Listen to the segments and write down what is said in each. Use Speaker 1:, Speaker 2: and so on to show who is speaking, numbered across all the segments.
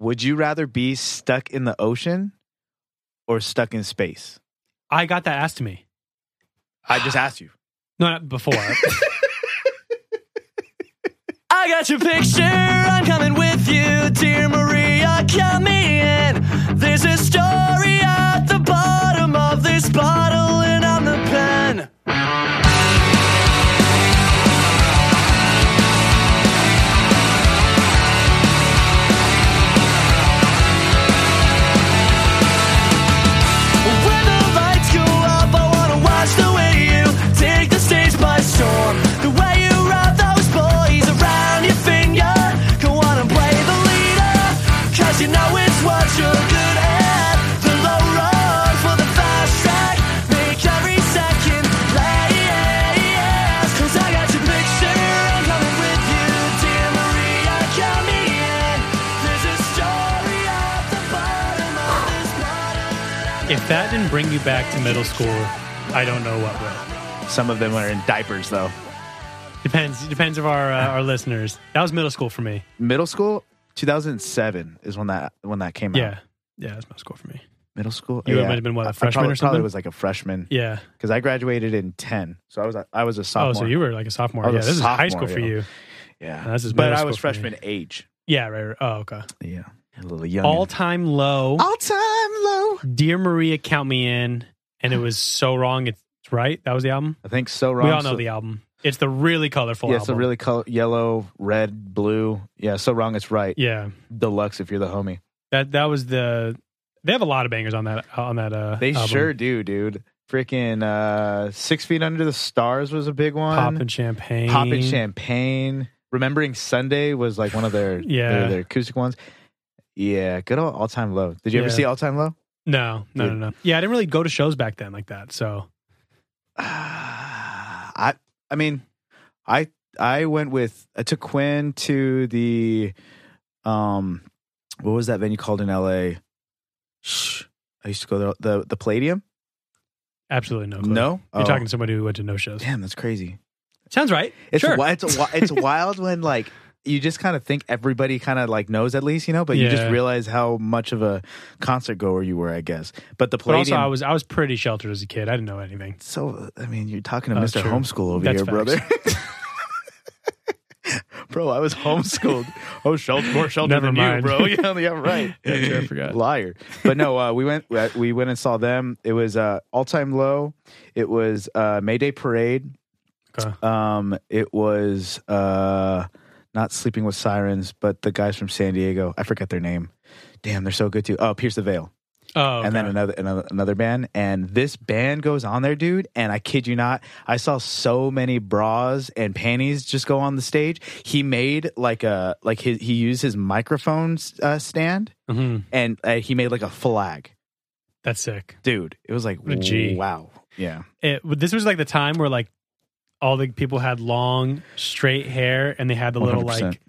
Speaker 1: Would you rather be stuck in the ocean or stuck in space?
Speaker 2: I got that asked to me.
Speaker 1: I just asked you.
Speaker 2: No, not before.
Speaker 3: I got your picture, I'm coming with you, dear Maria, count me in. There's a story at the bottom of this bottle, and I'm the pen. When the lights go up, I wanna watch the way you take the stage by storm. The way you wrap those boys around your finger. Go on and play the leader, cause you know it's what you're good at. The low road for the fast track. Make every second last. Cause I got your picture, I'm coming with you, dear Maria. Count me in. There's a story at the bottom of this bottle.
Speaker 2: if that didn't bring you back to middle school, I don't know what will.
Speaker 1: Some of them are in diapers though.
Speaker 2: Depends. Depends of our uh, our listeners. That was middle school for me.
Speaker 1: Middle school, 2007 is when that when that came out.
Speaker 2: Yeah, yeah, that's middle school for me.
Speaker 1: Middle school.
Speaker 2: You might have been, what, a
Speaker 1: I- I
Speaker 2: freshman
Speaker 1: probably,
Speaker 2: or something?
Speaker 1: Probably was like a freshman
Speaker 2: Yeah.
Speaker 1: because I graduated in 10, so I was a, I was a sophomore.
Speaker 2: Oh, so you were like a sophomore.
Speaker 1: I was
Speaker 2: Yeah,
Speaker 1: a
Speaker 2: this is high
Speaker 1: sophomore,
Speaker 2: school for
Speaker 1: yeah.
Speaker 2: you.
Speaker 1: yeah.
Speaker 2: No, this is
Speaker 1: but
Speaker 2: middle
Speaker 1: I
Speaker 2: school
Speaker 1: was
Speaker 2: for me.
Speaker 1: freshman age.
Speaker 2: Yeah, right. right. Oh, okay.
Speaker 1: Yeah, a little young.
Speaker 2: All time low.
Speaker 1: all time low.
Speaker 2: Dear Maria, count me in. And it was so wrong. It's right. That was the album.
Speaker 1: I think so Ah. wrong.
Speaker 2: we all know
Speaker 1: so,
Speaker 2: the album. It's the really colorful
Speaker 1: yeah,
Speaker 2: album.
Speaker 1: it's a really color, yellow, red, blue. Yeah, so wrong. It's right.
Speaker 2: yeah.
Speaker 1: Deluxe. If you're the homie,
Speaker 2: That that was the. They have a lot of bangers on that on that. Uh,
Speaker 1: they
Speaker 2: album.
Speaker 1: sure do, dude. Freaking uh, six feet under the stars was a big one.
Speaker 2: pop and champagne.
Speaker 1: Pop and champagne. Remembering Sunday was like one of their
Speaker 2: Yeah.
Speaker 1: their, their acoustic ones. Yeah, good old all time low. Did you ever
Speaker 2: Yeah.
Speaker 1: see all time low?
Speaker 2: No, no,
Speaker 1: Yeah.
Speaker 2: no, no. Yeah, I didn't really go to shows back then like that. So
Speaker 1: I I mean, I I went with I took Quinn to the um what was that venue called in LA? Shh. I used to go there the the Palladium?
Speaker 2: absolutely no. Clue.
Speaker 1: No.
Speaker 2: you're
Speaker 1: Oh.
Speaker 2: talking to somebody who went to no shows.
Speaker 1: Damn, that's crazy.
Speaker 2: Sounds right.
Speaker 1: It's
Speaker 2: sure.
Speaker 1: wi- it's wi- it's wild when like you just kind of think everybody kind of like knows at least, you know, but you just
Speaker 2: Yeah.
Speaker 1: realize how much of a concert goer you were, I guess. But the
Speaker 2: But also,
Speaker 1: Palladium
Speaker 2: I was I was pretty sheltered as a kid. I didn't know anything.
Speaker 1: So I mean, you're talking to
Speaker 2: Oh,
Speaker 1: Mr.
Speaker 2: true.
Speaker 1: Homeschool over
Speaker 2: That's
Speaker 1: here, brother. bro, I was homeschooled. Oh, shelter, more shelter
Speaker 2: Never
Speaker 1: than
Speaker 2: mind.
Speaker 1: you, bro. Yeah, yeah, right.
Speaker 2: Yeah, sure, I forgot.
Speaker 1: Liar. But no, uh, we went. We went and saw them. It was uh, all time low. It was uh, Mayday Parade.
Speaker 2: Okay.
Speaker 1: Um, it was uh, not Sleeping with Sirens, but the guys from San Diego. I forget their name. Damn, they're so good too. Oh, Pierce the Veil
Speaker 2: Oh,
Speaker 1: and then
Speaker 2: okay.
Speaker 1: another, another another band and this band goes on there dude and i kid you not i saw so many bras and panties just go on the stage he made like a like his he used his microphone uh, stand
Speaker 2: Mhm.
Speaker 1: and uh, he made like a flag
Speaker 2: that's sick.
Speaker 1: dude it was like
Speaker 2: What a G.
Speaker 1: wow yeah
Speaker 2: It, this was like the time where like all the people had long straight hair and they had the little
Speaker 1: 100%.
Speaker 2: like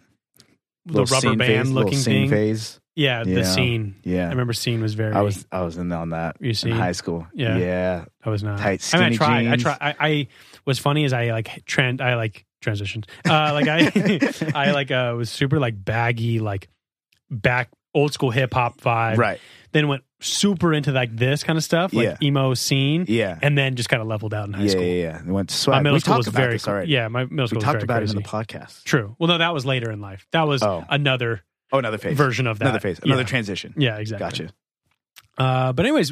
Speaker 2: the rubber
Speaker 1: scene phase,
Speaker 2: band
Speaker 1: little
Speaker 2: looking
Speaker 1: scene
Speaker 2: thing.
Speaker 1: phase
Speaker 2: Yeah, the
Speaker 1: Yeah.
Speaker 2: scene. I
Speaker 1: yeah
Speaker 2: remember scene was very.
Speaker 1: i was i was in on that
Speaker 2: You see,
Speaker 1: in high school
Speaker 2: Yeah.
Speaker 1: yeah
Speaker 2: I was not.
Speaker 1: tight,
Speaker 2: I mean, I
Speaker 1: skinny
Speaker 2: tried. I
Speaker 1: jeans.
Speaker 2: tried. I, I was funny as I like trend. I like transitioned. Uh, like I, I like uh, was super like baggy, like back old school hip hop vibe.
Speaker 1: right
Speaker 2: Then went super into like this kind of stuff, like
Speaker 1: Yeah.
Speaker 2: emo scene,
Speaker 1: yeah
Speaker 2: and then just kind of leveled out in high
Speaker 1: yeah,
Speaker 2: school.
Speaker 1: yeah, yeah. It went to
Speaker 2: My
Speaker 1: swag.
Speaker 2: middle
Speaker 1: we
Speaker 2: school
Speaker 1: talked
Speaker 2: was
Speaker 1: about
Speaker 2: very
Speaker 1: this already.
Speaker 2: Yeah, my middle
Speaker 1: we
Speaker 2: school was
Speaker 1: talked
Speaker 2: very
Speaker 1: about
Speaker 2: crazy.
Speaker 1: it in the podcast.
Speaker 2: True. Well, no, that was later in life. That was
Speaker 1: Oh.
Speaker 2: another
Speaker 1: Oh, another phase.
Speaker 2: version of that.
Speaker 1: another phase. Another
Speaker 2: yeah.
Speaker 1: transition.
Speaker 2: Yeah, exactly.
Speaker 1: Gotcha.
Speaker 2: Uh, but anyways,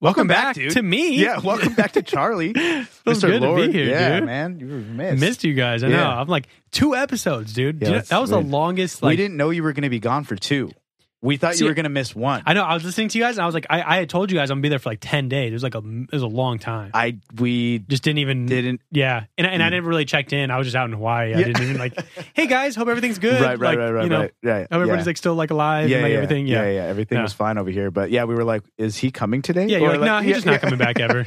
Speaker 2: welcome,
Speaker 1: back,
Speaker 2: back,
Speaker 1: dude.
Speaker 2: to me.
Speaker 1: Yeah, welcome back to Charlie.
Speaker 2: Feels
Speaker 1: Mr.
Speaker 2: good
Speaker 1: Lord.
Speaker 2: to be here,
Speaker 1: yeah,
Speaker 2: dude.
Speaker 1: man. You were missed.
Speaker 2: Missed. you guys. I know.
Speaker 1: Yeah.
Speaker 2: I'm like two episodes, dude.
Speaker 1: Yeah,
Speaker 2: Do you know-
Speaker 1: that's
Speaker 2: that was
Speaker 1: weird.
Speaker 2: the longest.
Speaker 1: we
Speaker 2: Like
Speaker 1: didn't know you were going to be gone for two. We thought
Speaker 2: See-
Speaker 1: you were going to miss one. I,
Speaker 2: I know. I was listening to you guys, and I was like, I, I had told you guys I'm gonna be there for like ten days. It was like a it was a long time.
Speaker 1: we
Speaker 2: just didn't even.
Speaker 1: didn't.
Speaker 2: yeah, and and I
Speaker 1: Mm.
Speaker 2: never really checked in. I was just out in Hawaii. I
Speaker 1: Yeah.
Speaker 2: didn't even like. Hey guys, hope everything's good.
Speaker 1: Right, right,
Speaker 2: Like,
Speaker 1: right, right,
Speaker 2: You know,
Speaker 1: right, right.
Speaker 2: hope everybody's
Speaker 1: yeah.
Speaker 2: like still like alive
Speaker 1: yeah,
Speaker 2: and like
Speaker 1: yeah,
Speaker 2: everything. Yeah,
Speaker 1: yeah,
Speaker 2: yeah.
Speaker 1: yeah. Everything
Speaker 2: Yeah.
Speaker 1: was fine over here, but yeah, we were like, "Is he coming today?"
Speaker 2: you're
Speaker 1: Or
Speaker 2: like, no, he's
Speaker 1: yeah,
Speaker 2: just not
Speaker 1: yeah.
Speaker 2: coming back ever.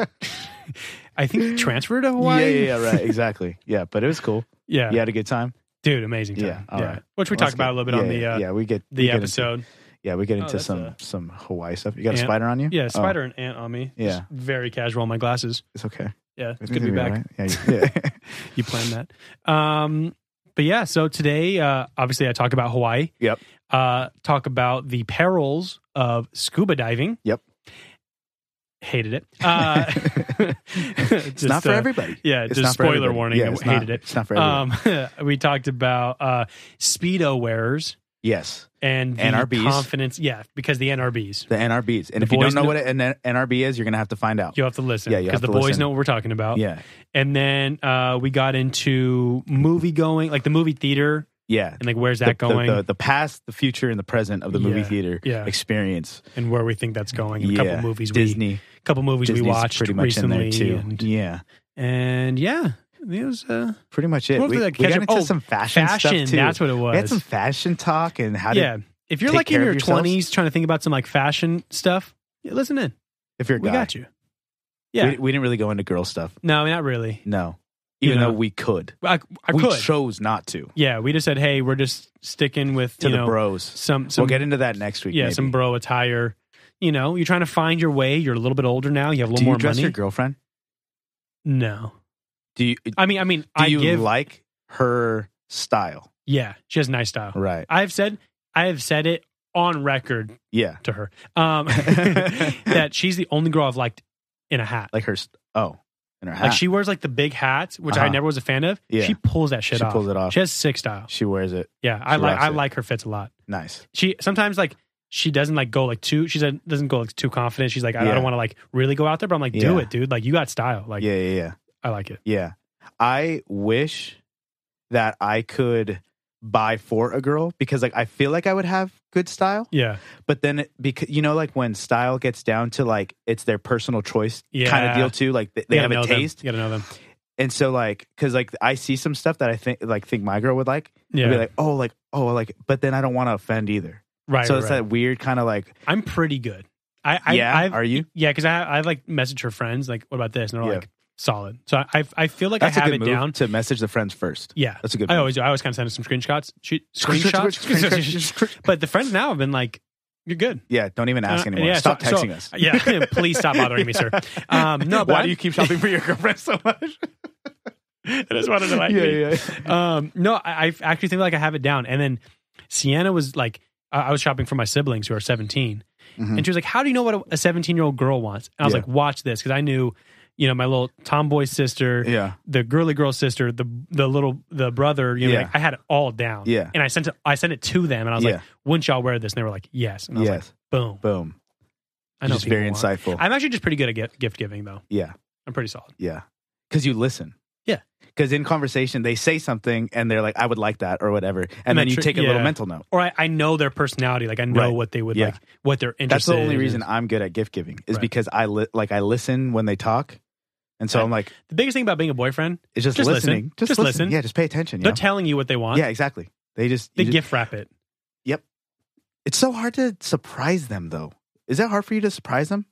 Speaker 2: I think he transferred to
Speaker 1: Yeah,
Speaker 2: Hawaii.
Speaker 1: yeah, yeah, right, exactly. Yeah, but it was cool.
Speaker 2: Yeah.
Speaker 1: You had a good time.
Speaker 2: dude, amazing. Time.
Speaker 1: Yeah,
Speaker 2: Yeah,
Speaker 1: all right.
Speaker 2: which we
Speaker 1: That's
Speaker 2: talked about a
Speaker 1: good.
Speaker 2: little bit on the
Speaker 1: Yeah,
Speaker 2: uh,
Speaker 1: yeah. We get we
Speaker 2: the
Speaker 1: get into-
Speaker 2: episode.
Speaker 1: yeah, we get
Speaker 2: Oh,
Speaker 1: into
Speaker 2: that's
Speaker 1: some
Speaker 2: a-
Speaker 1: some Hawaii stuff. You got a
Speaker 2: Ant.
Speaker 1: spider on you?
Speaker 2: Yeah,
Speaker 1: Oh,
Speaker 2: spider and ant on me.
Speaker 1: Yeah.
Speaker 2: Just very casual on my glasses.
Speaker 1: it's okay.
Speaker 2: Yeah,
Speaker 1: Everything's
Speaker 2: it's good to be
Speaker 1: gonna
Speaker 2: back.
Speaker 1: all right. Yeah, you- yeah.
Speaker 2: You planned that. Um, but yeah, so today, uh, obviously, I talk about Hawaii.
Speaker 1: Yep.
Speaker 2: uh, talk about the perils of scuba diving.
Speaker 1: Yep.
Speaker 2: Hated it. Uh,
Speaker 1: it's not for everybody.
Speaker 2: Yeah,
Speaker 1: It's
Speaker 2: just
Speaker 1: not for
Speaker 2: spoiler
Speaker 1: everybody.
Speaker 2: warning.
Speaker 1: Yeah,
Speaker 2: I
Speaker 1: it's
Speaker 2: hated
Speaker 1: not-
Speaker 2: it.
Speaker 1: It's not for everybody.
Speaker 2: Um, we talked about uh, speedo wearers
Speaker 1: yes,
Speaker 2: and the
Speaker 1: NRBs.
Speaker 2: confidence. Yeah, because the NRBs.
Speaker 1: the NRBs, and
Speaker 2: the
Speaker 1: if you don't
Speaker 2: boys
Speaker 1: know
Speaker 2: know-
Speaker 1: what an NRB is, you're gonna have to find out.
Speaker 2: You have to listen.
Speaker 1: Yeah, you
Speaker 2: because
Speaker 1: have to
Speaker 2: the boys
Speaker 1: listen.
Speaker 2: know what we're talking about.
Speaker 1: Yeah,
Speaker 2: And then uh, we got into movie going, like the movie theater,
Speaker 1: yeah.
Speaker 2: and like where's
Speaker 1: The,
Speaker 2: that going,
Speaker 1: The, the, the past, the future, and the present of the movie
Speaker 2: Yeah,
Speaker 1: theater
Speaker 2: yeah.
Speaker 1: experience.
Speaker 2: and where we think that's going. And
Speaker 1: yeah,
Speaker 2: a couple movies we
Speaker 1: Disney.
Speaker 2: couple movies
Speaker 1: Disney's
Speaker 2: we watched
Speaker 1: pretty much
Speaker 2: recently
Speaker 1: in there too.
Speaker 2: And,
Speaker 1: yeah,
Speaker 2: and yeah it was uh,
Speaker 1: pretty much it.
Speaker 2: We'll
Speaker 1: We,
Speaker 2: do
Speaker 1: we
Speaker 2: that
Speaker 1: got
Speaker 2: catch-up.
Speaker 1: into
Speaker 2: Oh,
Speaker 1: some fashion,
Speaker 2: fashion
Speaker 1: stuff too.
Speaker 2: that's what it
Speaker 1: we had
Speaker 2: was
Speaker 1: some fashion talk and how to.
Speaker 2: yeah if you're
Speaker 1: take
Speaker 2: like in
Speaker 1: care
Speaker 2: your
Speaker 1: of yourselves.
Speaker 2: 20s trying to think about some like fashion stuff yeah, listen in
Speaker 1: If you're a
Speaker 2: we
Speaker 1: guy,
Speaker 2: got you yeah
Speaker 1: we, we didn't really go into girl stuff.
Speaker 2: no not really
Speaker 1: No,
Speaker 2: You
Speaker 1: even
Speaker 2: know.
Speaker 1: though we could,
Speaker 2: i, I
Speaker 1: we
Speaker 2: could
Speaker 1: chose not to.
Speaker 2: yeah we just said hey we're just sticking with
Speaker 1: To
Speaker 2: you
Speaker 1: the
Speaker 2: know
Speaker 1: bros,
Speaker 2: some some
Speaker 1: we'll get into that next week.
Speaker 2: yeah
Speaker 1: maybe.
Speaker 2: some bro attire you know you're trying to find your way you're a little bit older now you have a
Speaker 1: Do
Speaker 2: little
Speaker 1: you
Speaker 2: more
Speaker 1: dress
Speaker 2: money
Speaker 1: your girlfriend?
Speaker 2: no
Speaker 1: Do you do
Speaker 2: i mean i mean i
Speaker 1: you
Speaker 2: give
Speaker 1: like her style?
Speaker 2: yeah she has nice style
Speaker 1: Right.
Speaker 2: i've said i have said it on record
Speaker 1: Yeah.
Speaker 2: to her um, that she's the only girl I've liked in a hat.
Speaker 1: Like her. St- oh, in her hat.
Speaker 2: Like she wears like the big hats, which I
Speaker 1: Uh-huh.
Speaker 2: never was a fan of.
Speaker 1: Yeah.
Speaker 2: She pulls that shit
Speaker 1: She
Speaker 2: off.
Speaker 1: pulls it off.
Speaker 2: She has sick style.
Speaker 1: She wears it.
Speaker 2: Yeah, I
Speaker 1: She
Speaker 2: like
Speaker 1: rocks
Speaker 2: I
Speaker 1: it.
Speaker 2: like her fits a lot.
Speaker 1: Nice.
Speaker 2: She sometimes like she doesn't like go like too. She said- doesn't go like too confident. She's like I, I
Speaker 1: Yeah.
Speaker 2: don't want to like really go out there, but I'm like do
Speaker 1: Yeah.
Speaker 2: it, dude. Like you got style. Like
Speaker 1: yeah. Yeah. Yeah.
Speaker 2: I like it.
Speaker 1: Yeah. I wish that I could buy for a girl because like I feel like I would have good style,
Speaker 2: Yeah,
Speaker 1: but then it, because you know like when style gets down to like it's their personal choice kind
Speaker 2: Yeah.
Speaker 1: of deal too, like they, they
Speaker 2: You
Speaker 1: have
Speaker 2: gotta
Speaker 1: a
Speaker 2: know them.
Speaker 1: taste.
Speaker 2: You gotta know them.
Speaker 1: And so like cuz like I see some stuff that I think like think my girl would like. I'd
Speaker 2: Yeah,
Speaker 1: be like, "Oh, like oh, like but then I don't want to offend either."
Speaker 2: right.
Speaker 1: so
Speaker 2: right,
Speaker 1: it's
Speaker 2: right.
Speaker 1: that weird kind of like,
Speaker 2: I'm pretty good. I, I
Speaker 1: "Yeah,
Speaker 2: I've,
Speaker 1: are you?"
Speaker 2: yeah, because I I like messaged her friends like what about this, and they're
Speaker 1: Yeah.
Speaker 2: like solid. So I I- I feel like
Speaker 1: That's
Speaker 2: I have
Speaker 1: a good
Speaker 2: it
Speaker 1: move
Speaker 2: down.
Speaker 1: to message the friends first.
Speaker 2: Yeah,
Speaker 1: That's a good
Speaker 2: I
Speaker 1: move.
Speaker 2: always do. I always kind of send them some screenshots. Shoot, screenshots. but the friends now have been like, "You're good."
Speaker 1: yeah, don't even ask
Speaker 2: Uh,
Speaker 1: anymore.
Speaker 2: yeah,
Speaker 1: Stop
Speaker 2: so- so-
Speaker 1: texting us.
Speaker 2: Yeah, please stop bothering me, sir. Um, no, but
Speaker 1: Why
Speaker 2: I-
Speaker 1: do you keep shopping for your girlfriend so much?
Speaker 2: I just wanted to like.
Speaker 1: yeah,
Speaker 2: me.
Speaker 1: yeah,
Speaker 2: Um, no, I, I actually think like I have it down. And then Sienna was like, I I was shopping for my siblings who are 17,
Speaker 1: Mhm.
Speaker 2: and she was like, "How do you know what a- a 17 year old girl wants?" And I was
Speaker 1: Yeah.
Speaker 2: like, "Watch this," because I knew, you know, my little tomboy sister.
Speaker 1: yeah,
Speaker 2: the girly girl sister, the the little the brother, you know,
Speaker 1: Yeah.
Speaker 2: like, I had it all down.
Speaker 1: Yeah.
Speaker 2: And I sent it I sent it to them and I was like,
Speaker 1: Yeah.
Speaker 2: wouldn't y'all wear this? And they were like, yes. And I was like,
Speaker 1: yes.
Speaker 2: boom.
Speaker 1: Boom.
Speaker 2: I know
Speaker 1: just
Speaker 2: people
Speaker 1: very
Speaker 2: want-
Speaker 1: insightful.
Speaker 2: I'm actually just pretty good at gift, gift giving though.
Speaker 1: yeah,
Speaker 2: I'm pretty solid.
Speaker 1: yeah. Because you listen.
Speaker 2: Yeah.
Speaker 1: Because in conversation they say something and they're like, "I would like that" or whatever, and,
Speaker 2: And
Speaker 1: then
Speaker 2: that
Speaker 1: you
Speaker 2: tr-
Speaker 1: take a little
Speaker 2: yeah.
Speaker 1: mental note.
Speaker 2: Or I, I know their personality. Like I know
Speaker 1: Right.
Speaker 2: what they would
Speaker 1: Yeah.
Speaker 2: like, what they're interested
Speaker 1: That's the only
Speaker 2: in.
Speaker 1: reason I'm good at gift giving is
Speaker 2: Right.
Speaker 1: because I li- like I listen when they talk, and so
Speaker 2: Right.
Speaker 1: I'm like,
Speaker 2: The biggest thing about being a boyfriend,
Speaker 1: it's just,
Speaker 2: Just listen.
Speaker 1: listening. Just,
Speaker 2: Just
Speaker 1: listen.
Speaker 2: listen.
Speaker 1: Yeah, just pay attention. you
Speaker 2: they're
Speaker 1: know?
Speaker 2: telling you what they want.
Speaker 1: yeah, exactly. They just,
Speaker 2: They
Speaker 1: you just-
Speaker 2: gift wrap it.
Speaker 1: It's so hard to surprise them though. Is that hard for you to surprise them?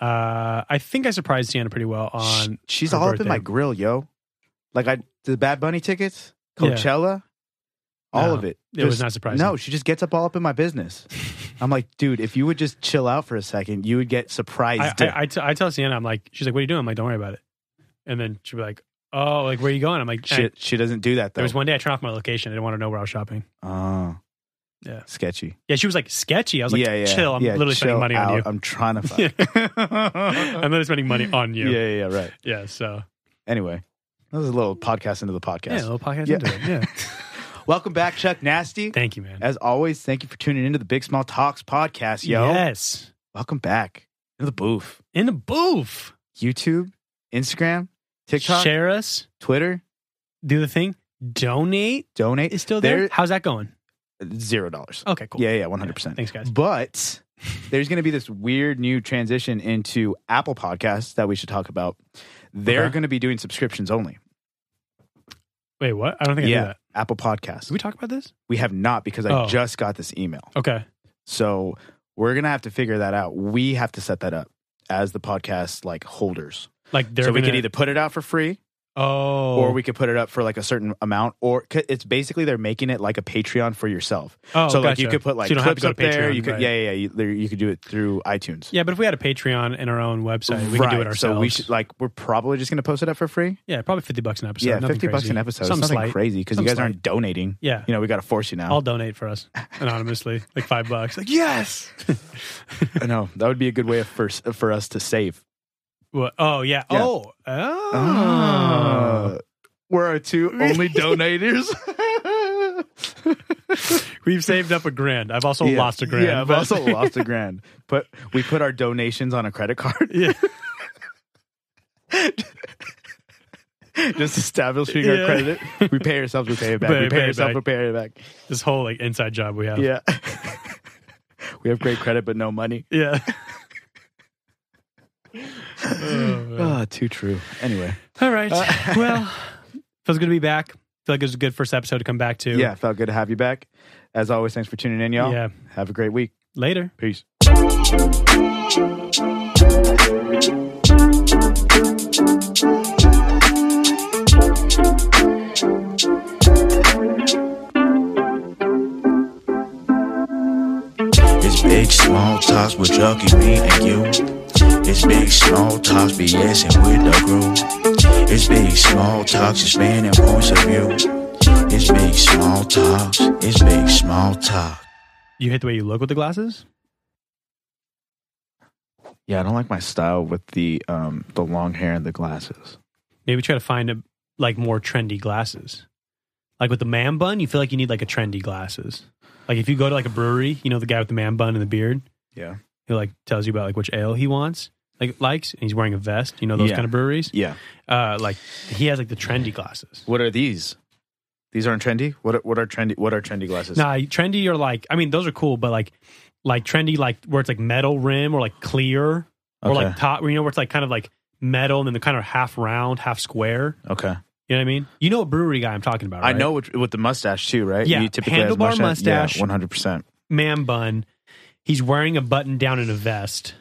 Speaker 2: Uh, I think I surprised Sienna pretty well
Speaker 1: Sh-
Speaker 2: on
Speaker 1: she's
Speaker 2: her
Speaker 1: all up in
Speaker 2: birthday.
Speaker 1: my grill, yo. Like I the Bad Bunny tickets, Coachella, all
Speaker 2: No,
Speaker 1: of it.
Speaker 2: it was
Speaker 1: Just-
Speaker 2: not surprising.
Speaker 1: No, she just gets up all up in my business. I'm like, dude, if you would just chill out for a second, you would get
Speaker 2: I,
Speaker 1: surprised.
Speaker 2: I, I, t- I tell Sienna, I'm like, she's like, what are you doing? I'm like, don't worry about it. And then she'll be like, oh, like, where are you going? I'm like,
Speaker 1: she, she doesn't do that
Speaker 2: There
Speaker 1: though.
Speaker 2: was one day I turned off my location. I didn't want to know where I was shopping.
Speaker 1: Oh.
Speaker 2: Yeah.
Speaker 1: Sketchy.
Speaker 2: Yeah, she was like sketchy. I was like,
Speaker 1: yeah, yeah.
Speaker 2: chill. I'm
Speaker 1: yeah,
Speaker 2: literally spending
Speaker 1: chill
Speaker 2: money
Speaker 1: out.
Speaker 2: on you.
Speaker 1: I'm trying to fuck.
Speaker 2: I'm literally spending money on you.
Speaker 1: Yeah, yeah, yeah, right.
Speaker 2: Yeah, so
Speaker 1: Anyway, that was a little podcast into the
Speaker 2: yeah, a
Speaker 1: podcast.
Speaker 2: little podcast
Speaker 1: Yeah.
Speaker 2: into it. Yeah.
Speaker 1: Welcome back, Chuck Nasty.
Speaker 2: Thank you, man.
Speaker 1: As always, thank you for tuning into the Big Small Talks podcast, yo.
Speaker 2: Yes.
Speaker 1: Welcome back to the booth.
Speaker 2: In the booth.
Speaker 1: YouTube, Instagram, TikTok,
Speaker 2: Share us.
Speaker 1: Twitter,
Speaker 2: Do the thing. Donate
Speaker 1: donate.
Speaker 2: is still there.
Speaker 1: There-
Speaker 2: How's that going?
Speaker 1: Zero dollars.
Speaker 2: Okay, cool.
Speaker 1: Yeah, yeah, one hundred percent.
Speaker 2: Thanks, guys.
Speaker 1: But there's going to be this weird new transition into Apple Podcasts that we should talk about. They're
Speaker 2: Okay.
Speaker 1: going to be doing subscriptions only.
Speaker 2: Wait, what? I don't think I
Speaker 1: yeah,
Speaker 2: knew that.
Speaker 1: Apple
Speaker 2: Did
Speaker 1: Podcasts.
Speaker 2: we talk about this?
Speaker 1: We have not because I
Speaker 2: Oh.
Speaker 1: just got this email.
Speaker 2: Okay.
Speaker 1: So we're going to have to figure that out. We have to set that up as the podcast like holders.
Speaker 2: Like they're
Speaker 1: so we
Speaker 2: gonna,
Speaker 1: could either put it out for free
Speaker 2: Oh,
Speaker 1: or we could put it up for like a certain amount or c- it's basically they're making it like a patreon for yourself
Speaker 2: Oh,
Speaker 1: so like you
Speaker 2: gotcha.
Speaker 1: could put like
Speaker 2: So you don't have to
Speaker 1: clips
Speaker 2: go
Speaker 1: up
Speaker 2: to
Speaker 1: there
Speaker 2: Patreon,
Speaker 1: you could
Speaker 2: right.
Speaker 1: yeah yeah, yeah you, there- you could do it through itunes
Speaker 2: yeah, but if we had a Patreon and our own website, we
Speaker 1: right.
Speaker 2: could do it ourselves.
Speaker 1: so we should like we're probably just gonna post it up for free
Speaker 2: yeah, probably fifty bucks an episode.
Speaker 1: yeah
Speaker 2: nothing
Speaker 1: 50 bucks
Speaker 2: crazy.
Speaker 1: an episode
Speaker 2: Something
Speaker 1: it's nothing
Speaker 2: slight.
Speaker 1: crazy because you
Speaker 2: Something
Speaker 1: guys aren't donating
Speaker 2: Yeah,
Speaker 1: you know we gotta force you now
Speaker 2: I'll donate for us anonymously, like five bucks. Like,
Speaker 1: yes i know that would be a good way of first for us to save
Speaker 2: what? Oh yeah.
Speaker 1: Yeah.
Speaker 2: Oh. Oh.
Speaker 1: Ah. we're our two only donators
Speaker 2: We've saved up a grand. I've also
Speaker 1: Yeah.
Speaker 2: lost a grand.
Speaker 1: Yeah, I've
Speaker 2: but-
Speaker 1: also lost a grand. But we put our donations on a credit card,
Speaker 2: yeah.
Speaker 1: just establishing
Speaker 2: Yeah.
Speaker 1: our credit. We pay ourselves, we pay it back.
Speaker 2: Pay-
Speaker 1: we
Speaker 2: pay
Speaker 1: pay
Speaker 2: it
Speaker 1: ourselves, we
Speaker 2: back.
Speaker 1: pay it back.
Speaker 2: This whole like inside job we have.
Speaker 1: Yeah. we have great credit, but no money.
Speaker 2: Yeah. Oh, man.
Speaker 1: Ah, too true. Anyway,
Speaker 2: All right.
Speaker 1: Uh,
Speaker 2: well, feels good to be back. Feel like it was a good first episode to come back to.
Speaker 1: yeah, felt good to have you back. As always, thanks for tuning in, y'all.
Speaker 2: Yeah.
Speaker 1: Have a great week.
Speaker 2: Later.
Speaker 1: Peace.
Speaker 4: It's big small talks with Chucky, me and you. It's big small talks, BS and with the group. It's big small talks, expanding points of view. It's big small talks, it's big small talk.
Speaker 2: You hate the way you look with the glasses?
Speaker 1: Yeah, I don't like my style with the um the long hair and the glasses.
Speaker 2: Maybe try to find a, like more trendy glasses. Like with the man bun, you feel like you need like a trendy glasses. Like if you go to like a brewery, you know the guy with the man bun and the beard
Speaker 1: Yeah.
Speaker 2: who like tells you about like which ale he wants, like likes, and he's wearing a vest. You know those
Speaker 1: Yeah.
Speaker 2: kind of breweries.
Speaker 1: Yeah.
Speaker 2: Uh, like he has like the trendy glasses.
Speaker 1: What are these? These aren't trendy. What are, what are trendy? What are trendy glasses?
Speaker 2: Nah, trendy or like I mean those are cool, but like like trendy like where it's like metal rim or like clear or like
Speaker 1: Okay.
Speaker 2: top where you know where it's like kind of like metal and then they're kind of half round, half square.
Speaker 1: Okay.
Speaker 2: You know what I mean? You know a brewery guy I'm talking about,
Speaker 1: I
Speaker 2: right?
Speaker 1: know which, with the mustache too, right?
Speaker 2: Yeah,
Speaker 1: he typically has
Speaker 2: handlebar mustache.
Speaker 1: One hundred percent.
Speaker 2: man bun. He's wearing a button down and a vest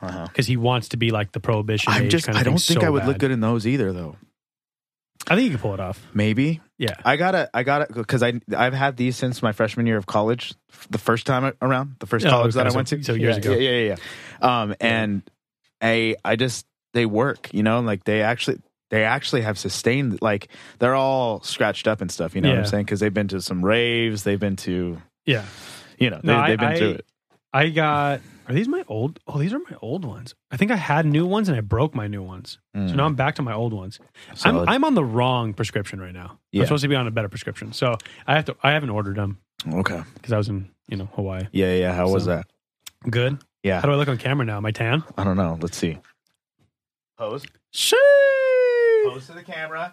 Speaker 2: because he wants to be like the prohibition.
Speaker 1: Uh-huh. I'm
Speaker 2: age
Speaker 1: just.
Speaker 2: kind of
Speaker 1: I don't
Speaker 2: thing
Speaker 1: think
Speaker 2: so
Speaker 1: I would
Speaker 2: bad.
Speaker 1: look good in those either, though.
Speaker 2: I think you can pull it off.
Speaker 1: Maybe
Speaker 2: Yeah.
Speaker 1: I gotta. I gotta because I I've had these since my freshman year of college. f- The first time a- around, the first
Speaker 2: Oh,
Speaker 1: college
Speaker 2: okay,
Speaker 1: that I
Speaker 2: so-
Speaker 1: went to.
Speaker 2: so years
Speaker 1: yeah,
Speaker 2: ago.
Speaker 1: Yeah, yeah, yeah. Um, and I I just they work, you know, like they actually. They actually have sustained, like they're all scratched up and stuff. You know what
Speaker 2: Yeah.
Speaker 1: I'm saying? Because they've been to some raves, they've been to,
Speaker 2: Yeah.
Speaker 1: you know,
Speaker 2: No,
Speaker 1: they,
Speaker 2: I-
Speaker 1: they've been
Speaker 2: I-
Speaker 1: through it.
Speaker 2: I got are these my old oh these are my old ones. I think I had new ones and I broke my new ones. So
Speaker 1: Mm.
Speaker 2: now I'm back to my old ones.
Speaker 1: Solid.
Speaker 2: I'm I'm on the wrong prescription right now.
Speaker 1: Yeah.
Speaker 2: I'm supposed to be on a better prescription. So I have to I haven't ordered them
Speaker 1: okay.
Speaker 2: because I was in, you know, Hawaii.
Speaker 1: Yeah, yeah. How was
Speaker 2: So-
Speaker 1: that?
Speaker 2: Good.
Speaker 1: Yeah.
Speaker 2: How do I look on camera now? Am I tan?
Speaker 1: I don't know. Let's see. Pose.
Speaker 2: Shoo!
Speaker 1: Pose to the camera.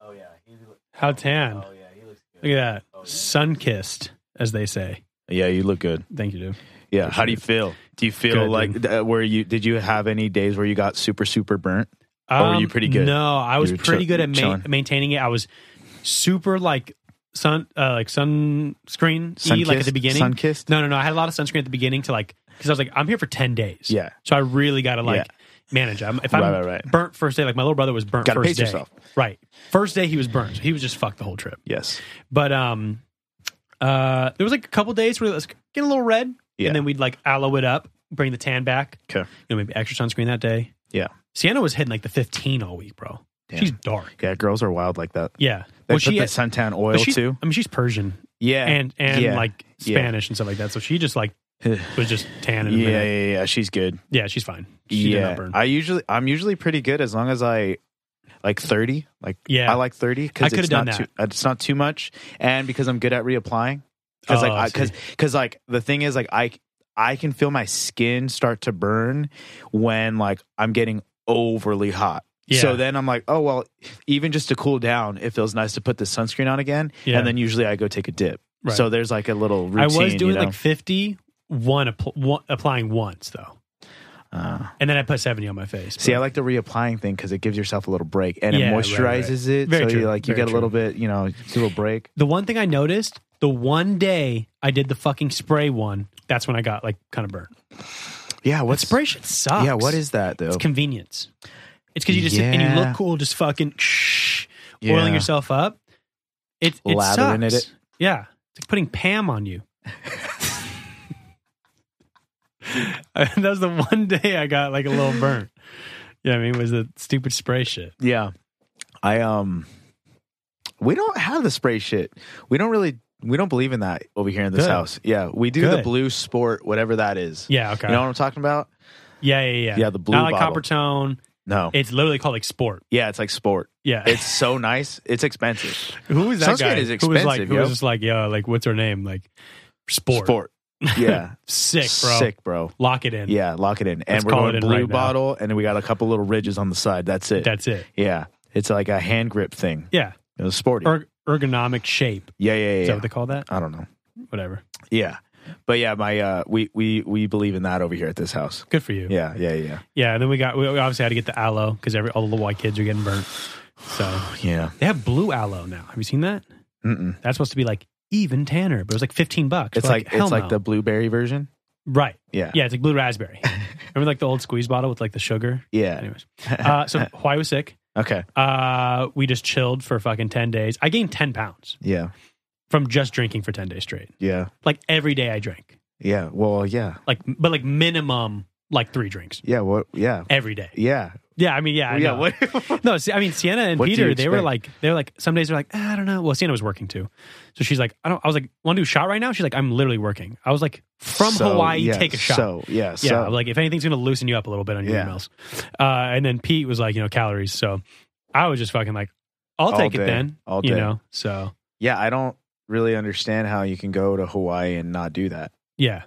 Speaker 1: Oh yeah. He look,
Speaker 2: How tan.
Speaker 1: Oh, yeah, he looks Oh,
Speaker 2: Look at that. Sun kissed, as they say.
Speaker 1: Yeah, you look good.
Speaker 2: Thank you, dude.
Speaker 1: Yeah. How do you feel? Do you feel
Speaker 2: Good,
Speaker 1: like
Speaker 2: dude.
Speaker 1: th- where you did you have any days where you got super super burnt? Or Oh, were you pretty good?
Speaker 2: Um, No, I was
Speaker 1: You were
Speaker 2: pretty
Speaker 1: chill-
Speaker 2: good at ma-
Speaker 1: chilling?
Speaker 2: maintaining it. I was super like sun uh, like sunscreen e like at the beginning.
Speaker 1: sun kissed.
Speaker 2: No, no, no. I had a lot of sunscreen at the beginning to like because I was like, I'm here for ten days.
Speaker 1: Yeah.
Speaker 2: So I really got to like manage. I'm, if I'm
Speaker 1: Right, right, right.
Speaker 2: burnt first day, like my little brother was burnt
Speaker 1: Gotta
Speaker 2: first
Speaker 1: pace
Speaker 2: day.
Speaker 1: yourself.
Speaker 2: Right. First day he was burnt. So he was just fucked the whole trip.
Speaker 1: Yes.
Speaker 2: But um, uh, there was like a couple days where it was getting a little red,
Speaker 1: Yeah.
Speaker 2: and then we'd like aloe it up, bring the tan back.
Speaker 1: Okay.
Speaker 2: You know, maybe extra sunscreen that day.
Speaker 1: Yeah.
Speaker 2: Sienna was hitting like the 15 all week, bro.
Speaker 1: Damn.
Speaker 2: She's dark.
Speaker 1: Yeah, girls are wild like that.
Speaker 2: Yeah.
Speaker 1: They
Speaker 2: Well,
Speaker 1: put
Speaker 2: she
Speaker 1: the
Speaker 2: had-
Speaker 1: suntan
Speaker 2: but
Speaker 1: oil
Speaker 2: she's-
Speaker 1: too.
Speaker 2: I mean, she's Persian
Speaker 1: Yeah.
Speaker 2: and and
Speaker 1: yeah.
Speaker 2: like
Speaker 1: Yeah.
Speaker 2: Spanish and stuff like that. So she just like
Speaker 1: yeah,
Speaker 2: was just tan. In a
Speaker 1: yeah,
Speaker 2: minute.
Speaker 1: yeah, yeah. She's good.
Speaker 2: Yeah, she's fine. She did
Speaker 1: yeah.
Speaker 2: not burn.
Speaker 1: I usually I'm usually pretty good as long as I like 30, like
Speaker 2: yeah.
Speaker 1: I like 30
Speaker 2: I
Speaker 1: because
Speaker 2: could've
Speaker 1: it's
Speaker 2: done
Speaker 1: not too
Speaker 2: that.
Speaker 1: it's not too much and because I'm good at reapplying because
Speaker 2: Oh,
Speaker 1: like
Speaker 2: I
Speaker 1: I- cuz
Speaker 2: see.
Speaker 1: cuz like the thing is like I I can feel my skin start to burn when like I'm getting overly hot.
Speaker 2: Yeah.
Speaker 1: So then I'm like, oh well, even just to cool down, it feels nice to put the sunscreen on again.
Speaker 2: Yeah.
Speaker 1: And then usually I go take a dip.
Speaker 2: Right.
Speaker 1: So there's like a little routine.
Speaker 2: I was
Speaker 1: you
Speaker 2: doing
Speaker 1: know?
Speaker 2: like 50, one, appl- one applying once though.
Speaker 1: Uh,
Speaker 2: And then I put 70 on my face.
Speaker 1: See,
Speaker 2: but-
Speaker 1: I like the reapplying thing because it gives yourself a little break and
Speaker 2: Yeah,
Speaker 1: it
Speaker 2: right,
Speaker 1: moisturizes it.
Speaker 2: Very
Speaker 1: so
Speaker 2: true,
Speaker 1: you like you
Speaker 2: very
Speaker 1: get a little bit, you know, a little break.
Speaker 2: the one thing I noticed the one day I did the fucking spray one, that's when I got like kind of burnt.
Speaker 1: Yeah,
Speaker 2: What
Speaker 1: what's
Speaker 2: spray shit sucks.
Speaker 1: Yeah, what is that though?
Speaker 2: it's convenience. It's because you just sit and you
Speaker 1: Yeah.
Speaker 2: look cool, just fucking shh, oiling
Speaker 1: Yeah.
Speaker 2: yourself up. It it
Speaker 1: Lathering
Speaker 2: sucks.
Speaker 1: at it.
Speaker 2: Yeah, it's like putting Pam on you. that was the one day I got like a little burnt. Yeah, I mean, it was the stupid spray shit.
Speaker 1: Yeah. I um we don't have the spray shit. We don't really we don't believe in that over here in this
Speaker 2: Good.
Speaker 1: house. Yeah. We do the
Speaker 2: Good.
Speaker 1: blue sport, whatever that is.
Speaker 2: Yeah, okay.
Speaker 1: You know what I'm talking about?
Speaker 2: yeah, yeah, yeah.
Speaker 1: Yeah, the blue
Speaker 2: Not like
Speaker 1: bottle.
Speaker 2: copper tone.
Speaker 1: No.
Speaker 2: It's literally called like sport.
Speaker 1: yeah, it's like sport.
Speaker 2: Yeah.
Speaker 1: It's so nice. It's expensive.
Speaker 2: who was that
Speaker 1: sunscreen
Speaker 2: guy?
Speaker 1: is
Speaker 2: who was like
Speaker 1: expensive,
Speaker 2: who
Speaker 1: yo.
Speaker 2: was just like, yeah, like what's her name? Like sport.
Speaker 1: Sport. Yeah.
Speaker 2: Sick, bro.
Speaker 1: Sick, bro.
Speaker 2: Lock it in.
Speaker 1: Yeah, lock it in. And
Speaker 2: Let's
Speaker 1: we're
Speaker 2: call
Speaker 1: going
Speaker 2: it in
Speaker 1: blue
Speaker 2: right now.
Speaker 1: bottle and we got a couple little ridges on the side. That's it.
Speaker 2: That's it.
Speaker 1: yeah. It's like a hand grip thing.
Speaker 2: Yeah.
Speaker 1: It was sporty.
Speaker 2: Er- ergonomic shape.
Speaker 1: yeah, yeah, yeah.
Speaker 2: Is that
Speaker 1: yeah.
Speaker 2: what they call that?
Speaker 1: I don't know.
Speaker 2: Whatever.
Speaker 1: Yeah. But yeah, my uh we we we believe in that over here at this house.
Speaker 2: Good for you.
Speaker 1: Yeah, yeah, yeah.
Speaker 2: Yeah, and then we got we obviously had to get the aloe because every all the white kids are getting burnt. So
Speaker 1: Yeah.
Speaker 2: they have blue aloe now. Have you seen that?
Speaker 1: Mm-mm.
Speaker 2: That's supposed to be like even tanner, but it was like fifteen bucks.
Speaker 1: It's
Speaker 2: We're
Speaker 1: like,
Speaker 2: hell
Speaker 1: it's like
Speaker 2: no.
Speaker 1: the blueberry version.
Speaker 2: right.
Speaker 1: Yeah.
Speaker 2: Yeah, it's like blue raspberry. Remember like the old squeeze bottle with like the sugar.
Speaker 1: Yeah.
Speaker 2: Anyways, uh, so Hawaii was sick.
Speaker 1: Okay.
Speaker 2: Uh, we just chilled for fucking ten days. I gained ten pounds
Speaker 1: Yeah.
Speaker 2: from just drinking for ten days straight.
Speaker 1: Yeah.
Speaker 2: Like every day I drank,
Speaker 1: Yeah. Well, yeah.
Speaker 2: like but like minimum like three drinks
Speaker 1: Yeah. What? Yeah.
Speaker 2: every day.
Speaker 1: Yeah.
Speaker 2: Yeah, I mean, yeah, I
Speaker 1: yeah.
Speaker 2: know.
Speaker 1: What?
Speaker 2: No, see, I mean Sienna and
Speaker 1: What do you
Speaker 2: Peter, they were
Speaker 1: expect?
Speaker 2: like, they were like, some days they're like, "Ah, I don't know. Well, Sienna was working too, so she's like, I don't. I was like, want to do a shot right now? She's like, I'm literally working. I was like, from
Speaker 1: So,
Speaker 2: Hawaii,
Speaker 1: yeah,
Speaker 2: take a shot.
Speaker 1: So yeah.
Speaker 2: yeah,
Speaker 1: So
Speaker 2: like if anything's gonna loosen you up a little bit on your
Speaker 1: Yeah.
Speaker 2: emails. Uh, and then Pete was like, you know, calories. So I was just fucking like, I'll
Speaker 1: All
Speaker 2: take
Speaker 1: day.
Speaker 2: it then.
Speaker 1: All
Speaker 2: You
Speaker 1: day.
Speaker 2: know, so
Speaker 1: yeah. I don't really understand how you can go to Hawaii and not do that.
Speaker 2: yeah,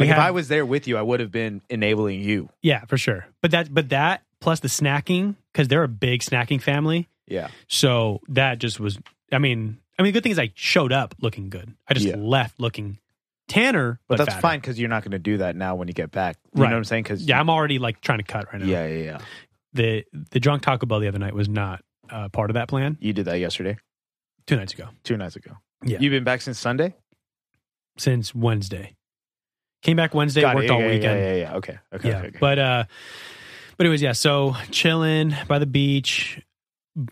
Speaker 1: Like if
Speaker 2: had-
Speaker 1: I was there with you, I would have been enabling you.
Speaker 2: yeah for sure. But that, but that plus the snacking because they're a big snacking family.
Speaker 1: Yeah.
Speaker 2: So that just was. I mean, I mean, the good thing is I showed up looking good. I just
Speaker 1: Yeah.
Speaker 2: left looking tanner,
Speaker 1: But,
Speaker 2: but,
Speaker 1: that's
Speaker 2: fatter.
Speaker 1: fine because you're not going to do that now when you get back. You
Speaker 2: Right.
Speaker 1: know what I'm saying? Because
Speaker 2: Yeah, I'm already like trying to cut right now.
Speaker 1: yeah, yeah, yeah.
Speaker 2: The the drunk Taco Bell the other night was not uh, part of that plan.
Speaker 1: You did that yesterday,
Speaker 2: Two nights ago,
Speaker 1: two nights ago.
Speaker 2: Yeah.
Speaker 1: You've been back since Sunday.
Speaker 2: since Wednesday, came back Wednesday,
Speaker 1: Got it.
Speaker 2: worked all
Speaker 1: Yeah, yeah,
Speaker 2: weekend.
Speaker 1: Yeah, yeah, yeah. Okay. Okay.
Speaker 2: yeah
Speaker 1: okay, okay.
Speaker 2: but uh but it was yeah so chilling by the beach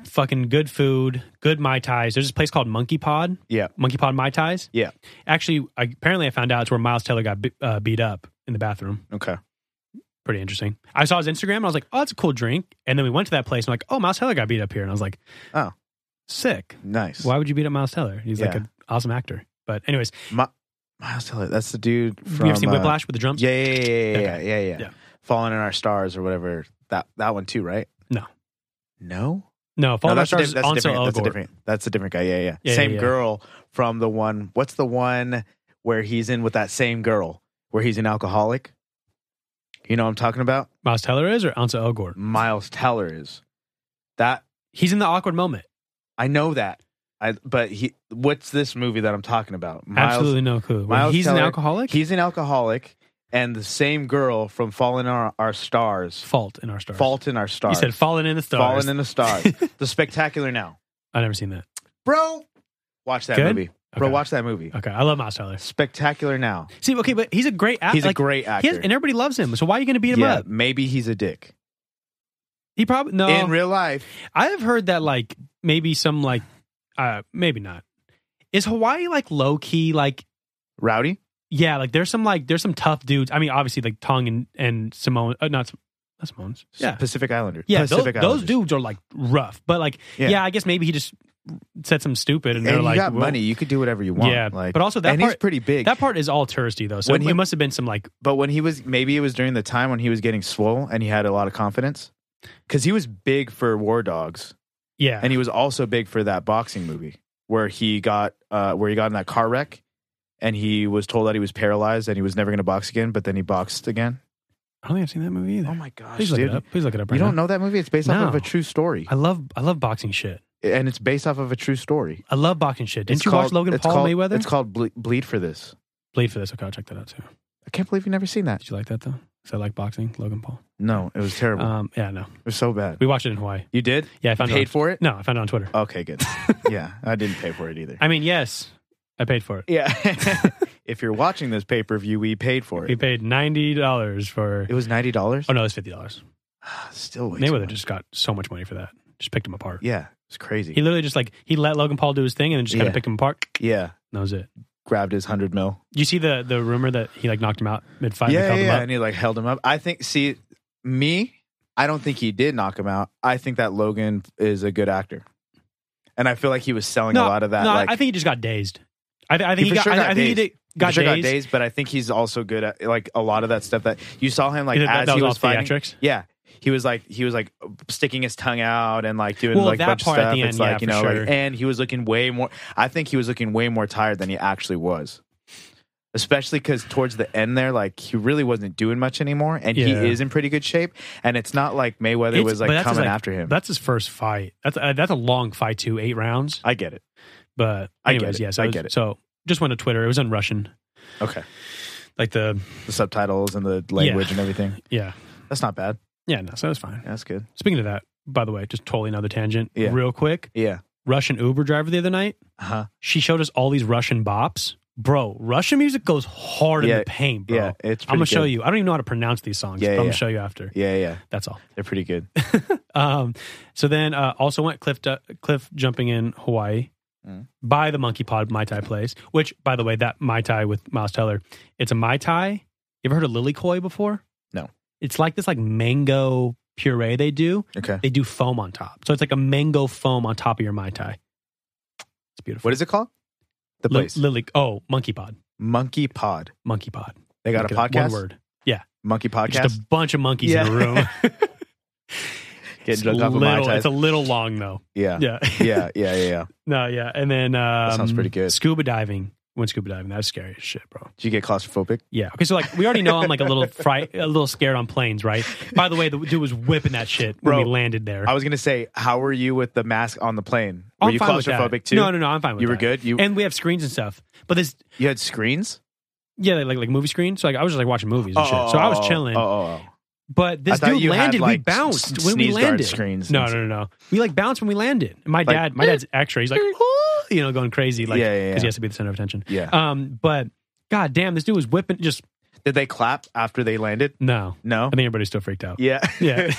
Speaker 2: fucking good food good mai tais there's this place called monkey pod
Speaker 1: Yeah.
Speaker 2: monkey pod mai tais
Speaker 1: Yeah.
Speaker 2: actually I, apparently i found out it's where miles taylor got be- uh, beat up in the bathroom
Speaker 1: okay.
Speaker 2: pretty interesting i saw his instagram and i was like oh that's a cool drink and then we went to that place and I'm like oh miles taylor got beat up here and i was like
Speaker 1: Oh.
Speaker 2: sick
Speaker 1: Nice.
Speaker 2: why would you beat up miles taylor he's like
Speaker 1: Yeah.
Speaker 2: an awesome actor but anyways
Speaker 1: Miles Teller. That's the dude from.
Speaker 2: you ever seen
Speaker 1: uh,
Speaker 2: whiplash with the drums
Speaker 1: Yeah, yeah, yeah, yeah, yeah, yeah, yeah.
Speaker 2: Yeah.
Speaker 1: Falling in Our Stars or whatever. That that one too, right?
Speaker 2: No.
Speaker 1: No.
Speaker 2: no follow
Speaker 1: no,
Speaker 2: that
Speaker 1: a
Speaker 2: stars
Speaker 1: diff- that's, a different, that's a
Speaker 2: Ansel Elgort.
Speaker 1: different. That's a different guy. Yeah, yeah.
Speaker 2: Yeah,
Speaker 1: same
Speaker 2: yeah, yeah.
Speaker 1: girl from the one. What's the one where he's in with that same girl where he's an alcoholic? You know what I'm talking about?
Speaker 2: miles taylor is or Ansel elgort
Speaker 1: Miles Teller is that.
Speaker 2: he's in the awkward moment
Speaker 1: I know that. I but he. What's this movie that I'm talking about? Miles
Speaker 2: Absolutely no clue.
Speaker 1: Miles
Speaker 2: he's an
Speaker 1: Teller-
Speaker 2: alcoholic.
Speaker 1: He's an alcoholic, and the same girl from Falling in Our, Our Stars,
Speaker 2: fault in our stars.
Speaker 1: Fault in Our
Speaker 2: He
Speaker 1: Stars,
Speaker 2: said fallen in the stars.
Speaker 1: Falling in the Stars, The Spectacular Now,
Speaker 2: I never seen that.
Speaker 1: bro. Watch that
Speaker 2: Good?
Speaker 1: movie, bro.
Speaker 2: Okay.
Speaker 1: Watch that movie.
Speaker 2: Okay, I love Miles Teller.
Speaker 1: Spectacular Now.
Speaker 2: See, okay, but he's a great actor.
Speaker 1: He's a great actor.
Speaker 2: and everybody loves him. So why are you going to beat him
Speaker 1: yeah,
Speaker 2: up? Oh.
Speaker 1: maybe he's a dick
Speaker 2: He probably no.
Speaker 1: in real life.
Speaker 2: I have heard that like maybe some like uh maybe not. Is Hawaii like low key like
Speaker 1: Rowdy.
Speaker 2: yeah like there's some like there's some tough dudes. I mean obviously like Tongue and and Simone uh, not Sim- not Simone's yeah
Speaker 1: Pacific Islander.
Speaker 2: yeah those,
Speaker 1: Pacific
Speaker 2: those
Speaker 1: Islanders.
Speaker 2: dudes are like rough but like
Speaker 1: Yeah.
Speaker 2: yeah, I guess maybe he just said some stupid and
Speaker 1: And
Speaker 2: they're
Speaker 1: you
Speaker 2: like
Speaker 1: got
Speaker 2: well,
Speaker 1: money. You could do whatever you want.
Speaker 2: Yeah,
Speaker 1: like,
Speaker 2: but also that
Speaker 1: and he's
Speaker 2: part-
Speaker 1: pretty big.
Speaker 2: That part is all touristy though, so
Speaker 1: When he-
Speaker 2: it must have been some like
Speaker 1: But when he was, maybe it was during the time when he was getting swole and he had a lot of confidence, because he was big for War Dogs.
Speaker 2: yeah,
Speaker 1: and he was also big for that boxing movie where he got uh, where he got in that car wreck and he was told that he was paralyzed and he was never going to box again but then he boxed again
Speaker 2: I don't think I've seen that movie either.
Speaker 1: oh my gosh
Speaker 2: Please look
Speaker 1: dude
Speaker 2: it up. Please look it up. Right
Speaker 1: you don't
Speaker 2: now.
Speaker 1: know that movie it's based off of
Speaker 2: No.
Speaker 1: a true story
Speaker 2: I love I love boxing shit.
Speaker 1: and it's based off of a true story
Speaker 2: I love boxing shit. Didn't
Speaker 1: It's
Speaker 2: you watch
Speaker 1: called-
Speaker 2: Logan
Speaker 1: it's
Speaker 2: Paul
Speaker 1: called-
Speaker 2: Mayweather?
Speaker 1: it's called Ble- bleed for this
Speaker 2: Bleed for this. Okay, I'll check that out too.
Speaker 1: i can't believe you've never seen that
Speaker 2: Did you like that though? Because I like boxing. Logan Paul.
Speaker 1: no it was terrible
Speaker 2: Um, yeah, no,
Speaker 1: it was so bad
Speaker 2: we watched it in Hawaii.
Speaker 1: you did
Speaker 2: Yeah, I found
Speaker 1: you
Speaker 2: it.
Speaker 1: paid
Speaker 2: on-
Speaker 1: for it
Speaker 2: No, I found it on Twitter.
Speaker 1: okay good yeah i didn't pay for it either
Speaker 2: I mean, yes, I paid for it.
Speaker 1: yeah if you're watching this pay-per-view we paid for
Speaker 2: We
Speaker 1: it
Speaker 2: paid ninety dollars for.
Speaker 1: it was $90
Speaker 2: Oh no, it's fifty dollars.
Speaker 1: Still way too
Speaker 2: Mayweather
Speaker 1: much.
Speaker 2: just got so much money for that. Just picked him apart.
Speaker 1: yeah, it's crazy.
Speaker 2: He literally just like he let Logan Paul do his thing and then just kind
Speaker 1: Yeah.
Speaker 2: of picked him apart.
Speaker 1: yeah,
Speaker 2: And that was it.
Speaker 1: grabbed his hundred mil.
Speaker 2: You see the the rumor that he like knocked him out mid fight.
Speaker 1: yeah,
Speaker 2: held
Speaker 1: yeah,
Speaker 2: him up?
Speaker 1: and he like held him up. I think. See, me, I don't think he did knock him out. I think that Logan is a good actor, and I feel like he was selling a lot of that.
Speaker 2: No, I-
Speaker 1: like,
Speaker 2: I think he just got dazed. I, th- I think
Speaker 1: He
Speaker 2: he,
Speaker 1: for
Speaker 2: got,
Speaker 1: sure
Speaker 2: I,
Speaker 1: got
Speaker 2: I think he
Speaker 1: dazed.
Speaker 2: did, got,
Speaker 1: sure
Speaker 2: dazed.
Speaker 1: got dazed, but I think he's also good at like a lot of that stuff that you saw him like
Speaker 2: That- that
Speaker 1: as he
Speaker 2: was
Speaker 1: was
Speaker 2: off
Speaker 1: fighting.
Speaker 2: theatrics?
Speaker 1: Yeah, he was like he was like sticking his tongue out and like doing
Speaker 2: Well,
Speaker 1: like a
Speaker 2: that
Speaker 1: bunch
Speaker 2: part
Speaker 1: of
Speaker 2: at
Speaker 1: stuff.
Speaker 2: the end,
Speaker 1: it's
Speaker 2: yeah,
Speaker 1: like you know,
Speaker 2: for
Speaker 1: like,
Speaker 2: sure.
Speaker 1: and he was looking way more. I think he was looking way more tired than he actually was. Especially because towards the end there, like he really wasn't doing much anymore, and he
Speaker 2: Yeah.
Speaker 1: is in pretty good shape. And it's not like Mayweather
Speaker 2: It's-
Speaker 1: was
Speaker 2: but
Speaker 1: like
Speaker 2: that's his,
Speaker 1: coming
Speaker 2: like-
Speaker 1: after him.
Speaker 2: That's his first fight. That's uh, that's a long fight too, eight rounds.
Speaker 1: I get it.
Speaker 2: But
Speaker 1: I get
Speaker 2: anyways,
Speaker 1: it.
Speaker 2: yes,
Speaker 1: I
Speaker 2: was-
Speaker 1: get it.
Speaker 2: So just went to Twitter. It was in Russian,
Speaker 1: Okay,
Speaker 2: like the
Speaker 1: the subtitles and the language and everything.
Speaker 2: yeah,
Speaker 1: That's not bad.
Speaker 2: yeah. No, so it was fine.
Speaker 1: That's good.
Speaker 2: Speaking of that, by the way, just totally another tangent,
Speaker 1: Yeah.
Speaker 2: real quick.
Speaker 1: Yeah.
Speaker 2: Russian Uber driver the other night.
Speaker 1: Uh huh.
Speaker 2: She showed us all these Russian bops, bro. Russian music goes hard
Speaker 1: Yeah.
Speaker 2: in the paint, bro.
Speaker 1: Yeah. It's.
Speaker 2: I'm gonna
Speaker 1: pretty
Speaker 2: show
Speaker 1: good.
Speaker 2: you. I don't even know how to pronounce these songs.
Speaker 1: Yeah,
Speaker 2: but I'm
Speaker 1: yeah.
Speaker 2: gonna show you after.
Speaker 1: Yeah, yeah.
Speaker 2: That's all.
Speaker 1: They're pretty good.
Speaker 2: Um, so then uh, also went cliff cliff jumping in Hawaii
Speaker 1: Mm.
Speaker 2: by the Monkey Pod Mai Tai place. Which, by the way, that Mai Tai with Miles Teller, it's a Mai Tai. You ever heard of Lily Koi before?
Speaker 1: No.
Speaker 2: It's like this like mango puree they do.
Speaker 1: Okay.
Speaker 2: They do foam on top, so it's like a mango foam on top of your Mai Tai. It's beautiful.
Speaker 1: What is it called? The
Speaker 2: Li-
Speaker 1: place.
Speaker 2: Lily. Oh, Monkey Pod.
Speaker 1: Monkey Pod.
Speaker 2: Monkey Pod.
Speaker 1: They got
Speaker 2: Look
Speaker 1: a
Speaker 2: it up.
Speaker 1: podcast.
Speaker 2: One word.
Speaker 1: Monkey
Speaker 2: Just
Speaker 1: Podcast.
Speaker 2: a bunch of monkeys
Speaker 1: Yeah.
Speaker 2: in a room.
Speaker 1: Getting drunk off of my
Speaker 2: little,
Speaker 1: time.
Speaker 2: it's a little long though.
Speaker 1: yeah.
Speaker 2: Yeah.
Speaker 1: yeah. Yeah. Yeah. Yeah.
Speaker 2: No, yeah, and then um,
Speaker 1: sounds pretty good.
Speaker 2: Scuba diving, went scuba diving. That's scary as shit, bro.
Speaker 1: Did you get claustrophobic?
Speaker 2: Yeah. Okay, so like we already know I'm like a little fright, a little scared on planes, right? By the way, the dude was whipping that shit when
Speaker 1: Bro,
Speaker 2: we landed there.
Speaker 1: I was gonna say, how were you with the mask on the plane? Were
Speaker 2: I'm
Speaker 1: you
Speaker 2: fine with that.
Speaker 1: claustrophobic too?
Speaker 2: No, no, no. I'm fine with
Speaker 1: You were
Speaker 2: that.
Speaker 1: good. You
Speaker 2: And we have screens and stuff, but this,
Speaker 1: you had screens.
Speaker 2: yeah, like like movie screen. So like I was just like watching movies and shit. So I was chilling.
Speaker 1: Oh, oh, oh.
Speaker 2: But this
Speaker 1: I thought
Speaker 2: dude
Speaker 1: you had,
Speaker 2: landed. we
Speaker 1: like,
Speaker 2: bounced
Speaker 1: s-
Speaker 2: when we
Speaker 1: sneeze guard
Speaker 2: landed.
Speaker 1: screens
Speaker 2: No,
Speaker 1: and
Speaker 2: no, no, no. We like bounced when we landed. And My
Speaker 1: Like, eh.
Speaker 2: dad, my dad's X-ray. He's like, "Oh," you know, going crazy, like
Speaker 1: Yeah,
Speaker 2: because
Speaker 1: yeah, yeah.
Speaker 2: he has to be the center of attention.
Speaker 1: Yeah.
Speaker 2: Um, but god damn, this dude was whipping. Just
Speaker 1: Did they clap after they landed?
Speaker 2: no,
Speaker 1: No.
Speaker 2: I think everybody's still freaked out.
Speaker 1: yeah.
Speaker 2: Yeah.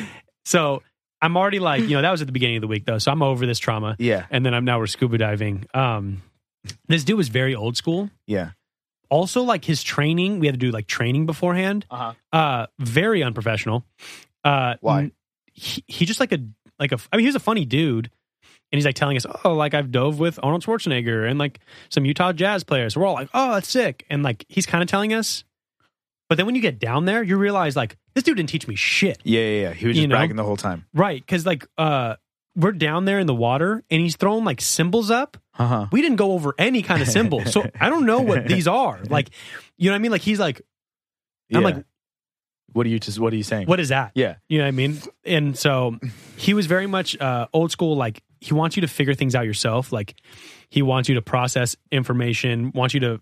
Speaker 2: so I'm already like, you know, that was at the beginning of the week though, so I'm over this trauma.
Speaker 1: yeah.
Speaker 2: And then I'm now we're scuba diving. Um, this dude was very old school.
Speaker 1: Yeah.
Speaker 2: Also, like his training, we had to do like training beforehand.
Speaker 1: Uh-huh.
Speaker 2: Uh, very unprofessional. Uh,
Speaker 1: Why?
Speaker 2: n- He, he just like a like a. I mean, he was a funny dude. And he's like telling us, oh, like I've dove with Arnold Schwarzenegger and like some Utah Jazz players. We're all like, oh, that's sick. And like he's kind of telling us, but then when you get down there, you realize like this dude didn't teach me shit.
Speaker 1: Yeah. Yeah. yeah. He was just
Speaker 2: You know?
Speaker 1: bragging the whole time.
Speaker 2: Right, because like uh we're down there in the water and he's throwing like symbols up.
Speaker 1: Uh huh.
Speaker 2: We didn't go over any kind of symbols. So I don't know what these are. Like you know what I mean? Like he's like, I'm like,
Speaker 1: what are you just? What are you saying?
Speaker 2: what is that?
Speaker 1: Yeah.
Speaker 2: You know what I mean? And so he was very much uh old school, like he wants you to figure things out yourself. Like he wants you to process information, wants you to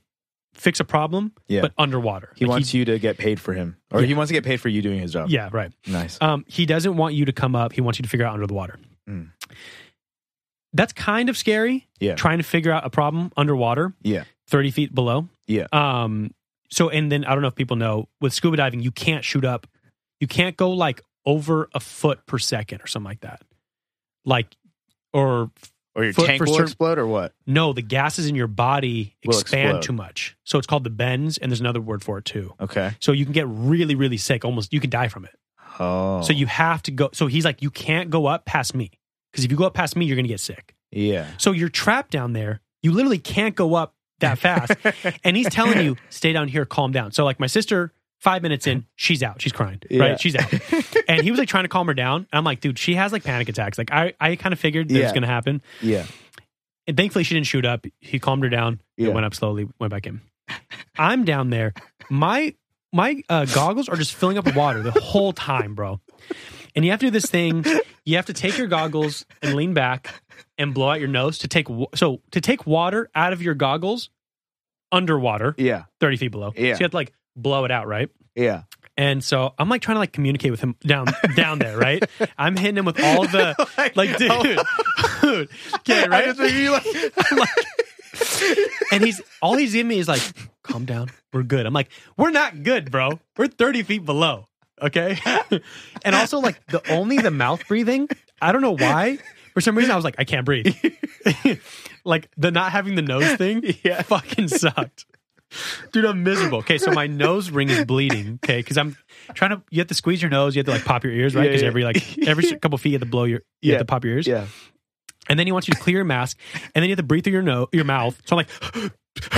Speaker 2: fix a problem,
Speaker 1: Yeah.
Speaker 2: but underwater.
Speaker 1: He
Speaker 2: Like,
Speaker 1: wants you to get paid for him, or he wants to get paid for you doing his job.
Speaker 2: Yeah, right.
Speaker 1: Nice.
Speaker 2: Um, he doesn't want you to come up. He wants you to figure out under the water.
Speaker 1: Mm.
Speaker 2: That's kind of scary.
Speaker 1: Yeah.
Speaker 2: Trying to figure out a problem underwater,
Speaker 1: Yeah.
Speaker 2: 30 feet below.
Speaker 1: Yeah.
Speaker 2: Um, so, and then I don't know if people know with scuba diving, you can't shoot up. You can't go like over a foot per second or something like that. Like, or
Speaker 1: Or your
Speaker 2: foot
Speaker 1: tank
Speaker 2: for
Speaker 1: will
Speaker 2: certain-
Speaker 1: explode, or what?
Speaker 2: no, the gases in your body
Speaker 1: Will
Speaker 2: expand
Speaker 1: explode.
Speaker 2: too much. So it's called the bends, and there's another word for it too.
Speaker 1: Okay.
Speaker 2: So you can get really, really sick. Almost, you can die from it.
Speaker 1: Oh.
Speaker 2: So you have to go. So he's like, you can't go up past me because if you go up past me, you're gonna get sick.
Speaker 1: Yeah.
Speaker 2: So you're trapped down there. You literally can't go up that fast. and he's telling you, stay down here, calm down. So like my sister, five minutes in, she's out. She's crying.
Speaker 1: Yeah.
Speaker 2: Right? She's out. and he was like trying to calm her down. I'm like, dude, she has like panic attacks. Like I, I kind of figured that
Speaker 1: Yeah.
Speaker 2: was gonna happen.
Speaker 1: Yeah.
Speaker 2: And thankfully she didn't shoot up. He calmed her down.
Speaker 1: Yeah.
Speaker 2: It went up slowly, went back in. I'm down there. My my uh, goggles are just filling up with water the whole time, bro. And you have to do this thing. You have to take your goggles and lean back and blow out your nose to take wa- so to take water out of your goggles underwater,
Speaker 1: Yeah.
Speaker 2: thirty feet below.
Speaker 1: Yeah.
Speaker 2: So you have to like blow it out, right?
Speaker 1: Yeah.
Speaker 2: And so I'm like trying to like communicate with him down down there, right? I'm hitting him with all the like, dude, dude, okay, right? And he's all he's giving me is like, calm down. We're good. I'm like, we're not good, bro. We're 30 feet below. Okay. and also, like, the only the mouth breathing, I don't know why. For some reason, I was like, I can't breathe. like, the not having the nose thing
Speaker 1: Yeah.
Speaker 2: fucking sucked. Dude, I'm miserable. Okay, so my nose ring is bleeding. Okay, because I'm trying to. You have to squeeze your nose. You have to like pop your ears, right?
Speaker 1: Yeah,
Speaker 2: Because
Speaker 1: yeah.
Speaker 2: every like every couple feet, you have to blow your.
Speaker 1: Yeah.
Speaker 2: You have to pop your ears.
Speaker 1: Yeah.
Speaker 2: and then he wants you to clear your mask, and then you have to breathe through your nose, your mouth. So I'm like,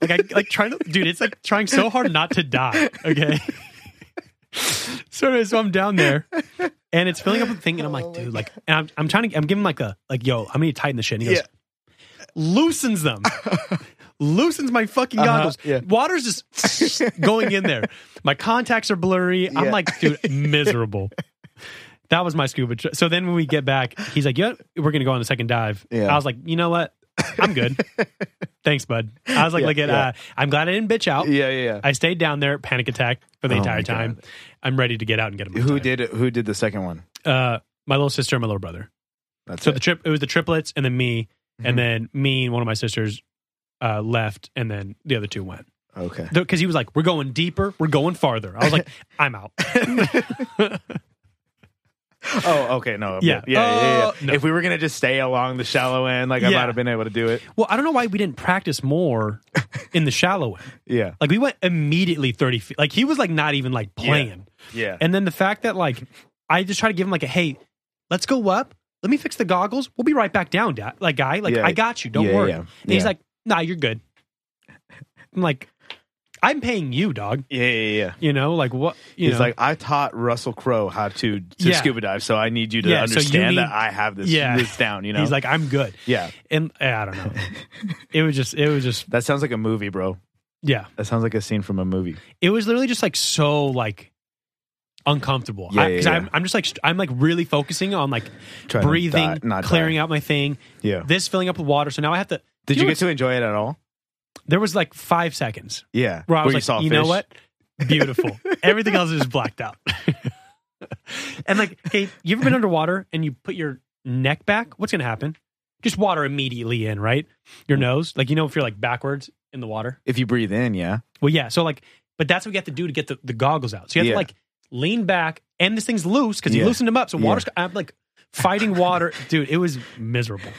Speaker 2: like I like trying to, dude. It's like trying so hard not to die. Okay. so anyway, so I'm down there, and it's filling up with the thing, and I'm like, dude, like, and I'm, I'm trying to, I'm giving like a like, yo, I'm gonna tighten the shit. And he goes, loosens them. Loosens my fucking
Speaker 1: Uh-huh,
Speaker 2: goggles.
Speaker 1: yeah.
Speaker 2: Water's just going in there. My contacts are blurry. I'm
Speaker 1: Yeah.
Speaker 2: like, dude, miserable. That was my scuba trip. So then when we get back, he's like, "Yeah, we're gonna go on the second dive."
Speaker 1: Yeah.
Speaker 2: I was like, "You know what? I'm good. Thanks, bud." I was like,
Speaker 1: Yeah,
Speaker 2: "Look at,
Speaker 1: yeah.
Speaker 2: uh, I'm glad I didn't bitch out.
Speaker 1: Yeah, yeah,
Speaker 2: I stayed down there, panic attack for the
Speaker 1: Oh my
Speaker 2: entire time. I'm ready to get out and get him."
Speaker 1: yeah. Who did it? Who did the second one?
Speaker 2: Uh, my little sister and my little brother.
Speaker 1: That's
Speaker 2: So
Speaker 1: it.
Speaker 2: the trip, it was the triplets, and then me,
Speaker 1: Mhm.
Speaker 2: and then me and one of my sisters uh, left, and then the other two went
Speaker 1: okay.
Speaker 2: because he was like, "We're going deeper. We're going farther." I was like, "I'm out."
Speaker 1: Oh, okay. No.
Speaker 2: Yeah.
Speaker 1: Yeah. Yeah. yeah, yeah.
Speaker 2: Uh, no.
Speaker 1: If we were gonna just stay along the shallow end, like I
Speaker 2: Yeah.
Speaker 1: might have been able to do it.
Speaker 2: well, I don't know why we didn't practice more in the shallow end.
Speaker 1: Yeah.
Speaker 2: Like we went immediately thirty feet. Like he was like not even like playing.
Speaker 1: Yeah.
Speaker 2: And then the fact that like I just try to give him like a hey, let's go up. Let me fix the goggles. We'll be right back down, dad. Like guy, like
Speaker 1: Yeah.
Speaker 2: I got you. Don't
Speaker 1: Yeah,
Speaker 2: worry.
Speaker 1: yeah,
Speaker 2: And he's
Speaker 1: yeah.
Speaker 2: like, nah, you're good. I'm like, I'm paying you, dog.
Speaker 1: yeah. Yeah. Yeah.
Speaker 2: You know, like what? You
Speaker 1: He's
Speaker 2: know,
Speaker 1: like, I taught Russell Crowe how to, to
Speaker 2: Yeah.
Speaker 1: scuba dive, so I need you to
Speaker 2: Yeah, so you
Speaker 1: understand that
Speaker 2: need-
Speaker 1: I have this
Speaker 2: Yeah.
Speaker 1: this down. You know,
Speaker 2: he's like, I'm good.
Speaker 1: yeah,
Speaker 2: And yeah, I don't know. it was just, it was just,
Speaker 1: that sounds like a movie, bro.
Speaker 2: yeah.
Speaker 1: That sounds like a scene from a movie.
Speaker 2: It was literally just like so like uncomfortable.
Speaker 1: Yeah,
Speaker 2: I-
Speaker 1: yeah,
Speaker 2: 'cause
Speaker 1: yeah.
Speaker 2: I'm, I'm just like, st- I'm like really focusing on like
Speaker 1: Trying to
Speaker 2: breathing,
Speaker 1: di- not
Speaker 2: clearing
Speaker 1: die.
Speaker 2: out my thing,
Speaker 1: Yeah.
Speaker 2: this filling up with water. So now I have to.
Speaker 1: Did
Speaker 2: you
Speaker 1: you,
Speaker 2: know
Speaker 1: get to enjoy it at all?
Speaker 2: There was like five seconds
Speaker 1: Yeah.
Speaker 2: where I was
Speaker 1: you
Speaker 2: like,
Speaker 1: saw
Speaker 2: you know
Speaker 1: fish?
Speaker 2: what? Beautiful. Everything else is just blacked out. and like, hey, you ever been underwater and you put your neck back? What's going to happen? Just water immediately in, right? Your nose. Like, you know, if you're like backwards in the water.
Speaker 1: If you breathe in, yeah.
Speaker 2: Well, yeah. So like, but that's what you have to do to get the, the goggles out. So you have
Speaker 1: Yeah.
Speaker 2: to like lean back and this thing's loose because you
Speaker 1: Yeah.
Speaker 2: loosened them up. So
Speaker 1: Yeah.
Speaker 2: water's, I'm like fighting water. Dude, it was miserable.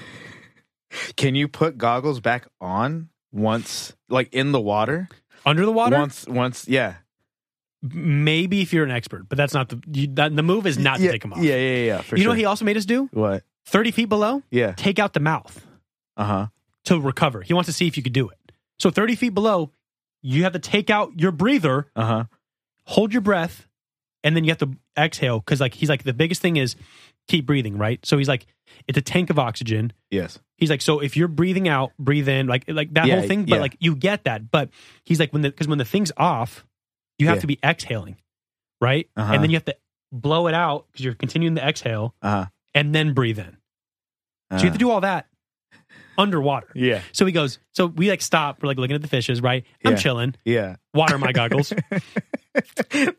Speaker 1: Can you put goggles back on once, like in the water?
Speaker 2: Under the water?
Speaker 1: Once, once, yeah.
Speaker 2: maybe if you're an expert, but that's not the you, that, the move is not
Speaker 1: yeah,
Speaker 2: to take them off.
Speaker 1: Yeah, yeah, yeah. yeah, For
Speaker 2: you know
Speaker 1: sure.
Speaker 2: what he also made us do?
Speaker 1: What?
Speaker 2: Thirty feet below,
Speaker 1: Yeah.
Speaker 2: take out the mouth
Speaker 1: Uh huh.
Speaker 2: to recover. He wants to see if you could do it. So thirty feet below, you have to take out your breather,
Speaker 1: Uh huh.
Speaker 2: hold your breath, and then you have to exhale because like he's like the biggest thing is keep breathing, right? So he's like it's a tank of oxygen.
Speaker 1: Yes.
Speaker 2: He's like, so if you're breathing out, breathe in, like like that
Speaker 1: Yeah,
Speaker 2: whole thing. But
Speaker 1: yeah.
Speaker 2: like you get that. But he's like, when the because when the thing's off, you have
Speaker 1: Yeah.
Speaker 2: to be exhaling, right?
Speaker 1: Uh-huh.
Speaker 2: And then you have to blow it out because you're continuing to exhale
Speaker 1: Uh-huh.
Speaker 2: and then breathe in.
Speaker 1: Uh
Speaker 2: So you have to do all that underwater.
Speaker 1: Yeah.
Speaker 2: So he goes, so we like stop, we're like looking at the fishes, right? I'm
Speaker 1: Yeah.
Speaker 2: chilling,
Speaker 1: Yeah.
Speaker 2: water in my goggles.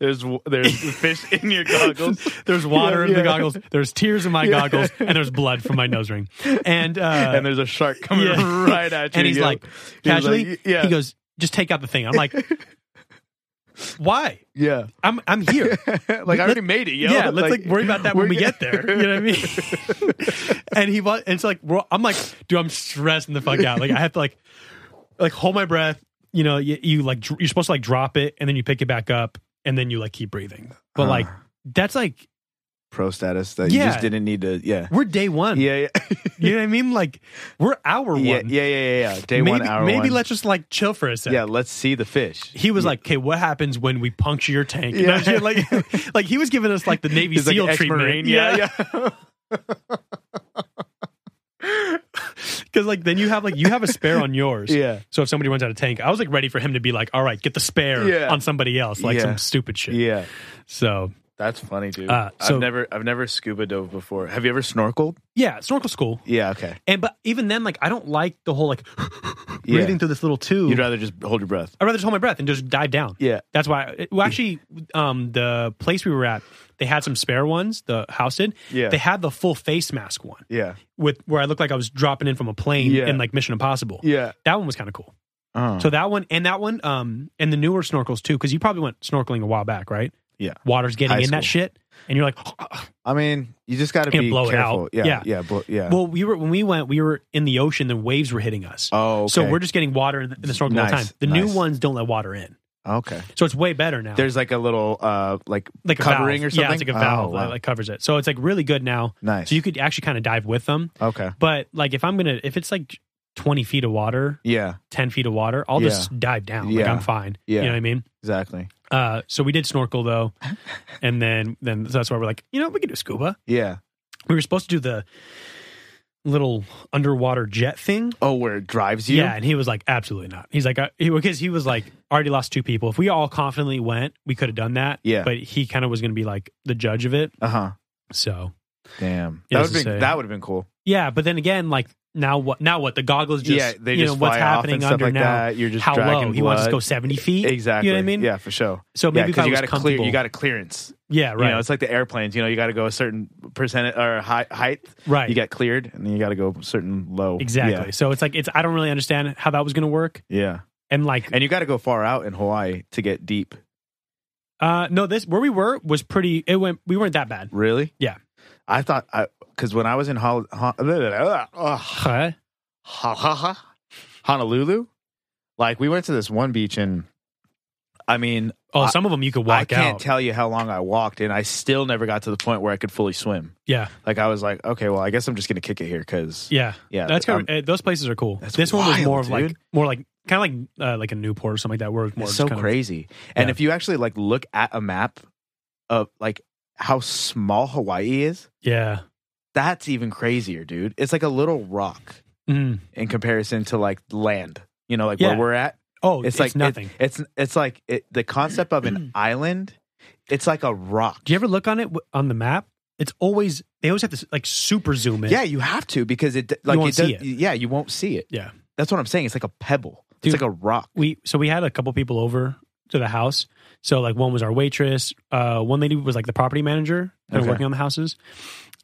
Speaker 1: there's there's fish in your goggles.
Speaker 2: There's water in
Speaker 1: Yeah,
Speaker 2: the
Speaker 1: yeah.
Speaker 2: goggles. There's tears in my
Speaker 1: Yeah.
Speaker 2: goggles, and there's blood from my nose ring. And uh,
Speaker 1: and there's a shark coming
Speaker 2: Yeah.
Speaker 1: right at you.
Speaker 2: and he's
Speaker 1: Yo.
Speaker 2: like
Speaker 1: like,
Speaker 2: casually
Speaker 1: yeah.
Speaker 2: he goes just take out the thing i'm like why
Speaker 1: yeah,
Speaker 2: i'm i'm here
Speaker 1: like I already made it. Yo.
Speaker 2: yeah let's like, worry about that when
Speaker 1: we're
Speaker 2: we
Speaker 1: gonna-
Speaker 2: get there you know what i mean and he wa- and it's like we're- i'm like dude i'm stressing the fuck out like i have to like like hold my breath you know you, you like dr- you're supposed to like drop it and then you pick it back up and then you like keep breathing but
Speaker 1: Huh.
Speaker 2: like that's like
Speaker 1: pro status that you
Speaker 2: Yeah.
Speaker 1: just didn't need to. Yeah,
Speaker 2: we're day one
Speaker 1: yeah, yeah,
Speaker 2: you know what i mean like we're hour one
Speaker 1: yeah, yeah, yeah, yeah, yeah. Day
Speaker 2: maybe,
Speaker 1: one, hour
Speaker 2: maybe
Speaker 1: one.
Speaker 2: let's just like chill for a second
Speaker 1: yeah, let's see the fish.
Speaker 2: he was like, "Okay, what happens when we puncture your tank?" You know what I'm
Speaker 1: Yeah.
Speaker 2: saying? like, like he was giving us like the Navy
Speaker 1: He's like
Speaker 2: SEAL
Speaker 1: an ex-Marine.
Speaker 2: treatment.
Speaker 1: Yeah,
Speaker 2: because like then you have like you have a spare on yours.
Speaker 1: Yeah.
Speaker 2: So if somebody runs out of tank, I was like ready for him to be like, "All right, get the spare
Speaker 1: Yeah.
Speaker 2: on somebody else," like
Speaker 1: Yeah.
Speaker 2: some stupid shit.
Speaker 1: yeah.
Speaker 2: So
Speaker 1: That's funny, dude.
Speaker 2: Uh, so-
Speaker 1: I've never, I've never scuba dove before. Have you ever snorkeled?
Speaker 2: yeah, snorkel school.
Speaker 1: Yeah, okay.
Speaker 2: And but even then, like I don't like the whole like
Speaker 1: Yeah.
Speaker 2: breathing through this little tube.
Speaker 1: You'd rather just hold your breath.
Speaker 2: I'd rather just hold my breath and just dive down.
Speaker 1: Yeah.
Speaker 2: That's why. Well, actually, um, the place we were at, they had some spare ones. The house did.
Speaker 1: Yeah.
Speaker 2: They had the full face mask one.
Speaker 1: Yeah,
Speaker 2: with where I looked like I was dropping in from a plane
Speaker 1: Yeah.
Speaker 2: in like Mission Impossible.
Speaker 1: yeah.
Speaker 2: That one was kind of cool.
Speaker 1: Uh,
Speaker 2: So that one and that one, um, and the newer snorkels too, because you probably went snorkeling a while back, right?
Speaker 1: Yeah.
Speaker 2: water's getting
Speaker 1: High
Speaker 2: in that
Speaker 1: school.
Speaker 2: shit, and you're like,
Speaker 1: I mean, you just got to
Speaker 2: Yeah,
Speaker 1: be
Speaker 2: uh, blow it
Speaker 1: careful.
Speaker 2: out.
Speaker 1: Yeah,
Speaker 2: Yeah.
Speaker 1: yeah, yeah, blo- yeah.
Speaker 2: well, we were when we went, we were in the ocean, the waves were hitting us,
Speaker 1: oh, okay.
Speaker 2: so we're just getting water in the, in the snorkel all the
Speaker 1: Nice,
Speaker 2: time. The new
Speaker 1: nice.
Speaker 2: ones don't let water in,
Speaker 1: okay.
Speaker 2: so it's way better now.
Speaker 1: There's like a little uh like
Speaker 2: like a
Speaker 1: covering
Speaker 2: valve.
Speaker 1: or something.
Speaker 2: Yeah, it's like a
Speaker 1: Oh,
Speaker 2: valve
Speaker 1: wow.
Speaker 2: that like, covers it. So it's like really good now.
Speaker 1: nice.
Speaker 2: So you could actually kind of dive with them.
Speaker 1: okay.
Speaker 2: But like if I'm gonna, if it's like 20 feet of water,
Speaker 1: Yeah,
Speaker 2: 10 feet of water, I'll just dive down. Like
Speaker 1: Yeah.
Speaker 2: I'm fine.
Speaker 1: Yeah.
Speaker 2: You know what I mean?
Speaker 1: exactly.
Speaker 2: Uh, so we did snorkel though, and then then so that's why we're like, you know, we could do scuba.
Speaker 1: Yeah.
Speaker 2: We were supposed to do the little underwater jet thing.
Speaker 1: Oh, where it drives you.
Speaker 2: Yeah, and he was like, absolutely not. He's like, I, he because he was like, already lost two people. If we all confidently went, we could have done that.
Speaker 1: Yeah.
Speaker 2: but he kind of was going to be like the judge of it.
Speaker 1: Uh huh.
Speaker 2: So
Speaker 1: Damn.
Speaker 2: Yeah,
Speaker 1: That
Speaker 2: it's
Speaker 1: would
Speaker 2: insane.
Speaker 1: been that would have been cool.
Speaker 2: yeah, but then again, like now what? Now what? The goggles just
Speaker 1: yeah, they
Speaker 2: you
Speaker 1: just
Speaker 2: know what's
Speaker 1: fly off
Speaker 2: happening
Speaker 1: and stuff
Speaker 2: under
Speaker 1: like
Speaker 2: now.
Speaker 1: that. You're just
Speaker 2: How
Speaker 1: dragging
Speaker 2: low? He wants to
Speaker 1: blood.
Speaker 2: go seventy feet.
Speaker 1: Exactly.
Speaker 2: You know what I mean?
Speaker 1: Yeah, for sure.
Speaker 2: So
Speaker 1: Yeah,
Speaker 2: maybe if I
Speaker 1: you got
Speaker 2: was
Speaker 1: to clear. You
Speaker 2: comfortable-
Speaker 1: got to clearance.
Speaker 2: yeah, right,
Speaker 1: You know, it's like the airplanes. You know, you got to go a certain percentage or high, height.
Speaker 2: right.
Speaker 1: You get cleared, and then you got to go a certain low.
Speaker 2: Exactly. So it's like it's I don't really understand how that was going to work.
Speaker 1: Yeah. yeah.
Speaker 2: And like
Speaker 1: And you got to go far out in Hawaii to get deep.
Speaker 2: uh no this where we were was pretty it went we weren't that bad.
Speaker 1: Really?
Speaker 2: Yeah.
Speaker 1: I thought I because when I was in Hol- Hon- ugh,
Speaker 2: Huh?
Speaker 1: ha ha ha Honolulu, like we went to this one beach and I mean
Speaker 2: Oh,
Speaker 1: I-
Speaker 2: some of them you could
Speaker 1: I
Speaker 2: walk
Speaker 1: can't
Speaker 2: out.
Speaker 1: tell you how long I walked and I still never got to the point where I could fully swim.
Speaker 2: yeah.
Speaker 1: Like I was like, okay, well I guess I'm just gonna kick it here because
Speaker 2: Yeah.
Speaker 1: yeah,
Speaker 2: That's
Speaker 1: I'm-
Speaker 2: kind of, uh, those places are cool.
Speaker 1: That's
Speaker 2: This one was
Speaker 1: wild,
Speaker 2: more of like
Speaker 1: dude.
Speaker 2: more like kind of like uh, like a Newport or something like that where it's more
Speaker 1: It's
Speaker 2: just
Speaker 1: so
Speaker 2: kind of-
Speaker 1: crazy. And
Speaker 2: Yeah.
Speaker 1: if you actually like look at a map of like how small Hawaii is,
Speaker 2: yeah.
Speaker 1: that's even crazier, dude. It's like a little rock
Speaker 2: Mm.
Speaker 1: in comparison to like land. You know, like
Speaker 2: Yeah.
Speaker 1: where we're at.
Speaker 2: Oh,
Speaker 1: It's, like it-
Speaker 2: nothing.
Speaker 1: it's it's like it, the concept of an island. It's like a rock.
Speaker 2: Do you ever look on it w- on the map? It's always they always have to like super zoom in.
Speaker 1: Yeah, you have to because it like
Speaker 2: won't
Speaker 1: it, does,
Speaker 2: see it.
Speaker 1: Yeah, you won't see it.
Speaker 2: Yeah.
Speaker 1: That's what I'm saying. It's like a pebble.
Speaker 2: Dude.
Speaker 1: It's like a rock.
Speaker 2: we so we had a couple people over to the house. So like one was our waitress, uh, one lady was like the property manager kind of
Speaker 1: Okay.
Speaker 2: working on the houses.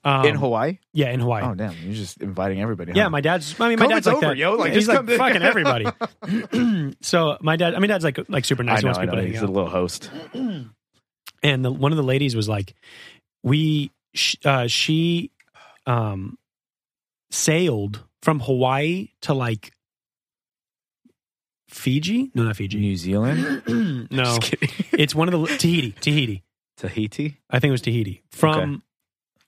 Speaker 2: Um,
Speaker 1: in Hawaii.
Speaker 2: yeah, in Hawaii.
Speaker 1: Oh damn, you're just inviting everybody.
Speaker 2: yeah,
Speaker 1: huh?
Speaker 2: my dad's. I mean, my
Speaker 1: COVID's
Speaker 2: dad's like
Speaker 1: over,
Speaker 2: that.
Speaker 1: yo. Like,
Speaker 2: he's
Speaker 1: just
Speaker 2: like
Speaker 1: come to-
Speaker 2: fucking everybody. so my dad. I mean, dad's like like super
Speaker 1: I
Speaker 2: nice. He
Speaker 1: know,
Speaker 2: wants
Speaker 1: I
Speaker 2: people
Speaker 1: know.
Speaker 2: to hang
Speaker 1: He's
Speaker 2: out.
Speaker 1: a little host.
Speaker 2: and the, one of the ladies was like, "We sh- uh, she um sailed from Hawaii to like Fiji? No, not Fiji.
Speaker 1: New Zealand,
Speaker 2: no,
Speaker 1: Just kidding.
Speaker 2: it's one of the Tahiti. Tahiti.
Speaker 1: Tahiti.
Speaker 2: I think it was Tahiti. From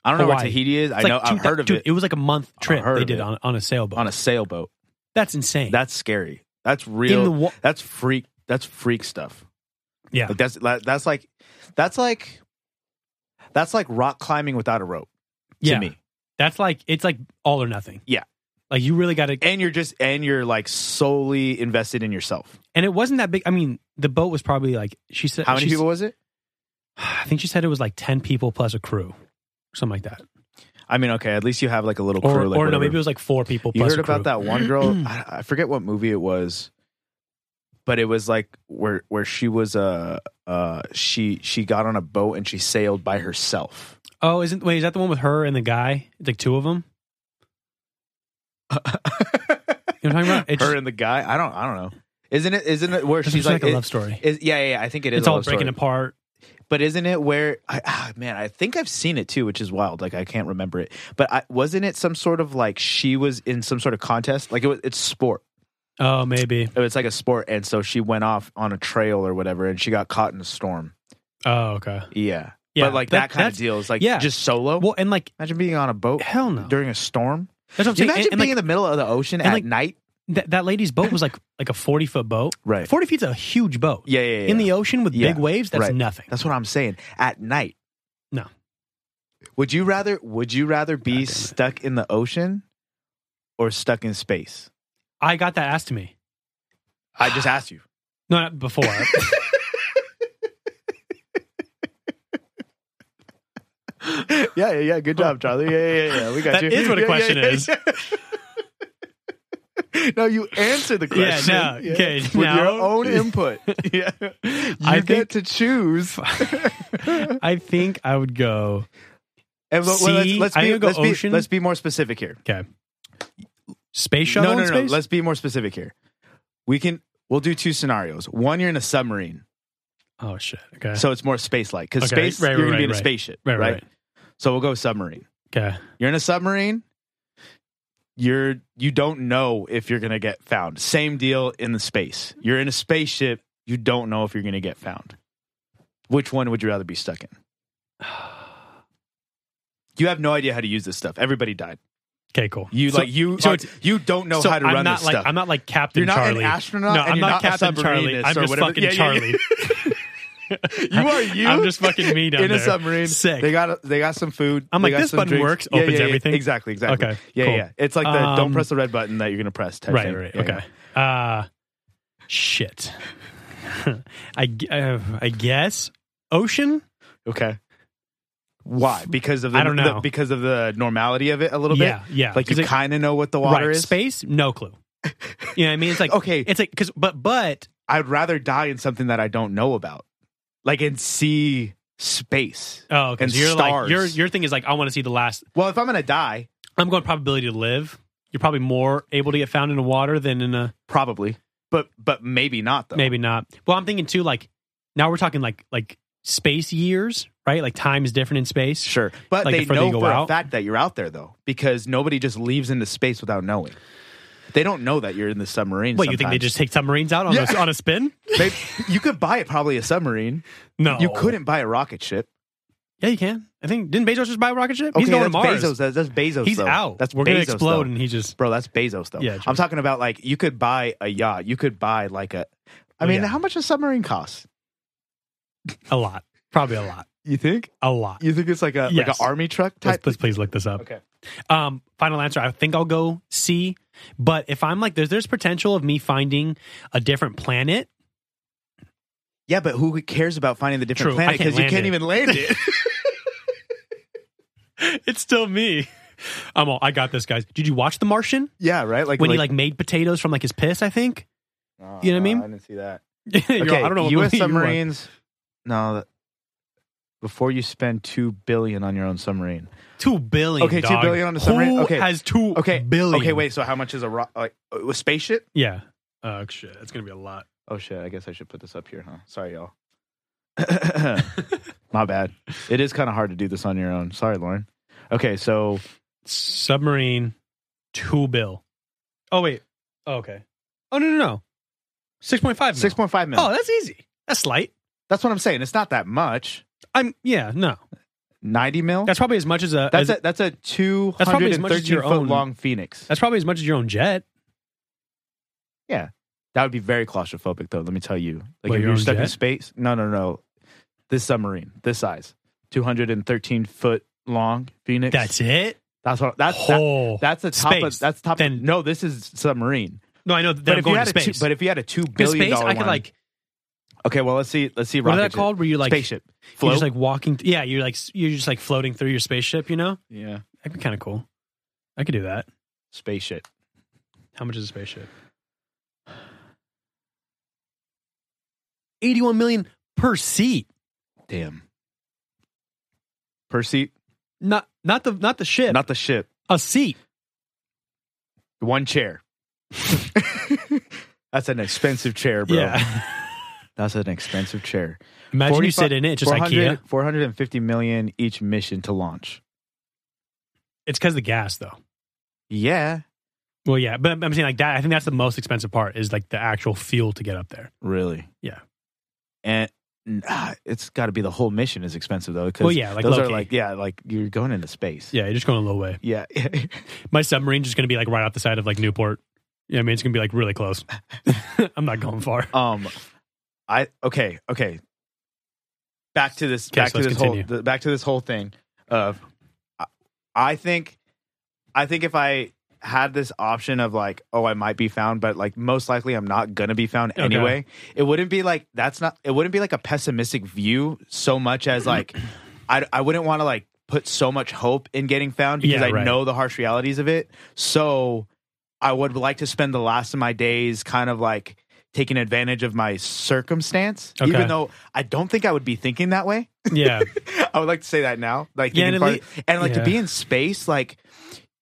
Speaker 1: I don't know where
Speaker 2: Hawaii.
Speaker 1: Tahiti is. I
Speaker 2: it's like
Speaker 1: know.
Speaker 2: two
Speaker 1: I've
Speaker 2: thou-
Speaker 1: heard of
Speaker 2: dude,
Speaker 1: it
Speaker 2: It was like a month trip
Speaker 1: heard
Speaker 2: they
Speaker 1: of
Speaker 2: did
Speaker 1: it.
Speaker 2: on, on a sailboat.
Speaker 1: on a sailboat.
Speaker 2: That's insane.
Speaker 1: That's scary. That's
Speaker 2: in
Speaker 1: real.
Speaker 2: the wa-
Speaker 1: that's freak. That's freak stuff.
Speaker 2: yeah.
Speaker 1: Like that's that- that's like that's like that's like rock climbing without a rope to
Speaker 2: yeah.
Speaker 1: me.
Speaker 2: That's like it's like all or nothing.
Speaker 1: Yeah.
Speaker 2: Like you really got to
Speaker 1: And you're just and you're like solely invested in yourself.
Speaker 2: and it wasn't that big. I mean, the boat was probably like she said
Speaker 1: How many
Speaker 2: she's-
Speaker 1: people was it?
Speaker 2: I think she said it was like 10 people plus a crew. Something like that.
Speaker 1: I mean, okay, at least you have like a little crew.
Speaker 2: Or,
Speaker 1: like,
Speaker 2: or no,
Speaker 1: whatever.
Speaker 2: maybe it was like four people
Speaker 1: you
Speaker 2: plus
Speaker 1: heard
Speaker 2: a crew.
Speaker 1: about that one girl. I, I forget what movie it was, but it was like where where she was uh uh she she got on a boat and she sailed by herself.
Speaker 2: Oh, isn't wait, is that the one with her and the guy? Like two of them? You know what I'm talking about? It's
Speaker 1: Her and the guy. I don't I don't know. Isn't it? Isn't it where
Speaker 2: it's
Speaker 1: she's
Speaker 2: just like,
Speaker 1: like?
Speaker 2: a
Speaker 1: it-
Speaker 2: love story.
Speaker 1: is- yeah, yeah, yeah, I think it is.
Speaker 2: it's
Speaker 1: a
Speaker 2: all
Speaker 1: love
Speaker 2: breaking
Speaker 1: story.
Speaker 2: apart.
Speaker 1: But isn't it where I ah, man, I think I've seen it too, which is wild. Like I can't remember it. But I, wasn't it some sort of like she was in some sort of contest? Like it was, it's sport.
Speaker 2: Oh, maybe.
Speaker 1: It's like a sport, and so she went off on a trail or whatever, and she got caught in a storm.
Speaker 2: Oh, okay.
Speaker 1: Yeah,
Speaker 2: Yeah,
Speaker 1: but like
Speaker 2: that-
Speaker 1: that, kind
Speaker 2: that's-
Speaker 1: of deal is like
Speaker 2: yeah.
Speaker 1: just solo.
Speaker 2: Well, and like
Speaker 1: imagine being on a boat
Speaker 2: hell no.
Speaker 1: during a storm.
Speaker 2: That's what I'm
Speaker 1: Can
Speaker 2: saying.
Speaker 1: you imagine
Speaker 2: And- and,
Speaker 1: being
Speaker 2: like,
Speaker 1: in the middle of the ocean
Speaker 2: and,
Speaker 1: at
Speaker 2: like,
Speaker 1: night?
Speaker 2: that, that lady's boat was like like a 40 foot boat.
Speaker 1: Right.
Speaker 2: 40 feet's a huge boat.
Speaker 1: Yeah, yeah, yeah.
Speaker 2: In the ocean with
Speaker 1: Yeah,
Speaker 2: big waves, that's
Speaker 1: right.
Speaker 2: nothing.
Speaker 1: That's what I'm saying. At night.
Speaker 2: No.
Speaker 1: Would you rather would you rather
Speaker 2: God damn
Speaker 1: be
Speaker 2: it.
Speaker 1: stuck in the ocean or stuck in space?
Speaker 2: I got that asked to me.
Speaker 1: I just asked you.
Speaker 2: No, not before.
Speaker 1: yeah, yeah, yeah. Good job, Charlie. Yeah, yeah, yeah. yeah. We got
Speaker 2: That
Speaker 1: you.
Speaker 2: is what a
Speaker 1: Yeah,
Speaker 2: question is.
Speaker 1: yeah. no, you answer the
Speaker 2: Yeah,
Speaker 1: question.
Speaker 2: no, okay,
Speaker 1: With your
Speaker 2: now-
Speaker 1: own input. yeah. You
Speaker 2: I
Speaker 1: get to choose.
Speaker 2: I think I would go.
Speaker 1: And well, well, let's,
Speaker 2: See,
Speaker 1: let's,
Speaker 2: I
Speaker 1: be,
Speaker 2: would go
Speaker 1: let's, be,
Speaker 2: ocean.
Speaker 1: let's be more specific here.
Speaker 2: Okay. Space
Speaker 1: No,
Speaker 2: shuttle.
Speaker 1: no,
Speaker 2: in
Speaker 1: no, no.
Speaker 2: space?
Speaker 1: Let's be more specific here. We can we'll do two scenarios. One, you're in a submarine.
Speaker 2: Oh shit. Okay.
Speaker 1: So it's more space like because
Speaker 2: Okay,
Speaker 1: space
Speaker 2: right,
Speaker 1: you're
Speaker 2: right,
Speaker 1: gonna be in a
Speaker 2: right,
Speaker 1: spaceship,
Speaker 2: right, right,
Speaker 1: So we'll go submarine.
Speaker 2: right. Okay.
Speaker 1: You're in a submarine. You're you don't know if you're gonna get found. Same deal in the space. You're in a spaceship. You don't know if you're gonna get found. Which one would you rather be stuck in? You have no idea how to use this stuff. Everybody died.
Speaker 2: Okay. Cool.
Speaker 1: You
Speaker 2: So-
Speaker 1: like you
Speaker 2: so
Speaker 1: are-
Speaker 2: it's-
Speaker 1: you don't know
Speaker 2: so
Speaker 1: how to
Speaker 2: I'm
Speaker 1: run
Speaker 2: not
Speaker 1: this
Speaker 2: like
Speaker 1: stuff.
Speaker 2: I'm not like Captain
Speaker 1: you're not
Speaker 2: Charlie.
Speaker 1: an astronaut.
Speaker 2: no,
Speaker 1: and
Speaker 2: I'm
Speaker 1: you're
Speaker 2: not,
Speaker 1: a
Speaker 2: Captain Charlie.
Speaker 1: submarinist
Speaker 2: I'm
Speaker 1: or
Speaker 2: just
Speaker 1: whatever.
Speaker 2: fucking
Speaker 1: Yeah, yeah, yeah.
Speaker 2: Charlie.
Speaker 1: You are you.
Speaker 2: I'm just fucking me down
Speaker 1: in
Speaker 2: there.
Speaker 1: a submarine.
Speaker 2: Sick.
Speaker 1: They got they got some food.
Speaker 2: I'm
Speaker 1: They
Speaker 2: like,
Speaker 1: got
Speaker 2: this
Speaker 1: some
Speaker 2: button
Speaker 1: drinks.
Speaker 2: works,
Speaker 1: Yeah,
Speaker 2: opens
Speaker 1: yeah, yeah.
Speaker 2: everything.
Speaker 1: Exactly, exactly.
Speaker 2: Okay,
Speaker 1: yeah,
Speaker 2: cool.
Speaker 1: yeah. It's like the
Speaker 2: Um,
Speaker 1: don't press the red button that you're gonna press. Type
Speaker 2: right.
Speaker 1: thing.
Speaker 2: Right.
Speaker 1: Yeah,
Speaker 2: Okay. Uh, shit. I gu- uh, I guess ocean.
Speaker 1: yeah. Okay. Why? Because of the,
Speaker 2: I don't
Speaker 1: the-
Speaker 2: know.
Speaker 1: because of the normality of it a little
Speaker 2: Yeah.
Speaker 1: bit.
Speaker 2: Yeah.
Speaker 1: Like
Speaker 2: 'Cause
Speaker 1: you
Speaker 2: it-
Speaker 1: kind of know what the water
Speaker 2: right.
Speaker 1: is.
Speaker 2: Space. No clue. You know what I mean? It's like
Speaker 1: Okay.
Speaker 2: It's like because but but
Speaker 1: I'd rather die in something that I don't know about, like in sea space.
Speaker 2: oh
Speaker 1: And
Speaker 2: because you're like
Speaker 1: stars.
Speaker 2: your your thing is like I want to see the last.
Speaker 1: Well, if I'm gonna die,
Speaker 2: I'm going probability to live. You're probably more able to get found in the water than in a
Speaker 1: probably, but but maybe not though.
Speaker 2: maybe not. Well, I'm thinking too like now we're talking like like space years, right? Like time is different in space.
Speaker 1: Sure, but
Speaker 2: Like,
Speaker 1: they
Speaker 2: the further
Speaker 1: know
Speaker 2: you go
Speaker 1: for
Speaker 2: out?
Speaker 1: a fact that you're out there though, because nobody just leaves into space without knowing. They don't know that you're in the submarine.
Speaker 2: What you think they just take submarines out on
Speaker 1: Yeah.
Speaker 2: a, on a spin?
Speaker 1: sometimes. They- you could buy it probably a submarine.
Speaker 2: No,
Speaker 1: You couldn't buy a rocket ship.
Speaker 2: Yeah, you can. I think didn't Bezos just buy a rocket ship? He's
Speaker 1: Okay,
Speaker 2: going to
Speaker 1: that's
Speaker 2: Mars.
Speaker 1: Bezos. That's, that's Bezos.
Speaker 2: He's
Speaker 1: though.
Speaker 2: out.
Speaker 1: That's
Speaker 2: we're
Speaker 1: Bezos,
Speaker 2: gonna explode,
Speaker 1: though.
Speaker 2: and he just
Speaker 1: bro. That's Bezos though.
Speaker 2: Yeah, true.
Speaker 1: I'm talking about like you could buy a yacht. You could buy like a. I mean,
Speaker 2: Oh, Yeah.
Speaker 1: how much a submarine costs?
Speaker 2: a lot, probably a lot,
Speaker 1: You think?
Speaker 2: a lot.
Speaker 1: You think it's like a like
Speaker 2: Yes.
Speaker 1: an army truck
Speaker 2: Let's,
Speaker 1: type?
Speaker 2: let's please look this up.
Speaker 1: Okay.
Speaker 2: Um, final answer. I think I'll go C. But if I'm like, there's there's potential of me finding a different planet.
Speaker 1: Yeah, but who cares about finding the different
Speaker 2: True. I
Speaker 1: planet? Because
Speaker 2: can't
Speaker 1: you
Speaker 2: land
Speaker 1: can't
Speaker 2: it.
Speaker 1: even land it.
Speaker 2: It's still me. I'm all. I got this, guys. Did you watch The Martian
Speaker 1: yeah, right. Like
Speaker 2: when he
Speaker 1: like,
Speaker 2: like made potatoes from like his piss? I think.
Speaker 1: Oh,
Speaker 2: You know what I
Speaker 1: no,
Speaker 2: mean?
Speaker 1: I didn't see that.
Speaker 2: You're all,
Speaker 1: okay,
Speaker 2: I don't know. what
Speaker 1: U.S.
Speaker 2: movie you were.
Speaker 1: submarines. No, that- before you spend two billion on your own submarine.
Speaker 2: Two billion.
Speaker 1: Okay, two
Speaker 2: dog.
Speaker 1: billion on the submarine?
Speaker 2: Who
Speaker 1: Okay.
Speaker 2: has two
Speaker 1: Okay,
Speaker 2: billion?
Speaker 1: Okay, wait. So how much is a ro- like uh, a spaceship?
Speaker 2: Yeah. Oh shit, that's gonna be a lot.
Speaker 1: Oh shit! I guess I should put this up here, huh? Sorry, y'all. My bad. It is kind of hard to do this on your own. Sorry, Lauren. Okay, so
Speaker 2: submarine two bill. Oh wait. Oh, okay. Oh no no no. Six point five.
Speaker 1: six point five million.
Speaker 2: Oh, that's easy. That's slight.
Speaker 1: That's what I'm saying. It's not that much.
Speaker 2: I'm yeah no.
Speaker 1: Ninety mil.
Speaker 2: That's probably as much as a.
Speaker 1: That's
Speaker 2: as-
Speaker 1: a that's a two
Speaker 2: probably
Speaker 1: hundred
Speaker 2: as
Speaker 1: and
Speaker 2: much as
Speaker 1: thirteen
Speaker 2: your
Speaker 1: foot
Speaker 2: own.
Speaker 1: long Phoenix.
Speaker 2: That's probably as much as your own jet.
Speaker 1: That would be very claustrophobic, though. Let me tell you. Like
Speaker 2: What,
Speaker 1: if
Speaker 2: your
Speaker 1: you're
Speaker 2: own
Speaker 1: stuck in
Speaker 2: jet?
Speaker 1: space, no, no, no. This submarine, this size, two hundred and thirteen foot long Phoenix.
Speaker 2: That's it. Oh.
Speaker 1: that's what that's that,
Speaker 2: Whole.
Speaker 1: that's the top.
Speaker 2: space.
Speaker 1: Of, that's top.
Speaker 2: Then-
Speaker 1: no, this is submarine.
Speaker 2: no, I know. That
Speaker 1: But
Speaker 2: I'm
Speaker 1: if you
Speaker 2: going
Speaker 1: had
Speaker 2: to
Speaker 1: a two,
Speaker 2: space.
Speaker 1: but if you had a two
Speaker 2: Because
Speaker 1: billion
Speaker 2: space,
Speaker 1: dollar
Speaker 2: I could
Speaker 1: one,
Speaker 2: like.
Speaker 1: okay, well let's see, let's see.
Speaker 2: What
Speaker 1: rocket
Speaker 2: is that
Speaker 1: ship.
Speaker 2: called? Where you're like
Speaker 1: Spaceship.
Speaker 2: You're
Speaker 1: Float.
Speaker 2: just like walking. yeah, you're like s- you're just like floating through your spaceship. You know,
Speaker 1: yeah,
Speaker 2: that'd be kind of cool. I could do that.
Speaker 1: spaceship.
Speaker 2: How much is a spaceship? Eighty-one million per seat.
Speaker 1: Damn. Per seat,
Speaker 2: Not not the not the ship.
Speaker 1: not the ship.
Speaker 2: a seat.
Speaker 1: One chair. that's an expensive chair, bro. That's an expensive chair.
Speaker 2: Imagine you
Speaker 1: 45
Speaker 2: sit in it, just IKEA.
Speaker 1: 400 450 million each mission to launch.
Speaker 2: It's because the gas though.
Speaker 1: Yeah,
Speaker 2: Well, yeah, but I'm saying like that. I think that's the most expensive part is like the actual fuel to get up there.
Speaker 1: really.
Speaker 2: Yeah.
Speaker 1: And ah, it's got to be the whole mission is expensive though. 'cause
Speaker 2: Well, yeah, like
Speaker 1: those are
Speaker 2: low-key.
Speaker 1: like yeah, like you're going into space.
Speaker 2: Yeah, you're just going a little way.
Speaker 1: Yeah.
Speaker 2: My submarine's just going to be like right out the side of like Newport. Yeah, I mean it's going to be like really close. I'm not going far.
Speaker 1: um, I okay okay. Back to this.
Speaker 2: Okay,
Speaker 1: back
Speaker 2: so
Speaker 1: to
Speaker 2: let's
Speaker 1: this
Speaker 2: continue.
Speaker 1: whole. The, back to this whole thing of, I, I think, I think if I had this option of like, oh, I might be found, but like most likely I'm not gonna be found
Speaker 2: Okay.
Speaker 1: anyway. It wouldn't be like that's not. It wouldn't be like a pessimistic view so much as like, I I wouldn't want to like put so much hope in getting found because
Speaker 2: Yeah,
Speaker 1: I
Speaker 2: right.
Speaker 1: know the harsh realities of it. So I would like to spend the last of my days kind of like taking advantage of my circumstance,
Speaker 2: Okay.
Speaker 1: even though I don't think I would be thinking that way.
Speaker 2: Yeah,
Speaker 1: I would like to say that now, like thinking
Speaker 2: Yeah, and at
Speaker 1: farther-
Speaker 2: lea-
Speaker 1: and like
Speaker 2: yeah.
Speaker 1: to be in space, like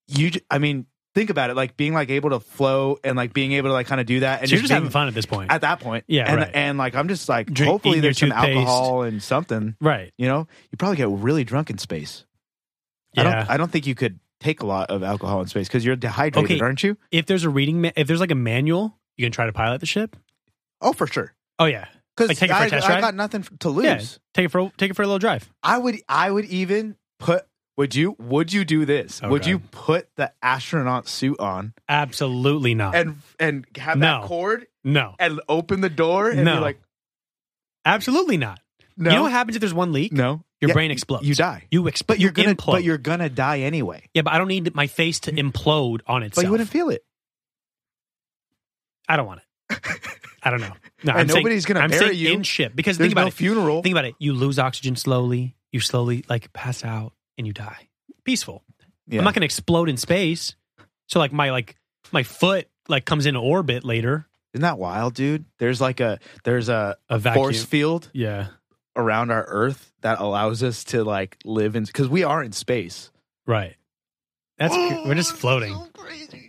Speaker 1: you. j- I mean, think about it, like being like able to flow and like being able to like kind of do that. And
Speaker 2: So you're just
Speaker 1: being-
Speaker 2: having fun at this point.
Speaker 1: at that point.
Speaker 2: Yeah,
Speaker 1: and
Speaker 2: right.
Speaker 1: and like I'm just like
Speaker 2: Drink-
Speaker 1: hopefully
Speaker 2: eating
Speaker 1: there's some
Speaker 2: your toothpaste.
Speaker 1: alcohol and something.
Speaker 2: right.
Speaker 1: You know, you probably get really drunk in space.
Speaker 2: Yeah.
Speaker 1: I don't. I don't think you could take a lot of alcohol in space because you're dehydrated,
Speaker 2: Okay.
Speaker 1: aren't you?
Speaker 2: if there's a reading, ma- if there's like a manual, you can try to pilot the ship.
Speaker 1: Oh, for sure.
Speaker 2: Oh yeah,
Speaker 1: Because
Speaker 2: Like, take it for a
Speaker 1: I,
Speaker 2: test
Speaker 1: I
Speaker 2: drive?
Speaker 1: got nothing f- to lose.
Speaker 2: yeah. Take it for take it for a little drive.
Speaker 1: I would. I would even put. Would you? Would you do this?
Speaker 2: Oh,
Speaker 1: would
Speaker 2: God.
Speaker 1: you put the astronaut suit on
Speaker 2: Absolutely not.
Speaker 1: and and have
Speaker 2: No.
Speaker 1: that cord
Speaker 2: no,
Speaker 1: and open the door and
Speaker 2: No.
Speaker 1: be like,
Speaker 2: absolutely not.
Speaker 1: no,
Speaker 2: You know what happens if there's one leak?
Speaker 1: no,
Speaker 2: Your
Speaker 1: Yeah,
Speaker 2: brain explodes.
Speaker 1: You die,
Speaker 2: You explode.
Speaker 1: but you're gonna.
Speaker 2: implode.
Speaker 1: But you're gonna die anyway.
Speaker 2: yeah, but I don't need my face to implode on
Speaker 1: But
Speaker 2: itself.
Speaker 1: you wouldn't feel it.
Speaker 2: I don't want it. I don't know. No,
Speaker 1: And
Speaker 2: I'm saying-
Speaker 1: nobody's gonna
Speaker 2: I'm
Speaker 1: bury
Speaker 2: saying
Speaker 1: you.
Speaker 2: in ship because
Speaker 1: There's
Speaker 2: think about
Speaker 1: no
Speaker 2: it.
Speaker 1: funeral.
Speaker 2: Think about it. You lose oxygen slowly. You slowly like pass out and you die. Peaceful.
Speaker 1: Yeah.
Speaker 2: I'm not going to explode in space. So like my like my foot like comes into orbit later.
Speaker 1: Isn't that wild, dude? There's like a there's a,
Speaker 2: A vacuum.
Speaker 1: force field
Speaker 2: Yeah.
Speaker 1: around our Earth that allows us to like live in because we are in space.
Speaker 2: Right. That's cr- we're just floating.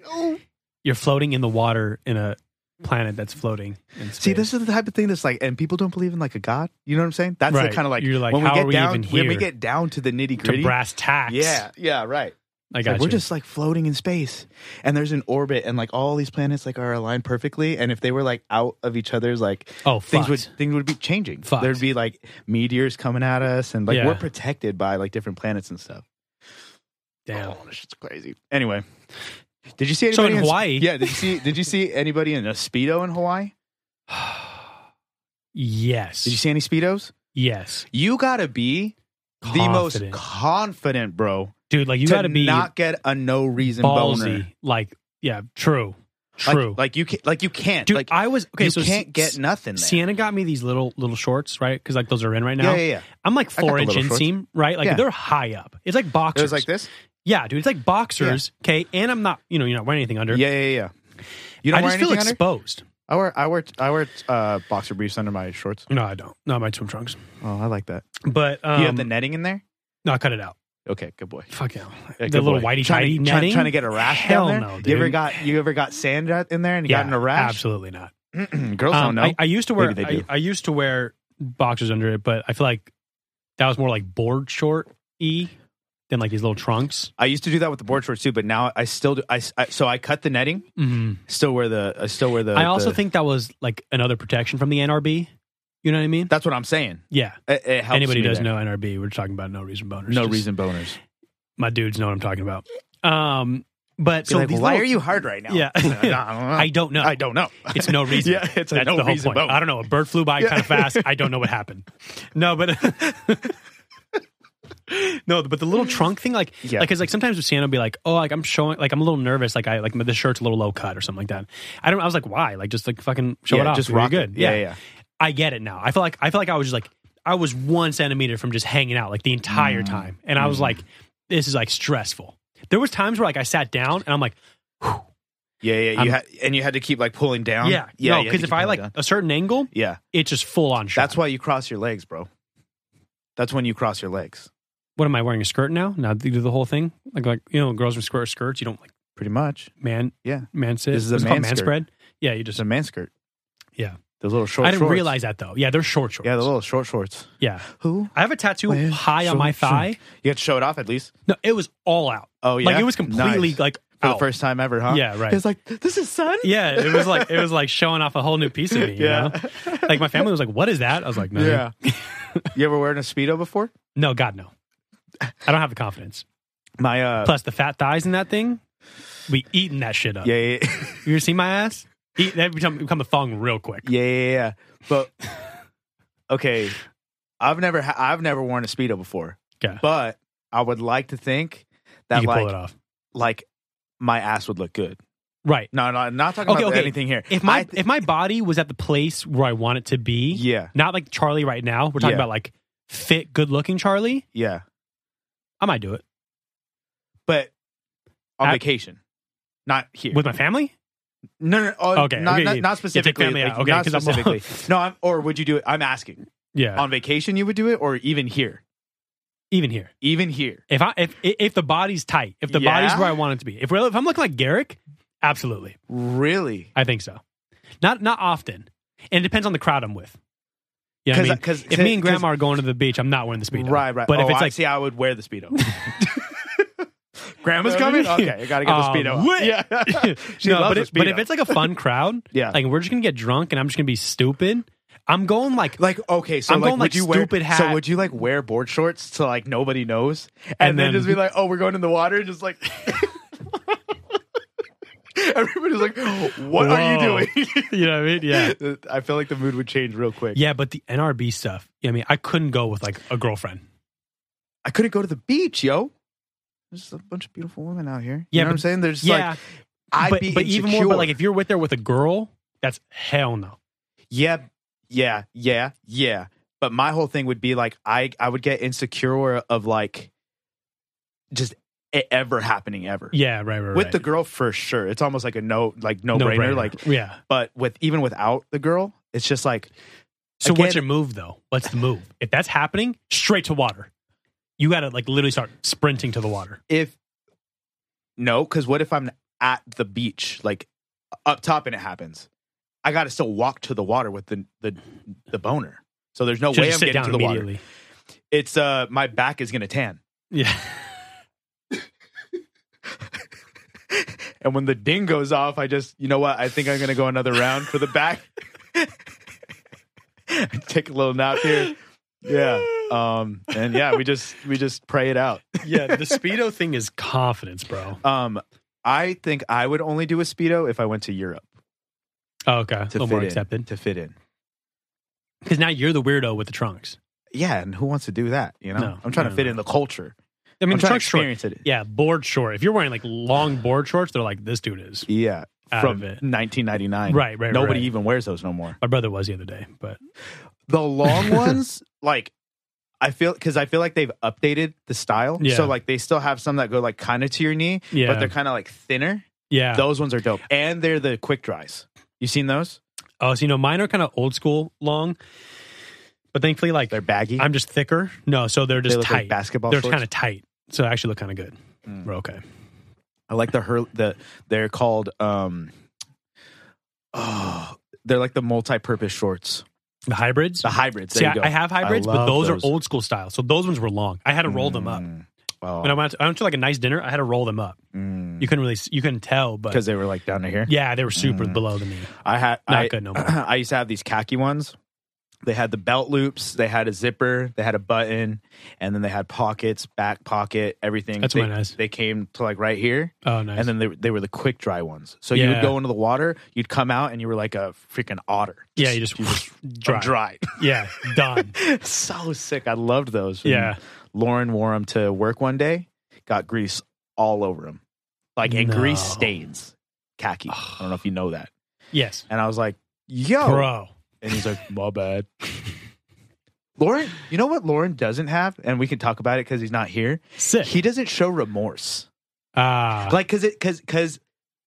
Speaker 1: Oh,
Speaker 2: You're floating in the water in a planet that's floating. In space.
Speaker 1: See, this is the type of thing that's like, and people don't believe in like a god. You know what I'm saying? That's
Speaker 2: Right.
Speaker 1: the kind of like
Speaker 2: You're like,
Speaker 1: when we
Speaker 2: how
Speaker 1: get
Speaker 2: are we
Speaker 1: down
Speaker 2: even
Speaker 1: when we
Speaker 2: here?
Speaker 1: get down to the nitty
Speaker 2: to
Speaker 1: gritty.
Speaker 2: brass tacks.
Speaker 1: Yeah, yeah, right.
Speaker 2: I
Speaker 1: It's
Speaker 2: got
Speaker 1: like,
Speaker 2: you.
Speaker 1: we're just like floating in space, and there's an orbit, and like all these planets like are aligned perfectly. And if they were like out of each other's like
Speaker 2: oh
Speaker 1: things
Speaker 2: fucked.
Speaker 1: would things would be changing.
Speaker 2: Fucked.
Speaker 1: There'd be like meteors coming at us, and like
Speaker 2: Yeah.
Speaker 1: we're protected by like different planets and stuff.
Speaker 2: damn.
Speaker 1: Oh, this shit's crazy. Anyway, did you see
Speaker 2: So
Speaker 1: anybody
Speaker 2: in
Speaker 1: in
Speaker 2: Hawaii-
Speaker 1: Yeah, did you see did you see anybody in a speedo in Hawaii?
Speaker 2: yes.
Speaker 1: Did you see any speedos?
Speaker 2: yes,
Speaker 1: You gotta be the most
Speaker 2: Confident.
Speaker 1: confident, bro.
Speaker 2: dude. Like you
Speaker 1: to
Speaker 2: got to be
Speaker 1: not get a no reason
Speaker 2: ballsy.
Speaker 1: boner.
Speaker 2: Like yeah, true,
Speaker 1: Like-
Speaker 2: true.
Speaker 1: Like, you can like you can't.
Speaker 2: dude,
Speaker 1: like
Speaker 2: I was okay.
Speaker 1: you
Speaker 2: so
Speaker 1: can't get nothing. There.
Speaker 2: Sienna got me these little little shorts, right? Because like those are in right now.
Speaker 1: Yeah, yeah, yeah.
Speaker 2: I'm like
Speaker 1: I got the
Speaker 2: four inch
Speaker 1: little shorts.
Speaker 2: inseam, right? Like
Speaker 1: Yeah.
Speaker 2: they're high up. It's like
Speaker 1: It
Speaker 2: boxers.
Speaker 1: was like this.
Speaker 2: Yeah, dude. It's like boxers. Okay, and I'm not. You know, you're not wearing anything under.
Speaker 1: Yeah, yeah, yeah. You don't
Speaker 2: I
Speaker 1: wear
Speaker 2: just feel
Speaker 1: anything under?
Speaker 2: exposed.
Speaker 1: I wear I wear I wear uh, boxer briefs under my shorts.
Speaker 2: No, I don't. Not my swim trunks.
Speaker 1: Oh, I like that.
Speaker 2: But um,
Speaker 1: you have the netting in there.
Speaker 2: no, I cut it out.
Speaker 1: Okay, good boy.
Speaker 2: Fuck yeah.
Speaker 1: Yeah,
Speaker 2: the
Speaker 1: good
Speaker 2: little
Speaker 1: boy. trying,
Speaker 2: whitey tighty
Speaker 1: to- trying-
Speaker 2: netting.
Speaker 1: trying to get a rash
Speaker 2: Hell
Speaker 1: down there.
Speaker 2: no, dude.
Speaker 1: You ever got you ever got sand out in there and
Speaker 2: yeah,
Speaker 1: gotten a rash?
Speaker 2: Absolutely not.
Speaker 1: Girls don't
Speaker 2: Um,
Speaker 1: know.
Speaker 2: I, I used to wear.
Speaker 1: Maybe they
Speaker 2: I,
Speaker 1: do.
Speaker 2: I used to wear boxers under it, but I feel like that was more like board short e than like these little trunks.
Speaker 1: I used to do that with the board shorts too, but now I still do. I, s- I- so I cut the netting. Still wear the. I still wear the.
Speaker 2: I also
Speaker 1: the-
Speaker 2: think that was like another protection from the NRB. You know what I mean?
Speaker 1: that's what I'm saying.
Speaker 2: Yeah.
Speaker 1: It, it helps
Speaker 2: Anybody
Speaker 1: me
Speaker 2: does
Speaker 1: there.
Speaker 2: know NRB? We're talking about no reason boners.
Speaker 1: No
Speaker 2: Just-
Speaker 1: reason boners.
Speaker 2: My dudes know what I'm talking about. Um, but
Speaker 1: Be
Speaker 2: so
Speaker 1: like,
Speaker 2: these
Speaker 1: why
Speaker 2: little-
Speaker 1: are you hard right now?
Speaker 2: Yeah.
Speaker 1: I don't know.
Speaker 2: I don't know.
Speaker 1: I don't know.
Speaker 2: It's no reason.
Speaker 1: Yeah, it's a
Speaker 2: That's
Speaker 1: no
Speaker 2: the whole
Speaker 1: reason
Speaker 2: point.
Speaker 1: boner.
Speaker 2: I don't know. A bird flew by kind of fast. I don't know what happened. No, but no, but the little trunk thing, like,
Speaker 1: Yeah.
Speaker 2: like, cause like sometimes with Santa will be like, oh, like I'm showing, like I'm a little nervous, like I like the shirt's a little low cut or something like that. I don't. I was like, why? Like just like fucking show
Speaker 1: Yeah,
Speaker 2: it off.
Speaker 1: just
Speaker 2: You're
Speaker 1: rock
Speaker 2: good.
Speaker 1: it. Yeah, yeah.
Speaker 2: I get it now. I feel like I feel like I was just like I was one centimeter from just hanging out like the entire time, and I was like, this is like stressful. There was times where like I sat down and I'm like,
Speaker 1: Yeah, yeah.
Speaker 2: I'm-
Speaker 1: You had and you had to keep like pulling down.
Speaker 2: yeah,
Speaker 1: yeah. you
Speaker 2: yeah,
Speaker 1: had
Speaker 2: because
Speaker 1: to
Speaker 2: if
Speaker 1: keep
Speaker 2: I
Speaker 1: pulling down.
Speaker 2: like a certain angle,
Speaker 1: yeah,
Speaker 2: it's just full on shot.
Speaker 1: that's why you cross your legs, bro. That's when you cross your legs,
Speaker 2: what am I wearing a skirt now? Now they do the whole thing like like you know girls with skirt skirts. You don't like
Speaker 1: pretty much.
Speaker 2: man
Speaker 1: Yeah,
Speaker 2: man sit.
Speaker 1: This is a
Speaker 2: What's it
Speaker 1: man
Speaker 2: called? man
Speaker 1: skirt.
Speaker 2: spread. Yeah, you
Speaker 1: it's
Speaker 2: just
Speaker 1: a man skirt.
Speaker 2: yeah.
Speaker 1: Those little short.
Speaker 2: I didn't
Speaker 1: shorts.
Speaker 2: realize that though. Yeah, they're short shorts.
Speaker 1: Yeah, the little short shorts.
Speaker 2: yeah.
Speaker 1: Who?
Speaker 2: I have a tattoo
Speaker 1: Well,
Speaker 2: high on
Speaker 1: short
Speaker 2: my
Speaker 1: shorts.
Speaker 2: thigh.
Speaker 1: You had to show it off at least.
Speaker 2: No, it was all out.
Speaker 1: Oh yeah,
Speaker 2: Like it was completely
Speaker 1: Nice.
Speaker 2: like
Speaker 1: for the
Speaker 2: out.
Speaker 1: first time ever, huh?
Speaker 2: Yeah, right.
Speaker 1: It's like this is sun.
Speaker 2: Yeah, it was like it was like showing off a whole new piece of me. You
Speaker 1: Yeah.
Speaker 2: know? like my family was like, "What is that?" I was like, "No,
Speaker 1: Yeah. you ever wearing a speedo before?
Speaker 2: no, God, no." I don't have the confidence.
Speaker 1: My uh,
Speaker 2: Plus the fat thighs in that thing, we eating that shit up.
Speaker 1: yeah, yeah, yeah,
Speaker 2: You ever seen my ass? Eat, that become, become a thong real quick.
Speaker 1: yeah, yeah, yeah. But okay, I've never, ha- I've never worn a speedo before.
Speaker 2: Okay.
Speaker 1: But I would like to think
Speaker 2: you
Speaker 1: that
Speaker 2: can pull
Speaker 1: like,
Speaker 2: it off.
Speaker 1: like my ass would look good.
Speaker 2: Right.
Speaker 1: No, no, I'm not talking
Speaker 2: Okay,
Speaker 1: about
Speaker 2: okay.
Speaker 1: anything here.
Speaker 2: If my
Speaker 1: I th-
Speaker 2: if my body was at the place where I want it to be,
Speaker 1: yeah,
Speaker 2: not like Charlie right now. We're talking
Speaker 1: Yeah.
Speaker 2: about like fit, good looking Charlie.
Speaker 1: yeah,
Speaker 2: I might do it
Speaker 1: but on
Speaker 2: At-
Speaker 1: vacation, not here.
Speaker 2: with my family.
Speaker 1: No, no, oh,
Speaker 2: Okay,
Speaker 1: okay, not,
Speaker 2: okay,
Speaker 1: not,
Speaker 2: yeah,
Speaker 1: not
Speaker 2: take
Speaker 1: specifically.
Speaker 2: family
Speaker 1: like,
Speaker 2: out, okay,
Speaker 1: not
Speaker 2: 'cause I'm-
Speaker 1: specifically. no, I'm, or would you do it? I'm asking.
Speaker 2: Yeah.
Speaker 1: On vacation, you would do it, or even here.
Speaker 2: even here.
Speaker 1: even here.
Speaker 2: If I if if the body's tight, if the
Speaker 1: Yeah?
Speaker 2: body's where I want it to be, if we're, if I'm looking like Garrick, absolutely,
Speaker 1: Really?
Speaker 2: I think so. Not not often, and it depends on the crowd I'm with. Yeah, you know what I mean,
Speaker 1: 'Cause- 'cause-
Speaker 2: if me and
Speaker 1: 'cause-
Speaker 2: Grandma are going to the beach, I'm not wearing the speedo.
Speaker 1: Right, right.
Speaker 2: But if
Speaker 1: Oh,
Speaker 2: it's
Speaker 1: I
Speaker 2: like
Speaker 1: see, I would wear the speedo. Grandma's coming. Okay, I gotta get the
Speaker 2: Um,
Speaker 1: speedo.
Speaker 2: what?
Speaker 1: yeah, she
Speaker 2: no,
Speaker 1: loves
Speaker 2: but,
Speaker 1: the
Speaker 2: if- but
Speaker 1: Speedo.
Speaker 2: if it's like a fun crowd,
Speaker 1: Yeah.
Speaker 2: like we're just gonna get drunk and I'm just gonna be stupid. I'm going like
Speaker 1: Like okay, so
Speaker 2: I'm
Speaker 1: like
Speaker 2: going,
Speaker 1: would
Speaker 2: like,
Speaker 1: you wear
Speaker 2: stupid
Speaker 1: so
Speaker 2: hat.
Speaker 1: would you like wear board shorts so like nobody knows and,
Speaker 2: And
Speaker 1: then,
Speaker 2: then-
Speaker 1: just be like oh we're going in the water just like everybody's like what
Speaker 2: Whoa.
Speaker 1: are you
Speaker 2: you know what I mean? Yeah,
Speaker 1: doing? I feel like the mood would change real quick.
Speaker 2: yeah. But the NRB stuff. You know what I mean, I couldn't go with like a girlfriend.
Speaker 1: I couldn't go to the beach, yo. There's a bunch of beautiful women out here. You
Speaker 2: Yeah,
Speaker 1: know what I'm
Speaker 2: but-
Speaker 1: saying? There's
Speaker 2: yeah,
Speaker 1: like I'd
Speaker 2: but
Speaker 1: be
Speaker 2: but even more.
Speaker 1: insecure.
Speaker 2: But like if you're with there with a girl, that's hell no.
Speaker 1: yeah, yeah, yeah, yeah. But my whole thing would be like I I would get insecure of like just it ever happening ever.
Speaker 2: Yeah, right, right.
Speaker 1: with
Speaker 2: right.
Speaker 1: the girl for sure it's almost like a no like no, brainer,
Speaker 2: No-brainer.
Speaker 1: like
Speaker 2: yeah.
Speaker 1: but with even without the girl it's just like
Speaker 2: So
Speaker 1: again-
Speaker 2: what's your move though? What's the move? If that's happening, straight to water. You gotta like literally start sprinting to the water.
Speaker 1: if no because what if i'm at the beach like up top and it happens i gotta still walk to the water with the the, the boner so there's no
Speaker 2: Should
Speaker 1: way i'm
Speaker 2: just sit
Speaker 1: getting
Speaker 2: down
Speaker 1: to the water
Speaker 2: immediately.
Speaker 1: it's uh my back is gonna tan
Speaker 2: Yeah.
Speaker 1: and when the ding goes off i just you know what i think i'm gonna go another round for the back take a little nap here yeah um and yeah we just we just pray it out
Speaker 2: yeah, the speedo thing is confidence, bro.
Speaker 1: Um, I think I would only do a speedo if I went to Europe
Speaker 2: Oh, okay,
Speaker 1: to
Speaker 2: a little
Speaker 1: fit
Speaker 2: more
Speaker 1: in,
Speaker 2: accepted.
Speaker 1: To fit in,
Speaker 2: Because now you're the weirdo with the trunks.
Speaker 1: yeah. And who wants to do that? You know,
Speaker 2: No,
Speaker 1: I'm trying
Speaker 2: no,
Speaker 1: to fit
Speaker 2: no.
Speaker 1: in the culture.
Speaker 2: I mean,
Speaker 1: I'm trying to
Speaker 2: the trunks short.
Speaker 1: experience it.
Speaker 2: Yeah, board short. If you're wearing like long board shorts, they're like this dude is.
Speaker 1: Yeah,
Speaker 2: Out
Speaker 1: from
Speaker 2: of it.
Speaker 1: 1999.
Speaker 2: Right, right,
Speaker 1: Nobody
Speaker 2: right.
Speaker 1: even wears those no more.
Speaker 2: My brother was the other day, but
Speaker 1: The long ones, like. I feel because I feel like they've updated the style,
Speaker 2: Yeah.
Speaker 1: so like they still have some that go like kind of to your knee,
Speaker 2: yeah,
Speaker 1: but they're kind of like thinner.
Speaker 2: yeah.
Speaker 1: Those ones are dope, and they're the quick dries. You seen those?
Speaker 2: Oh, so you know, mine are kind of old school long, but thankfully, like
Speaker 1: They're baggy.
Speaker 2: I'm just thicker. No, so they're just
Speaker 1: they look
Speaker 2: tight.
Speaker 1: like basketball.
Speaker 2: they're
Speaker 1: shorts.
Speaker 2: kind of tight, so they actually look kind of good.
Speaker 1: Mm.
Speaker 2: We're okay.
Speaker 1: I like the her the they're called um oh they're like the multi-purpose shorts.
Speaker 2: The hybrids.
Speaker 1: The hybrids. There
Speaker 2: See,
Speaker 1: you
Speaker 2: I,
Speaker 1: go.
Speaker 2: I have hybrids, but
Speaker 1: love
Speaker 2: those,
Speaker 1: those. Mm.
Speaker 2: are old school style. So those ones were long. I had to roll them up. When I went, out to, I went to like a nice dinner. I had to roll them up. You couldn't really, s- you couldn't tell, but
Speaker 1: because mm. they were like down to here.
Speaker 2: yeah, they were super
Speaker 1: Mm.
Speaker 2: below the knee.
Speaker 1: I had
Speaker 2: Not
Speaker 1: I,
Speaker 2: good no more.
Speaker 1: I used to have these khaki ones. They had the belt loops, they had a zipper, they had a button, and then they had pockets, back pocket, everything.
Speaker 2: That's
Speaker 1: they,
Speaker 2: mine is.
Speaker 1: They came to like right here,
Speaker 2: Oh, nice.
Speaker 1: and then they, they were the quick dry ones. So you would
Speaker 2: Yeah.
Speaker 1: go into the water, you'd come out, and you were like a freaking otter.
Speaker 2: yeah, you just, you just dry.
Speaker 1: I'm dry.
Speaker 2: Yeah, done.
Speaker 1: so sick. I loved those. And
Speaker 2: yeah,
Speaker 1: Lauren wore them to work one day, got grease all over him. Like, and
Speaker 2: No.
Speaker 1: grease stains khaki. I don't know if you know that.
Speaker 2: yes,
Speaker 1: And I was like, yo.
Speaker 2: bro.
Speaker 1: And he's like, my bad. Lauren, you know what Lauren doesn't have? And we can talk about it because he's not here.
Speaker 2: Sick.
Speaker 1: He doesn't show remorse.
Speaker 2: Ah,
Speaker 1: Like, because it, because, because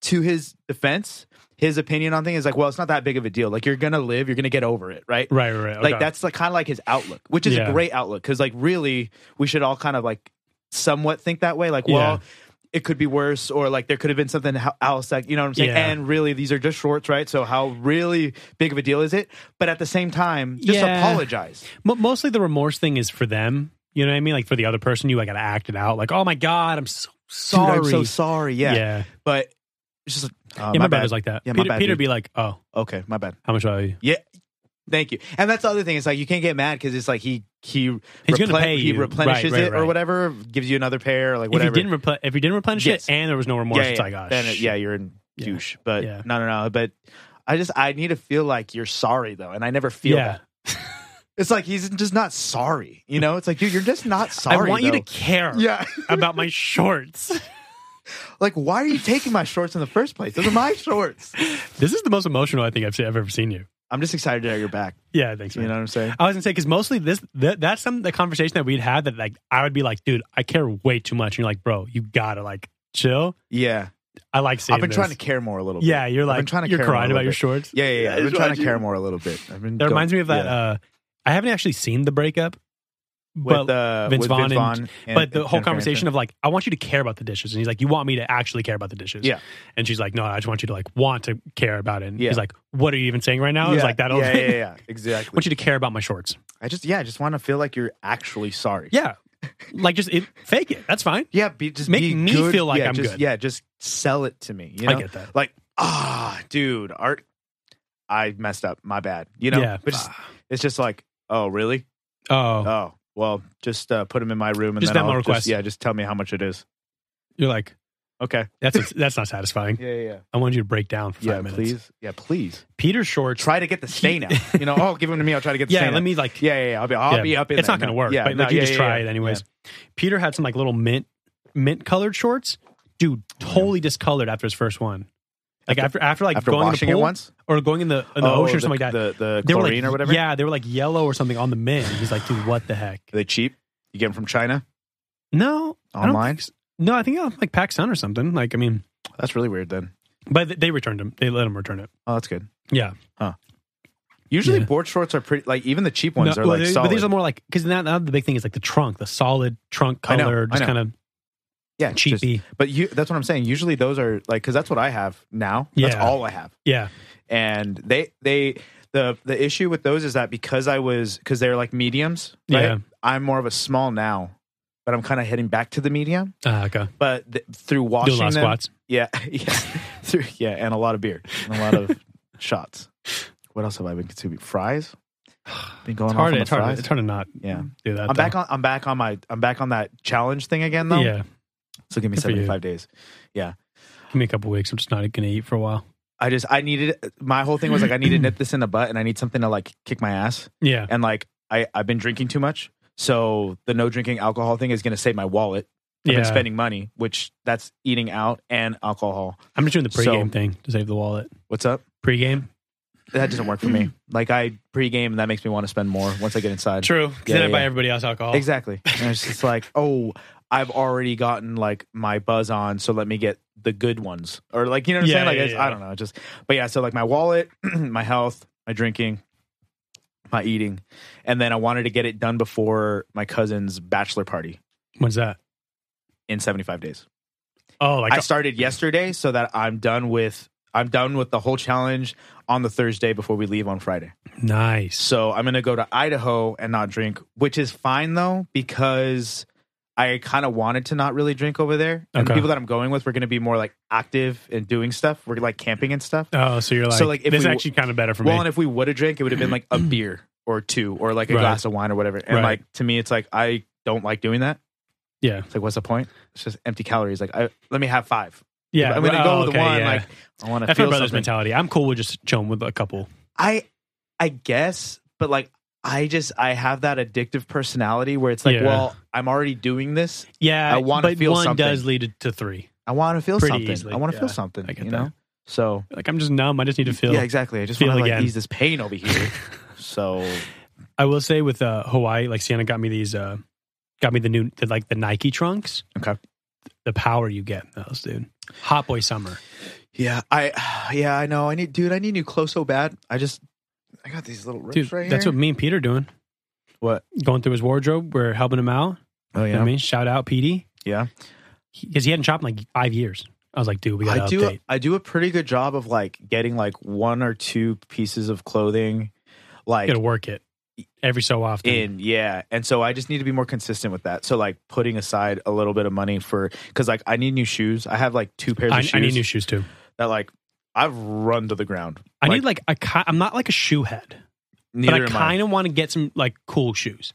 Speaker 1: to his defense, his opinion on things is like, well, it's not that big of a deal. Like, you're going to live, you're going to get over it, right?
Speaker 2: right, right. Oh, right.
Speaker 1: Like
Speaker 2: Okay.
Speaker 1: that's like kind of like his outlook, which is
Speaker 2: Yeah.
Speaker 1: a great outlook because like really we should all kind of like somewhat think that way. Like,
Speaker 2: Yeah.
Speaker 1: well, it could be worse, or like there could have been something ho- else. Like you know what I'm saying?
Speaker 2: Yeah.
Speaker 1: And really, these are just shorts, right? So how really big of a deal is it? But at the same time, just
Speaker 2: Yeah.
Speaker 1: apologize.
Speaker 2: Mo- mostly the remorse thing is for them. You know what I mean? Like for the other person, you like gotta act it out. Like, oh my god, I'm so sorry.
Speaker 1: Dude, I'm so sorry. Yeah,
Speaker 2: yeah.
Speaker 1: but it's just uh,
Speaker 2: Yeah,
Speaker 1: my,
Speaker 2: my,
Speaker 1: bad.
Speaker 2: brother's like that.
Speaker 1: Yeah, my
Speaker 2: Peter,
Speaker 1: bad,
Speaker 2: Peter'd
Speaker 1: dude.
Speaker 2: be like, "Oh,
Speaker 1: okay, my bad.
Speaker 2: how much are you?"
Speaker 1: Thank you. And that's the other thing. It's like you can't get mad because it's like he he
Speaker 2: He's gonna
Speaker 1: replen-
Speaker 2: pay
Speaker 1: he
Speaker 2: you.
Speaker 1: replenishes
Speaker 2: Right, right,
Speaker 1: it or
Speaker 2: right.
Speaker 1: whatever, gives you another pair, or like
Speaker 2: If you
Speaker 1: whatever.
Speaker 2: didn't repl- if you didn't replenish
Speaker 1: Yes.
Speaker 2: it, and there was no remorse, it's like, oh,
Speaker 1: then it-
Speaker 2: shit.
Speaker 1: yeah, you're in
Speaker 2: Yeah.
Speaker 1: douche. But
Speaker 2: Yeah.
Speaker 1: no, no, no. But I just I need to feel like you're sorry though, and I never feel
Speaker 2: Yeah.
Speaker 1: that. It's like he's just not sorry. You know, it's like dude, you're just not sorry.
Speaker 2: I want you
Speaker 1: though.
Speaker 2: to care
Speaker 1: Yeah,
Speaker 2: about my shorts.
Speaker 1: like why are you taking my shorts in the first place? Those are my shorts.
Speaker 2: this is the most emotional I think I've, se- I've ever seen you.
Speaker 1: I'm just excited that you're back.
Speaker 2: Yeah, thanks,
Speaker 1: You
Speaker 2: man.
Speaker 1: know what I'm saying?
Speaker 2: I was gonna say because mostly this th- that's some the conversation that we'd had that like I would be like, dude, I care way too much. And you're like, bro, you gotta like chill.
Speaker 1: Yeah,
Speaker 2: I like seeing.
Speaker 1: I've been
Speaker 2: this.
Speaker 1: trying to care more a little. bit.
Speaker 2: Yeah, you're
Speaker 1: I've been
Speaker 2: like
Speaker 1: trying to
Speaker 2: you're
Speaker 1: care more
Speaker 2: crying
Speaker 1: a little
Speaker 2: about your
Speaker 1: bit.
Speaker 2: shorts.
Speaker 1: Yeah, yeah, yeah. I've
Speaker 2: That's
Speaker 1: been trying
Speaker 2: what
Speaker 1: to
Speaker 2: you- uh,
Speaker 1: care more a little bit. I've been
Speaker 2: That reminds me of that.
Speaker 1: yeah.
Speaker 2: Uh, I haven't actually seen the breakup,
Speaker 1: with
Speaker 2: But
Speaker 1: uh,
Speaker 2: Vince
Speaker 1: with
Speaker 2: Vaughn
Speaker 1: Vince
Speaker 2: and-
Speaker 1: Vaughn and-
Speaker 2: but the
Speaker 1: and
Speaker 2: whole
Speaker 1: Jennifer
Speaker 2: conversation
Speaker 1: Aniston.
Speaker 2: of like, I want you to care about the dishes, and he's like, you want me to actually care about the dishes,
Speaker 1: Yeah.
Speaker 2: And she's like, no, I just want you to like want to care about it. And
Speaker 1: Yeah.
Speaker 2: he's like, what are you even saying right now?
Speaker 1: yeah,
Speaker 2: It's like that.
Speaker 1: yeah, yeah, yeah, exactly.
Speaker 2: I want you to care about my shorts.
Speaker 1: I just yeah, I just want to feel like you're actually sorry.
Speaker 2: Yeah, like just it, fake it. That's fine.
Speaker 1: yeah. Be, just
Speaker 2: Make
Speaker 1: be
Speaker 2: me
Speaker 1: good.
Speaker 2: feel like
Speaker 1: yeah,
Speaker 2: I'm
Speaker 1: just,
Speaker 2: good.
Speaker 1: Yeah, just sell it to me. You know?
Speaker 2: I get that.
Speaker 1: Like ah, dude, art. I messed up. My bad. You know.
Speaker 2: yeah. Ah.
Speaker 1: But just, it's just like oh, really?
Speaker 2: oh,
Speaker 1: Oh, well, just uh, put them in my room and
Speaker 2: Just
Speaker 1: then
Speaker 2: Venmo
Speaker 1: I'll
Speaker 2: request.
Speaker 1: Just, yeah, just tell me how much it is.
Speaker 2: you're like
Speaker 1: Okay.
Speaker 2: that's that's not satisfying.
Speaker 1: Yeah, yeah.
Speaker 2: I wanted you to break down for five
Speaker 1: Yeah,
Speaker 2: minutes.
Speaker 1: please. Yeah, please.
Speaker 2: Peter Shorts.
Speaker 1: Try to get the stain out. You know, oh, give them to me. I'll try to get the
Speaker 2: yeah,
Speaker 1: stain
Speaker 2: let
Speaker 1: out.
Speaker 2: me like.
Speaker 1: Yeah, yeah, yeah. I'll be, I'll
Speaker 2: yeah,
Speaker 1: be up in
Speaker 2: It's
Speaker 1: there.
Speaker 2: not going to
Speaker 1: No,
Speaker 2: work,
Speaker 1: yeah,
Speaker 2: but
Speaker 1: no,
Speaker 2: like you
Speaker 1: yeah,
Speaker 2: just
Speaker 1: yeah,
Speaker 2: try
Speaker 1: yeah.
Speaker 2: it anyways. Peter had some like little mint mint colored shorts. Dude, totally discolored after his first one. Like after after, like
Speaker 1: After
Speaker 2: going
Speaker 1: washing
Speaker 2: in
Speaker 1: it
Speaker 2: the pool
Speaker 1: once?
Speaker 2: or going in the in the
Speaker 1: Oh,
Speaker 2: ocean or
Speaker 1: the-
Speaker 2: something like that.
Speaker 1: The, the
Speaker 2: were
Speaker 1: chlorine
Speaker 2: like,
Speaker 1: or whatever?
Speaker 2: Yeah, they were like yellow or something on the mint. He's like, dude, what the heck?
Speaker 1: Are they cheap? You get them from China?
Speaker 2: No, I don't
Speaker 1: Online?
Speaker 2: think s- no, I think like PacSun or something. Like, I mean,
Speaker 1: That's really weird then.
Speaker 2: but th- they returned him. They let him return it.
Speaker 1: Oh, that's good.
Speaker 2: Yeah,
Speaker 1: Usually
Speaker 2: Yeah.
Speaker 1: board shorts are pretty, like even the cheap ones
Speaker 2: No,
Speaker 1: are
Speaker 2: well,
Speaker 1: like
Speaker 2: they-
Speaker 1: solid.
Speaker 2: But these are more like because now, now the big thing is like the trunk, the solid trunk
Speaker 1: I know,
Speaker 2: color,
Speaker 1: I
Speaker 2: just
Speaker 1: know.
Speaker 2: kind of
Speaker 1: yeah, just-
Speaker 2: cheapy.
Speaker 1: but you, that's what I'm saying. Usually those are like, because that's what I have now. That's
Speaker 2: Yeah.
Speaker 1: all I have.
Speaker 2: yeah,
Speaker 1: and they they the the issue with those is that because I was because they're like mediums, right?
Speaker 2: Yeah.
Speaker 1: I'm more of a small now, but I'm kind of heading back to the medium.
Speaker 2: uh, okay.
Speaker 1: But th- through
Speaker 2: Do a
Speaker 1: washing
Speaker 2: lot
Speaker 1: them,
Speaker 2: of squats.
Speaker 1: yeah, yeah, through, yeah, and a lot of beer and a lot of shots. What else have I been consuming? Fries. Been going off on
Speaker 2: It's hard,
Speaker 1: the
Speaker 2: it's, hard,
Speaker 1: fries.
Speaker 2: it's hard to not
Speaker 1: Yeah,
Speaker 2: do that.
Speaker 1: I'm back on. I'm back on my. I'm back on that challenge thing again though.
Speaker 2: Yeah,
Speaker 1: So give me
Speaker 2: Good for you.
Speaker 1: 75 days.
Speaker 2: give me a couple weeks. I'm just not going to eat for a while.
Speaker 1: I just I needed my whole thing was like I need to nip this in the butt and I need something to like kick my ass.
Speaker 2: Yeah,
Speaker 1: and like I, I've been drinking too much. So the no drinking alcohol thing is going to save my wallet. I've
Speaker 2: yeah.
Speaker 1: been spending money, which that's eating out and alcohol.
Speaker 2: I'm just doing the pregame
Speaker 1: So-
Speaker 2: thing to save the wallet.
Speaker 1: What's up?
Speaker 2: Pregame.
Speaker 1: That doesn't work for me. Like I pregame, and that makes me want to spend more once I get inside.
Speaker 2: True. 'cause
Speaker 1: Yeah,
Speaker 2: then I
Speaker 1: yeah,
Speaker 2: buy
Speaker 1: yeah.
Speaker 2: everybody else alcohol.
Speaker 1: Exactly. And it's just like, oh, I've already gotten like my buzz on, so let me get the good ones, or like you know what I'm
Speaker 2: Yeah,
Speaker 1: saying? Like
Speaker 2: yeah,
Speaker 1: it's,
Speaker 2: yeah.
Speaker 1: I don't know, just but yeah. So like my wallet, my health, my drinking, my eating, and then I wanted to get it done before my cousin's bachelor party
Speaker 2: When's that?
Speaker 1: in 75 days.
Speaker 2: Oh, like
Speaker 1: I started yesterday so that I'm done with I'm done with the whole challenge on the Thursday before we leave on Friday.
Speaker 2: nice.
Speaker 1: So I'm gonna go to Idaho and not drink, which is fine though because I kind of wanted to not really drink over there. And the
Speaker 2: Okay.
Speaker 1: people that I'm going with, we're gonna be more like active and doing stuff. We're like camping and stuff.
Speaker 2: Oh, so you're like,
Speaker 1: So, like, if
Speaker 2: this is
Speaker 1: we-
Speaker 2: actually kind of better for
Speaker 1: well,
Speaker 2: me.
Speaker 1: and if we would have drank, it would have been like a beer or two or like a
Speaker 2: Right.
Speaker 1: glass of wine or whatever. And
Speaker 2: Right.
Speaker 1: like to me, it's like I don't like doing that.
Speaker 2: yeah,
Speaker 1: It's like what's the point? It's just empty calories. Like I, let me have five.
Speaker 2: yeah.
Speaker 1: I'm gonna
Speaker 2: Oh,
Speaker 1: go with
Speaker 2: okay,
Speaker 1: the one.
Speaker 2: yeah.
Speaker 1: Like I want to
Speaker 2: That's my
Speaker 1: feel
Speaker 2: brother's
Speaker 1: something.
Speaker 2: mentality. I'm cool with just chilling with a couple.
Speaker 1: I I guess, but like I just I have that addictive personality where it's like,
Speaker 2: Yeah.
Speaker 1: well, I'm already doing this.
Speaker 2: Yeah,
Speaker 1: I wanna
Speaker 2: but
Speaker 1: feel
Speaker 2: one
Speaker 1: something.
Speaker 2: does lead to three.
Speaker 1: I want to feel
Speaker 2: Pretty
Speaker 1: something.
Speaker 2: easily,
Speaker 1: I want to
Speaker 2: yeah.
Speaker 1: feel something.
Speaker 2: I get
Speaker 1: you know.
Speaker 2: that.
Speaker 1: So
Speaker 2: Like I'm just numb. I just need to feel.
Speaker 1: yeah, exactly. I just
Speaker 2: feel
Speaker 1: want to like
Speaker 2: again.
Speaker 1: ease this pain over here. so
Speaker 2: I will say with uh, Hawaii, like Sienna got me these, uh, got me the new the, like the Nike trunks.
Speaker 1: Okay.
Speaker 2: The power you get in those, dude. Hot boy summer.
Speaker 1: yeah, I yeah I know. I need dude. I need new clothes so bad. I just I got these little rips
Speaker 2: Dude,
Speaker 1: right
Speaker 2: that's
Speaker 1: here.
Speaker 2: what me and Peter are doing.
Speaker 1: What?
Speaker 2: Going through his wardrobe. We're helping him out.
Speaker 1: Oh
Speaker 2: You know what I mean? Shout out PD.
Speaker 1: Yeah.
Speaker 2: Because he hadn't shopped in like five years. I was like, dude, we got
Speaker 1: I
Speaker 2: to
Speaker 1: do.
Speaker 2: update.
Speaker 1: A, I do a pretty good job of like getting like one or two pieces of clothing, like
Speaker 2: got to work it every so often.
Speaker 1: in yeah and so i just need to be more consistent with that so like putting aside a little bit of money for because like i need new shoes i have like two pairs of
Speaker 2: I,
Speaker 1: shoes
Speaker 2: I need new shoes too.
Speaker 1: that like i've run to the ground
Speaker 2: I need like a. ki- I'm not like a shoe head,
Speaker 1: neither
Speaker 2: but
Speaker 1: am
Speaker 2: I kind of want to get some like cool shoes.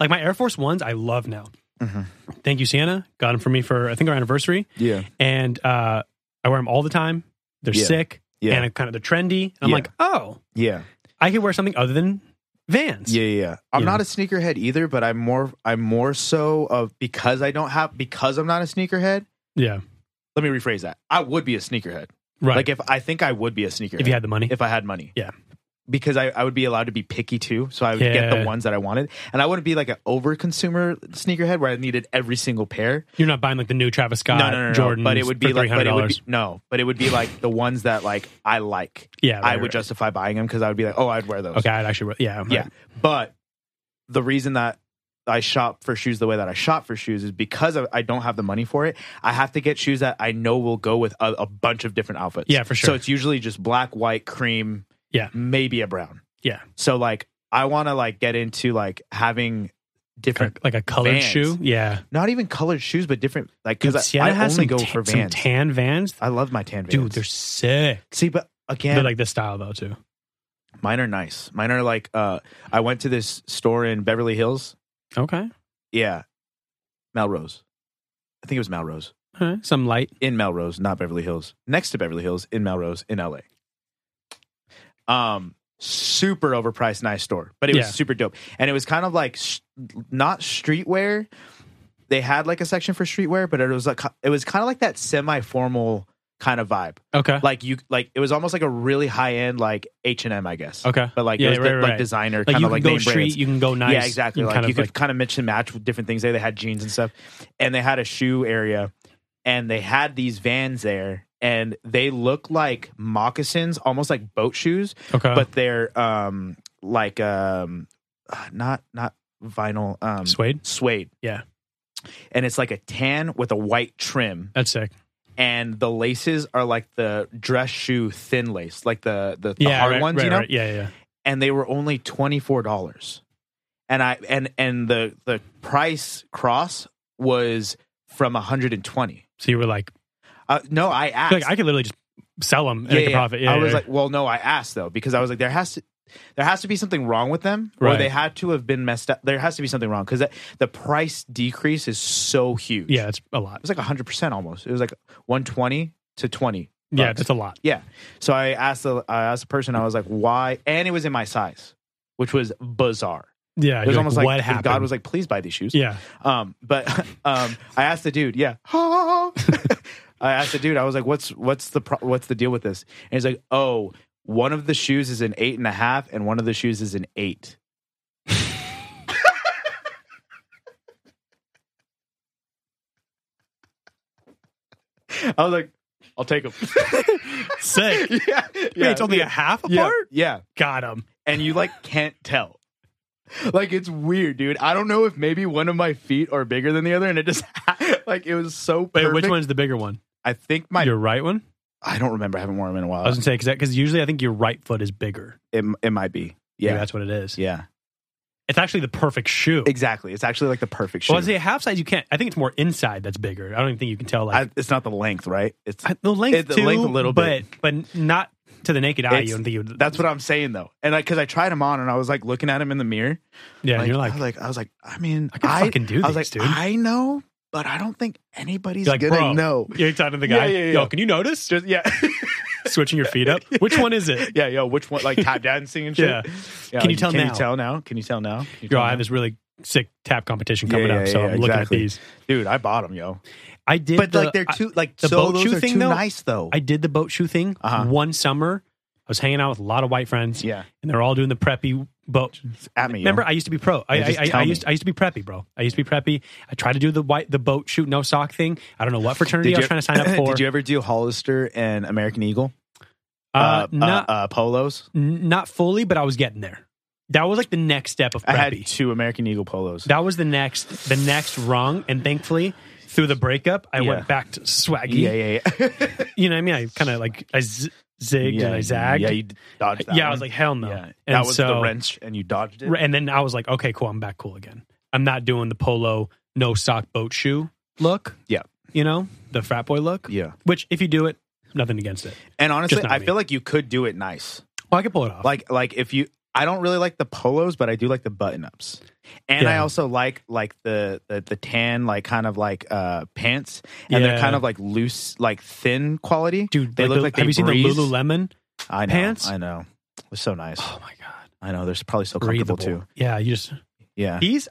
Speaker 2: Like my Air Force Ones, I love now.
Speaker 1: Mhm.
Speaker 2: Thank you, Santa. Got them for me for I think our anniversary,
Speaker 1: yeah
Speaker 2: and uh, I wear them all the time. They're
Speaker 1: Yeah.
Speaker 2: sick,
Speaker 1: Yeah.
Speaker 2: and I'm kind of they're trendy. And I'm
Speaker 1: Yeah.
Speaker 2: like, oh,
Speaker 1: yeah
Speaker 2: I could wear something other than Vans.
Speaker 1: yeah yeah i'm
Speaker 2: You
Speaker 1: not
Speaker 2: know.
Speaker 1: a sneakerhead either but i'm more i'm more so of because i don't have because i'm not a sneakerhead
Speaker 2: Yeah,
Speaker 1: let me rephrase that i would be a sneakerhead
Speaker 2: right.
Speaker 1: like if i think i would be a sneakerhead
Speaker 2: if you had the money,
Speaker 1: if I had money.
Speaker 2: Yeah.
Speaker 1: Because I, I would be allowed to be picky too. So I would get
Speaker 2: Yeah.
Speaker 1: the ones that I wanted. And I wouldn't be like an over consumer sneakerhead where I needed every single pair.
Speaker 2: you're not buying like the new Travis Scott
Speaker 1: no, no, no, no.
Speaker 2: Jordan,
Speaker 1: but it would be
Speaker 2: for
Speaker 1: like
Speaker 2: three hundred
Speaker 1: but it would
Speaker 2: dollars.
Speaker 1: be, no, but it would be like the ones that like I like.
Speaker 2: Yeah,
Speaker 1: I
Speaker 2: right,
Speaker 1: would
Speaker 2: right.
Speaker 1: justify buying them because I would be like, oh, I'd wear those.
Speaker 2: Okay, I'd actually, wear- yeah,
Speaker 1: Yeah. But the reason that I shop for shoes the way that I shop for shoes is because I, I don't have the money for it. I have to get shoes that I know will go with a, a bunch of different outfits.
Speaker 2: Yeah, for
Speaker 1: So
Speaker 2: sure.
Speaker 1: it's usually just black, white, cream,
Speaker 2: Yeah.
Speaker 1: maybe a brown.
Speaker 2: Yeah.
Speaker 1: So like I want to like get into like having
Speaker 2: Like
Speaker 1: different,
Speaker 2: a, like a colored
Speaker 1: Vans.
Speaker 2: shoe. Yeah.
Speaker 1: not even colored shoes, but different like
Speaker 2: Dude,
Speaker 1: because I,
Speaker 2: Sienna
Speaker 1: I
Speaker 2: has
Speaker 1: only
Speaker 2: some
Speaker 1: go
Speaker 2: tan,
Speaker 1: for
Speaker 2: some
Speaker 1: Vans.
Speaker 2: tan Vans.
Speaker 1: I love my tan Vans,
Speaker 2: Dude, they're sick.
Speaker 1: See, but again,
Speaker 2: They're like this style though too.
Speaker 1: mine are nice. Mine are like uh, I went to this store in Beverly Hills.
Speaker 2: Okay.
Speaker 1: Yeah, Melrose. I think it was Melrose.
Speaker 2: All right. Some light.
Speaker 1: in Melrose, not Beverly Hills, next to Beverly Hills in Melrose in LA. Um, super overpriced, nice store, but it
Speaker 2: Yeah.
Speaker 1: was super dope. And it was kind of like sh- not streetwear. They had like a section for streetwear, but it was like it was kind of like that semi formal kind of vibe.
Speaker 2: Okay.
Speaker 1: Like you, like it was almost like a really high end like H and M, I guess.
Speaker 2: okay.
Speaker 1: But like
Speaker 2: yeah,
Speaker 1: it was
Speaker 2: right,
Speaker 1: the-
Speaker 2: right,
Speaker 1: like
Speaker 2: right.
Speaker 1: designer
Speaker 2: Like
Speaker 1: kind
Speaker 2: you
Speaker 1: of
Speaker 2: can
Speaker 1: like
Speaker 2: go
Speaker 1: name
Speaker 2: street,
Speaker 1: brands.
Speaker 2: you can go nice.
Speaker 1: Yeah, exactly.
Speaker 2: You
Speaker 1: like
Speaker 2: can kind
Speaker 1: you
Speaker 2: of
Speaker 1: could
Speaker 2: like,
Speaker 1: kind of mix and match with different things there. They had jeans and stuff, and they had a shoe area, and they had these vans there, and they look like moccasins, almost like boat shoes,
Speaker 2: okay.
Speaker 1: but they're um like um not not vinyl um
Speaker 2: suede.
Speaker 1: suede.
Speaker 2: Yeah.
Speaker 1: And it's like a tan with a white trim,
Speaker 2: That's sick.
Speaker 1: and the laces are like the dress shoe thin lace, like the the, the
Speaker 2: yeah.
Speaker 1: hard
Speaker 2: right,
Speaker 1: ones,
Speaker 2: right,
Speaker 1: you know
Speaker 2: right. Yeah. Yeah.
Speaker 1: and they were only twenty four dollars, and I and and the the price cross was from one hundred and twenty.
Speaker 2: So you were like,
Speaker 1: Uh, no, I asked.
Speaker 2: like I could literally just sell them and
Speaker 1: Yeah,
Speaker 2: make a
Speaker 1: yeah.
Speaker 2: profit. Yeah.
Speaker 1: I was
Speaker 2: yeah.
Speaker 1: like, well, no, I asked though because I was like, there has to. There has to be something wrong with them, or
Speaker 2: Right.
Speaker 1: they had to have been messed up. There has to be something wrong because the price decrease is so huge.
Speaker 2: yeah,
Speaker 1: it
Speaker 2: it's a lot.
Speaker 1: was like hundred percent almost. It was like one twenty to twenty.
Speaker 2: Yeah,
Speaker 1: bucks.
Speaker 2: that's a lot.
Speaker 1: Yeah. So I asked the I asked the person. I was like, why? And it was in my size, which was bizarre.
Speaker 2: Yeah,
Speaker 1: It was
Speaker 2: you're
Speaker 1: almost like,
Speaker 2: what
Speaker 1: if
Speaker 2: happened.
Speaker 1: God was like, please buy these shoes.
Speaker 2: yeah,
Speaker 1: Um, but um, I asked the dude, yeah. I asked the dude, I was like, what's what's the pro- what's the deal with this? And he's like, oh, one of the shoes is an eight and a half, and one of the shoes is an eight. I was like, I'll take them.
Speaker 2: sick. Wait,
Speaker 1: yeah, yeah,
Speaker 2: it's only a half
Speaker 1: yeah,
Speaker 2: apart.
Speaker 1: Yeah,
Speaker 2: Got him.
Speaker 1: and you like can't tell. Like it's weird, dude. I don't know if maybe one of my feet are bigger than the other, and it just like it was so.
Speaker 2: Wait,
Speaker 1: Perfect.
Speaker 2: which one's the bigger one?
Speaker 1: I think my.
Speaker 2: your right one.
Speaker 1: I don't remember. I haven't worn them in a while.
Speaker 2: I was gonna say because usually I think your right foot is bigger.
Speaker 1: it, it might be.
Speaker 2: Yeah,
Speaker 1: Yeah,
Speaker 2: that's what it is.
Speaker 1: yeah.
Speaker 2: It's actually the perfect shoe.
Speaker 1: Exactly. It's actually like the perfect shoe.
Speaker 2: Well, I say half size. You can't. I think it's more inside that's bigger. I don't even think you can tell. Like
Speaker 1: I, it's not the length, right? It's
Speaker 2: I- the length
Speaker 1: It- the
Speaker 2: too,
Speaker 1: length a little
Speaker 2: but
Speaker 1: bit.
Speaker 2: but not to the naked eye.
Speaker 1: It's-
Speaker 2: you don't think you would,
Speaker 1: that's what I'm saying though. And like, because I tried them on, and I was like looking at them in the mirror.
Speaker 2: yeah. and you're
Speaker 1: I
Speaker 2: like,
Speaker 1: was like, oh, I was like, I mean,
Speaker 2: I can fucking do
Speaker 1: I was like,
Speaker 2: these, dude.
Speaker 1: I know, but I don't think anybody's
Speaker 2: you're like,
Speaker 1: gonna
Speaker 2: bro,
Speaker 1: know.
Speaker 2: You're talking to the
Speaker 1: Yeah,
Speaker 2: guy.
Speaker 1: yeah, yeah.
Speaker 2: Yo, can you notice?
Speaker 1: Just yeah,
Speaker 2: Switching your feet up. Which one is it?
Speaker 1: yeah, yo. Which one? Like tap dancing and shit.
Speaker 2: Yeah. Can you tell
Speaker 1: Can
Speaker 2: now?
Speaker 1: you tell now? Can you tell now? Can you
Speaker 2: Yo,
Speaker 1: tell
Speaker 2: I
Speaker 1: now?
Speaker 2: have this really sick tap competition
Speaker 1: Yeah,
Speaker 2: coming
Speaker 1: yeah,
Speaker 2: up, so
Speaker 1: yeah,
Speaker 2: I'm looking
Speaker 1: exactly.
Speaker 2: at these.
Speaker 1: Dude, I bought them, yo.
Speaker 2: I did,
Speaker 1: But
Speaker 2: the-
Speaker 1: like they're
Speaker 2: I-
Speaker 1: too like
Speaker 2: the
Speaker 1: so
Speaker 2: boat
Speaker 1: those
Speaker 2: shoe
Speaker 1: are
Speaker 2: thing,
Speaker 1: too
Speaker 2: though,
Speaker 1: nice though.
Speaker 2: I did the boat shoe thing
Speaker 1: Uh-huh.
Speaker 2: one summer. I was hanging out with a lot of white friends,
Speaker 1: yeah,
Speaker 2: and they're all doing the preppy boat.
Speaker 1: at me. yo.
Speaker 2: Remember, I used to be pro. I,
Speaker 1: Yeah,
Speaker 2: I,
Speaker 1: just
Speaker 2: I,
Speaker 1: tell
Speaker 2: I
Speaker 1: me.
Speaker 2: used I used to be preppy, bro. I used to be preppy. I tried to do the white the boat shoot no sock thing. I don't know what fraternity I was trying to sign up for.
Speaker 1: did you ever do Hollister and American Eagle?
Speaker 2: uh,
Speaker 1: uh,
Speaker 2: not
Speaker 1: uh, polos.
Speaker 2: n- not fully, but I was getting there. That was like the next step of
Speaker 1: I had
Speaker 2: preppy.
Speaker 1: two American Eagle polos.
Speaker 2: That was the next the next rung, and thankfully. Through the breakup, I
Speaker 1: Yeah.
Speaker 2: went back to swaggy.
Speaker 1: yeah, yeah, yeah.
Speaker 2: You know what I mean? I kind of like I z- zigged
Speaker 1: yeah,
Speaker 2: and I zagged.
Speaker 1: Yeah, you d- dodged that.
Speaker 2: yeah, I
Speaker 1: one.
Speaker 2: was like, hell no.
Speaker 1: yeah,
Speaker 2: and
Speaker 1: that was
Speaker 2: so,
Speaker 1: the wrench, and you dodged it.
Speaker 2: r- And then I was like, okay, cool. I'm back cool again. I'm not doing the polo, no sock boat shoe look.
Speaker 1: Yeah.
Speaker 2: You know, the frat boy look.
Speaker 1: Yeah,
Speaker 2: Which, if you do it, nothing against it.
Speaker 1: and honestly,
Speaker 2: Just not
Speaker 1: I
Speaker 2: me.
Speaker 1: feel like you could do it nice.
Speaker 2: Well, Oh, I could pull it off.
Speaker 1: Like, like if you, I don't really like the polos, but I do like the button ups, and I
Speaker 2: Yeah.
Speaker 1: also like like the, the the tan like kind of like uh pants, and they're
Speaker 2: Yeah.
Speaker 1: kind of like loose, like thin quality.
Speaker 2: dude,
Speaker 1: they look like
Speaker 2: have
Speaker 1: they
Speaker 2: you seen the
Speaker 1: breathe.
Speaker 2: Lululemon?
Speaker 1: I know,
Speaker 2: pants?
Speaker 1: I know, it's so nice.
Speaker 2: Oh my god,
Speaker 1: I know, they're probably so comfortable
Speaker 2: breathable
Speaker 1: too.
Speaker 2: Yeah, you just
Speaker 1: Yeah,
Speaker 2: these.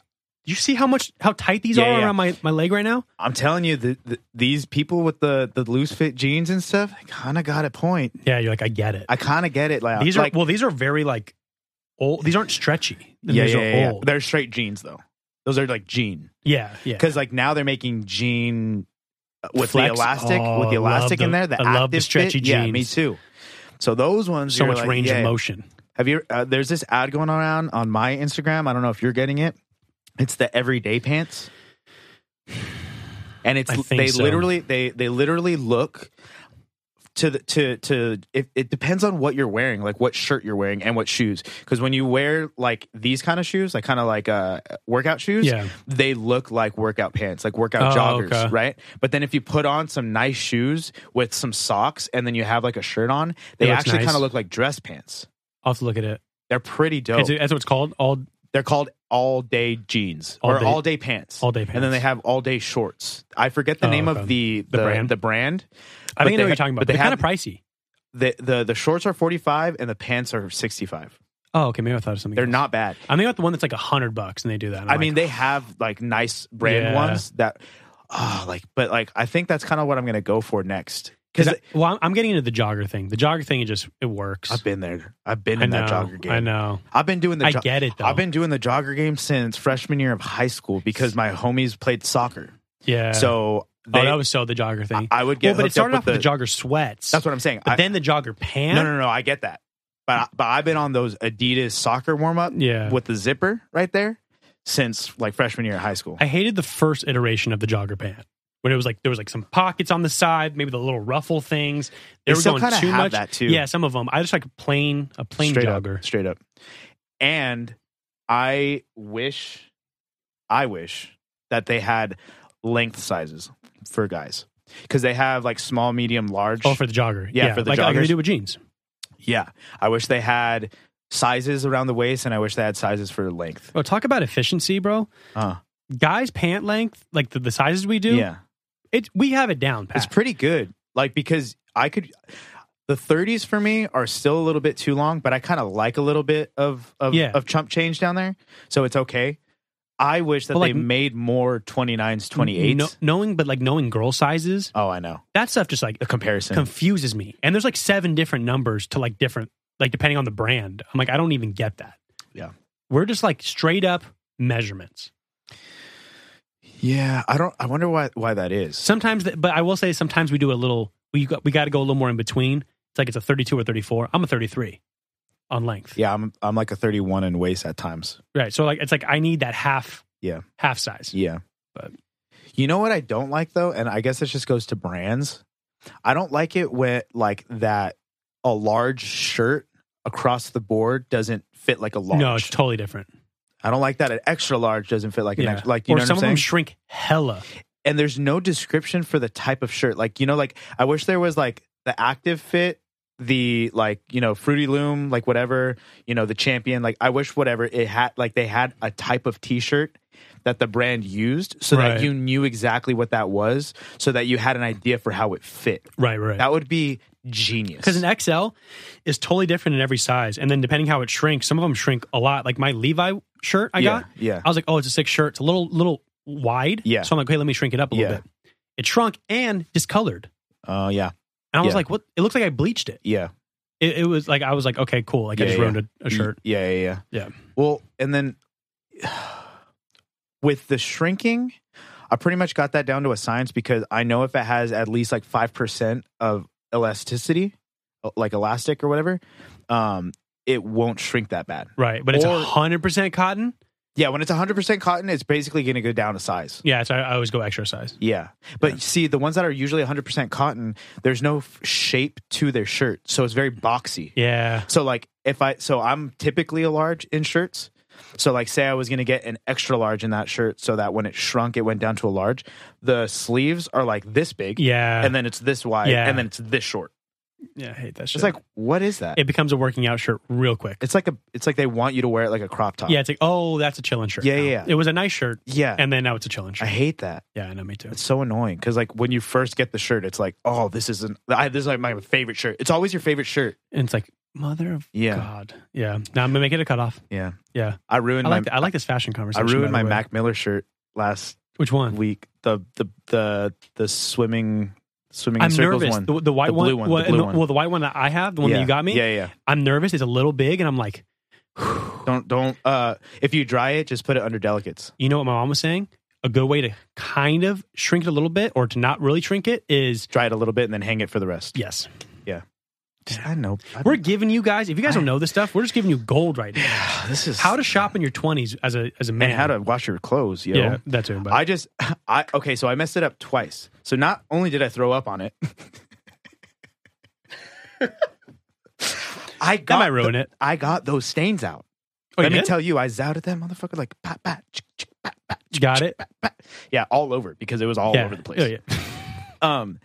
Speaker 2: You see how much how tight these
Speaker 1: Yeah,
Speaker 2: are
Speaker 1: yeah.
Speaker 2: around my my leg right now?
Speaker 1: I'm telling you, the, the, these people with the the loose fit jeans and stuff, I kind of got a point.
Speaker 2: Yeah, you're like, I get it.
Speaker 1: I kind of get it. Like
Speaker 2: these are
Speaker 1: like,
Speaker 2: well, these are very like old. These aren't stretchy.
Speaker 1: yeah,
Speaker 2: these
Speaker 1: yeah,
Speaker 2: are
Speaker 1: yeah, yeah.
Speaker 2: old.
Speaker 1: They're straight jeans though. Those are like jean
Speaker 2: Yeah, yeah.
Speaker 1: because like now they're making jean uh, with
Speaker 2: Flex?
Speaker 1: the elastic
Speaker 2: Oh,
Speaker 1: with the
Speaker 2: I love
Speaker 1: elastic in
Speaker 2: the-
Speaker 1: there. The
Speaker 2: I love the
Speaker 1: active
Speaker 2: stretchy
Speaker 1: fit. Yeah,
Speaker 2: jeans.
Speaker 1: me too. So those ones,
Speaker 2: so
Speaker 1: you're
Speaker 2: much
Speaker 1: like,
Speaker 2: range
Speaker 1: yeah.
Speaker 2: of motion.
Speaker 1: Have you? Uh, there's this ad going around on my Instagram. I don't know if you're getting it. It's the everyday pants. And it's
Speaker 2: I think
Speaker 1: they
Speaker 2: so.
Speaker 1: literally they they literally look to the, to to it, it depends on what you're wearing, like what shirt you're wearing and what shoes. Because when you wear like these kind of shoes, like kind of like uh workout shoes,
Speaker 2: Yeah.
Speaker 1: they look like workout pants, like workout
Speaker 2: Oh,
Speaker 1: joggers,
Speaker 2: okay.
Speaker 1: right? But then if you put on some nice shoes with some socks and then you have like a shirt on, they
Speaker 2: looks
Speaker 1: actually
Speaker 2: nice.
Speaker 1: kind of look like dress pants.
Speaker 2: I'll have to look at it.
Speaker 1: They're pretty dope.
Speaker 2: It's- That's what it's called. All
Speaker 1: They're called all day jeans
Speaker 2: All
Speaker 1: or
Speaker 2: day-
Speaker 1: all day pants.
Speaker 2: all day pants.
Speaker 1: And then they have all day shorts. I forget the
Speaker 2: Oh,
Speaker 1: name
Speaker 2: okay.
Speaker 1: of the
Speaker 2: The
Speaker 1: the,
Speaker 2: brand?
Speaker 1: The brand.
Speaker 2: I
Speaker 1: But
Speaker 2: think I know
Speaker 1: they-
Speaker 2: what you're talking about.
Speaker 1: but
Speaker 2: But they're
Speaker 1: they
Speaker 2: kind of
Speaker 1: have-
Speaker 2: pricey.
Speaker 1: The, the the shorts are 45 and the pants are 65.
Speaker 2: Oh, okay. Maybe I thought of something.
Speaker 1: They're
Speaker 2: else.
Speaker 1: not bad.
Speaker 2: I'm thinking about the one that's like a hundred bucks, and they do that. and
Speaker 1: I
Speaker 2: I'm
Speaker 1: mean,
Speaker 2: like,
Speaker 1: they have like nice brand
Speaker 2: Yeah.
Speaker 1: ones that oh, like but like I think that's kind of what I'm going to go for next.
Speaker 2: Cause
Speaker 1: Cuz
Speaker 2: I, well, I'm- I'm getting into the jogger thing. The jogger thing, it just it works.
Speaker 1: I've been there. I've been
Speaker 2: I
Speaker 1: in
Speaker 2: know.
Speaker 1: that jogger game.
Speaker 2: I know.
Speaker 1: I've been doing the
Speaker 2: I
Speaker 1: jo-
Speaker 2: get it though.
Speaker 1: I've been doing the jogger game since freshman year of high school because my homies played soccer.
Speaker 2: yeah.
Speaker 1: So
Speaker 2: oh,
Speaker 1: they,
Speaker 2: that was so the jogger thing.
Speaker 1: I would get
Speaker 2: well, but it
Speaker 1: hooked
Speaker 2: started
Speaker 1: up
Speaker 2: off with the,
Speaker 1: jogger.
Speaker 2: jogger sweats.
Speaker 1: That's what I'm saying.
Speaker 2: But
Speaker 1: I-
Speaker 2: then the jogger pants.
Speaker 1: No, no, no. I get that, but but I've been on those Adidas soccer warm up
Speaker 2: Yeah.
Speaker 1: with the zipper right there since like freshman year of high school.
Speaker 2: I hated the first iteration of the jogger pant when it was like there was like some pockets on the side, maybe the little ruffle things. They,
Speaker 1: They
Speaker 2: were
Speaker 1: still
Speaker 2: going
Speaker 1: kinda
Speaker 2: too
Speaker 1: have
Speaker 2: much.
Speaker 1: that, too.
Speaker 2: Yeah, some of them. I just like plain a plain
Speaker 1: straight
Speaker 2: jogger.
Speaker 1: up, straight up. And I wish, I wish that they had length sizes for guys because they have like small, medium, large.
Speaker 2: Oh, for the jogger.
Speaker 1: Yeah, for the
Speaker 2: like, like they
Speaker 1: joggers.
Speaker 2: do with jeans.
Speaker 1: yeah, I wish they had sizes around the waist, and I wish they had sizes for length.
Speaker 2: Bro, talk about efficiency, bro.
Speaker 1: Uh,
Speaker 2: Guys, pant length, like the, the sizes we do,
Speaker 1: yeah.
Speaker 2: it we have it down. Pat.
Speaker 1: It's pretty good. Like because I could the 30s for me are still a little bit too long, but I kind of like a little bit of of,
Speaker 2: Yeah.
Speaker 1: of chump change down there. So it's okay. I wish that
Speaker 2: But, like,
Speaker 1: they made more 29s, 28s.
Speaker 2: Kno- knowing, but like knowing girl sizes,
Speaker 1: oh, I know.
Speaker 2: that stuff just like
Speaker 1: The comparison.
Speaker 2: confuses me. And there's like seven different numbers to like different, like depending on the brand. I'm like, I don't even get that.
Speaker 1: Yeah.
Speaker 2: We're just like straight up measurements.
Speaker 1: yeah, I don't I wonder why why that is.
Speaker 2: Sometimes, th- but I will say sometimes we do a little, we got, we got to go a little more in between. It's like it's a 32 or 34. I'm a 33 on length.
Speaker 1: Yeah, I'm I'm like a 31 in waist at times.
Speaker 2: Right. So like, it's like I need that half,
Speaker 1: Yeah.
Speaker 2: half size.
Speaker 1: Yeah.
Speaker 2: But-
Speaker 1: you know what I don't like though, and I guess this just goes to brands. I don't like it when like that a large shirt across the board doesn't fit like a large.
Speaker 2: No, it's totally different.
Speaker 1: I don't like that an extra large doesn't fit like an
Speaker 2: Yeah.
Speaker 1: extra like you
Speaker 2: or
Speaker 1: know what
Speaker 2: some
Speaker 1: I'm
Speaker 2: of them
Speaker 1: saying.
Speaker 2: shrink hella.
Speaker 1: and there's no description for the type of shirt. Like you know, like I wish there was like the active fit, the like you know fruity loom, like whatever you know the champion. Like I wish whatever it had like they had a type of T-shirt that the brand used so
Speaker 2: Right.
Speaker 1: that you knew exactly what that was, so that you had an idea for how it fit.
Speaker 2: Right. Right.
Speaker 1: That would be genius.
Speaker 2: Because an XL is totally different in every size, and then depending how it shrinks, some of them shrink a lot. Like my Levi shirt I
Speaker 1: Yeah,
Speaker 2: got,
Speaker 1: yeah.
Speaker 2: I was like, oh, it's a six shirt. It's a little little wide,
Speaker 1: Yeah.
Speaker 2: So I'm like, okay, let me shrink it up a little
Speaker 1: Yeah.
Speaker 2: bit. It shrunk and discolored,
Speaker 1: Oh yeah,
Speaker 2: and I was
Speaker 1: Yeah.
Speaker 2: like, what? It looks like I bleached it.
Speaker 1: yeah,
Speaker 2: It, it was like I was like, okay, cool. Like
Speaker 1: Yeah,
Speaker 2: I
Speaker 1: Mm.
Speaker 2: just
Speaker 1: yeah.
Speaker 2: ruined a, a shirt.
Speaker 1: Yeah, yeah, yeah.
Speaker 2: Yeah.
Speaker 1: Well, and then with the shrinking, I pretty much got that down to a science because I know if it has at least like 5% of elasticity, uh, like elastic or whatever, um, it won't shrink that bad.
Speaker 2: Right, but it's
Speaker 1: Or-
Speaker 2: hundred percent cotton.
Speaker 1: Yeah, when it's 100% cotton, it's basically going to go down a size.
Speaker 2: Yeah, so I, I always go extra size.
Speaker 1: Yeah. But see, the ones that are usually 100% cotton, there's no f- shape to their shirt. So it's very boxy.
Speaker 2: Yeah,
Speaker 1: So like if I so I'm typically a large in shirts. So like say I was going to get an extra large in that shirt so that when it shrunk it went down to a large. The sleeves are like this big
Speaker 2: yeah,
Speaker 1: and then it's this wide
Speaker 2: Yeah.
Speaker 1: and then it's this short.
Speaker 2: yeah. I hate that shit.
Speaker 1: It's like what is that?
Speaker 2: it becomes a working out shirt real quick.
Speaker 1: it's like a it's like they want you to wear it like a crop top.
Speaker 2: yeah, it's like oh, that's a chillin' shirt.
Speaker 1: Yeah,
Speaker 2: now.
Speaker 1: yeah.
Speaker 2: It was a nice shirt,
Speaker 1: Yeah.
Speaker 2: and then now it's a chillin'
Speaker 1: I
Speaker 2: shirt.
Speaker 1: hate that.
Speaker 2: Yeah, I know me too.
Speaker 1: It's so annoying cuz like when you first get the shirt it's like, "Oh, this is an I, this is like my favorite shirt." It's always your favorite shirt.
Speaker 2: And it's like, mother of
Speaker 1: Yeah.
Speaker 2: God. Yeah. Now I'm gonna make it a cutoff.
Speaker 1: Yeah.
Speaker 2: Yeah.
Speaker 1: I ruined
Speaker 2: I
Speaker 1: my
Speaker 2: like I like this fashion
Speaker 1: I
Speaker 2: conversation. by
Speaker 1: ruined
Speaker 2: the
Speaker 1: my
Speaker 2: way.
Speaker 1: Mac Miller shirt last
Speaker 2: Which one?
Speaker 1: week. The the the the swimming swimming in
Speaker 2: I'm
Speaker 1: circles
Speaker 2: nervous.
Speaker 1: one.
Speaker 2: The, the white
Speaker 1: The blue
Speaker 2: one.
Speaker 1: one, the blue
Speaker 2: and
Speaker 1: one.
Speaker 2: Well, the white one that I have, the one
Speaker 1: yeah.
Speaker 2: that you got me.
Speaker 1: Yeah, yeah.
Speaker 2: I'm nervous. It's a little big, and I'm like,
Speaker 1: Don't don't. Uh, if you dry it, just put it under delicates.
Speaker 2: you know what my mom was saying? A good way to kind of shrink it a little bit, or to not really shrink it, is
Speaker 1: Dry it a little bit and then hang it for the rest.
Speaker 2: yes.
Speaker 1: Yeah. Just, I know. I-
Speaker 2: We're giving you guys, if you guys don't know this stuff, we're just giving you gold right now.
Speaker 1: this is
Speaker 2: How to shop in your 20s as a as a man.
Speaker 1: and how to wash your clothes, yo.
Speaker 2: Yeah, that's it. But
Speaker 1: I just I okay, so I messed it up twice. So not only did I throw up on it, I got
Speaker 2: might ruin
Speaker 1: the-
Speaker 2: it.
Speaker 1: I got those stains out.
Speaker 2: oh, you
Speaker 1: Let me
Speaker 2: did?
Speaker 1: tell you, I zouted that motherfucker like pat pat. chick, chick, pat, pat, chick,
Speaker 2: Got
Speaker 1: chick,
Speaker 2: it.
Speaker 1: pat, pat. Yeah, all over it because it was all
Speaker 2: yeah.
Speaker 1: over the place.
Speaker 2: Oh, yeah.
Speaker 1: Um,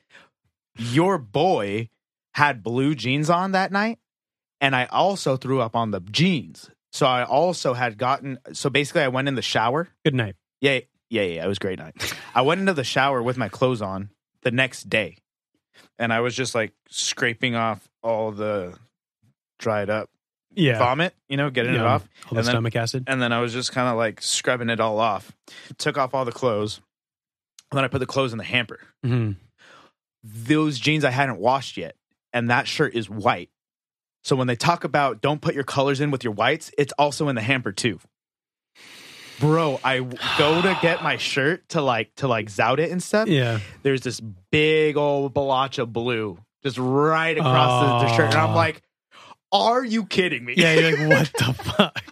Speaker 1: your boy had blue jeans on that night, and I also threw up on the jeans. So I also had gotten. So basically, I went in the shower.
Speaker 2: Good night.
Speaker 1: Yeah, yeah, yeah. It was a great night. I went into the shower with my clothes on the next day, and I was just like scraping off all the dried up
Speaker 2: Yeah.
Speaker 1: vomit, you know, getting it
Speaker 2: Yeah.
Speaker 1: off,
Speaker 2: All the
Speaker 1: and then-
Speaker 2: stomach acid.
Speaker 1: and then I was just kind of like scrubbing it all off. Took off all the clothes, and then I put the clothes in the hamper.
Speaker 2: Mhm.
Speaker 1: Those jeans I hadn't washed yet, and that shirt is white. So when they talk about don't put your colors in with your whites, it's also in the hamper too. Bro, I w- go to get my shirt to like to like zout it and stuff.
Speaker 2: Yeah.
Speaker 1: There's this big old blotch of blue just right across the, the shirt, and I'm
Speaker 2: Aw.
Speaker 1: like, "Are you kidding me?"
Speaker 2: Ah. Yeah, you're like, what the fuck?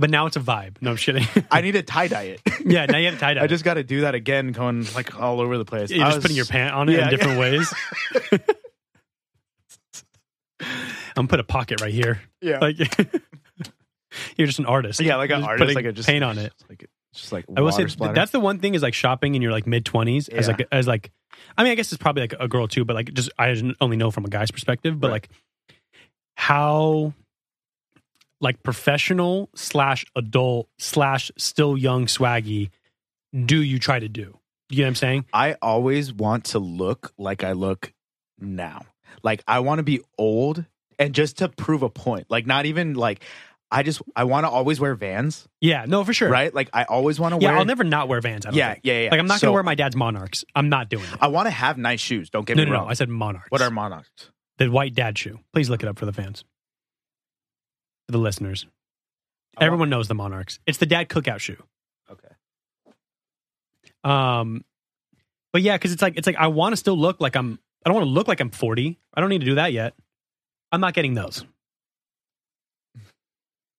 Speaker 2: But now it's a vibe. No, I'm shitting.
Speaker 1: I need to tie dye it.
Speaker 2: yeah, now you have tie dye.
Speaker 1: I just got to do that again, going like all over the place.
Speaker 2: you're
Speaker 1: I
Speaker 2: just
Speaker 1: was-
Speaker 2: putting your pant on it
Speaker 1: Yeah.
Speaker 2: in different ways. I'm put a pocket right here.
Speaker 1: Yeah,
Speaker 2: Like you're just an artist.
Speaker 1: yeah, like an
Speaker 2: Just
Speaker 1: artist,
Speaker 2: putting
Speaker 1: like a just
Speaker 2: paint on it.
Speaker 1: just like just like
Speaker 2: I will say
Speaker 1: water
Speaker 2: th-
Speaker 1: splatter.
Speaker 2: that's the one thing is like shopping in your like mid twenties as
Speaker 1: Yeah.
Speaker 2: like as like I mean I guess it's probably like a girl too, but like just I only know from a guy's perspective, but
Speaker 1: Right.
Speaker 2: like how like professional slash adult slash still young swaggy do you try to do? You know what I'm saying?
Speaker 1: I always want to look like I look now. Like I want to be old and just to prove a point. Like not even like I just I want to always wear Vans,
Speaker 2: Yeah, no, for sure.
Speaker 1: right? Like I always want to
Speaker 2: Yeah,
Speaker 1: wear.
Speaker 2: I'll never not wear Vans. I don't
Speaker 1: yeah,
Speaker 2: think.
Speaker 1: yeah, yeah.
Speaker 2: Like I'm not
Speaker 1: So,
Speaker 2: gonna wear my dad's Monarchs. I'm not doing it.
Speaker 1: I want to have nice shoes. Don't get
Speaker 2: No,
Speaker 1: me
Speaker 2: no,
Speaker 1: wrong.
Speaker 2: no. I said Monarchs.
Speaker 1: what are monarchs?
Speaker 2: the white dad shoe? Please look it up for the fans, for the
Speaker 1: I
Speaker 2: listeners.
Speaker 1: want-
Speaker 2: Everyone knows the Monarchs. It's the dad cookout shoe.
Speaker 1: Okay.
Speaker 2: Um, but yeah, because it's like it's like I want to still look like I'm. I don't want to look like I'm 40. I don't need to do that yet. I'm not getting those.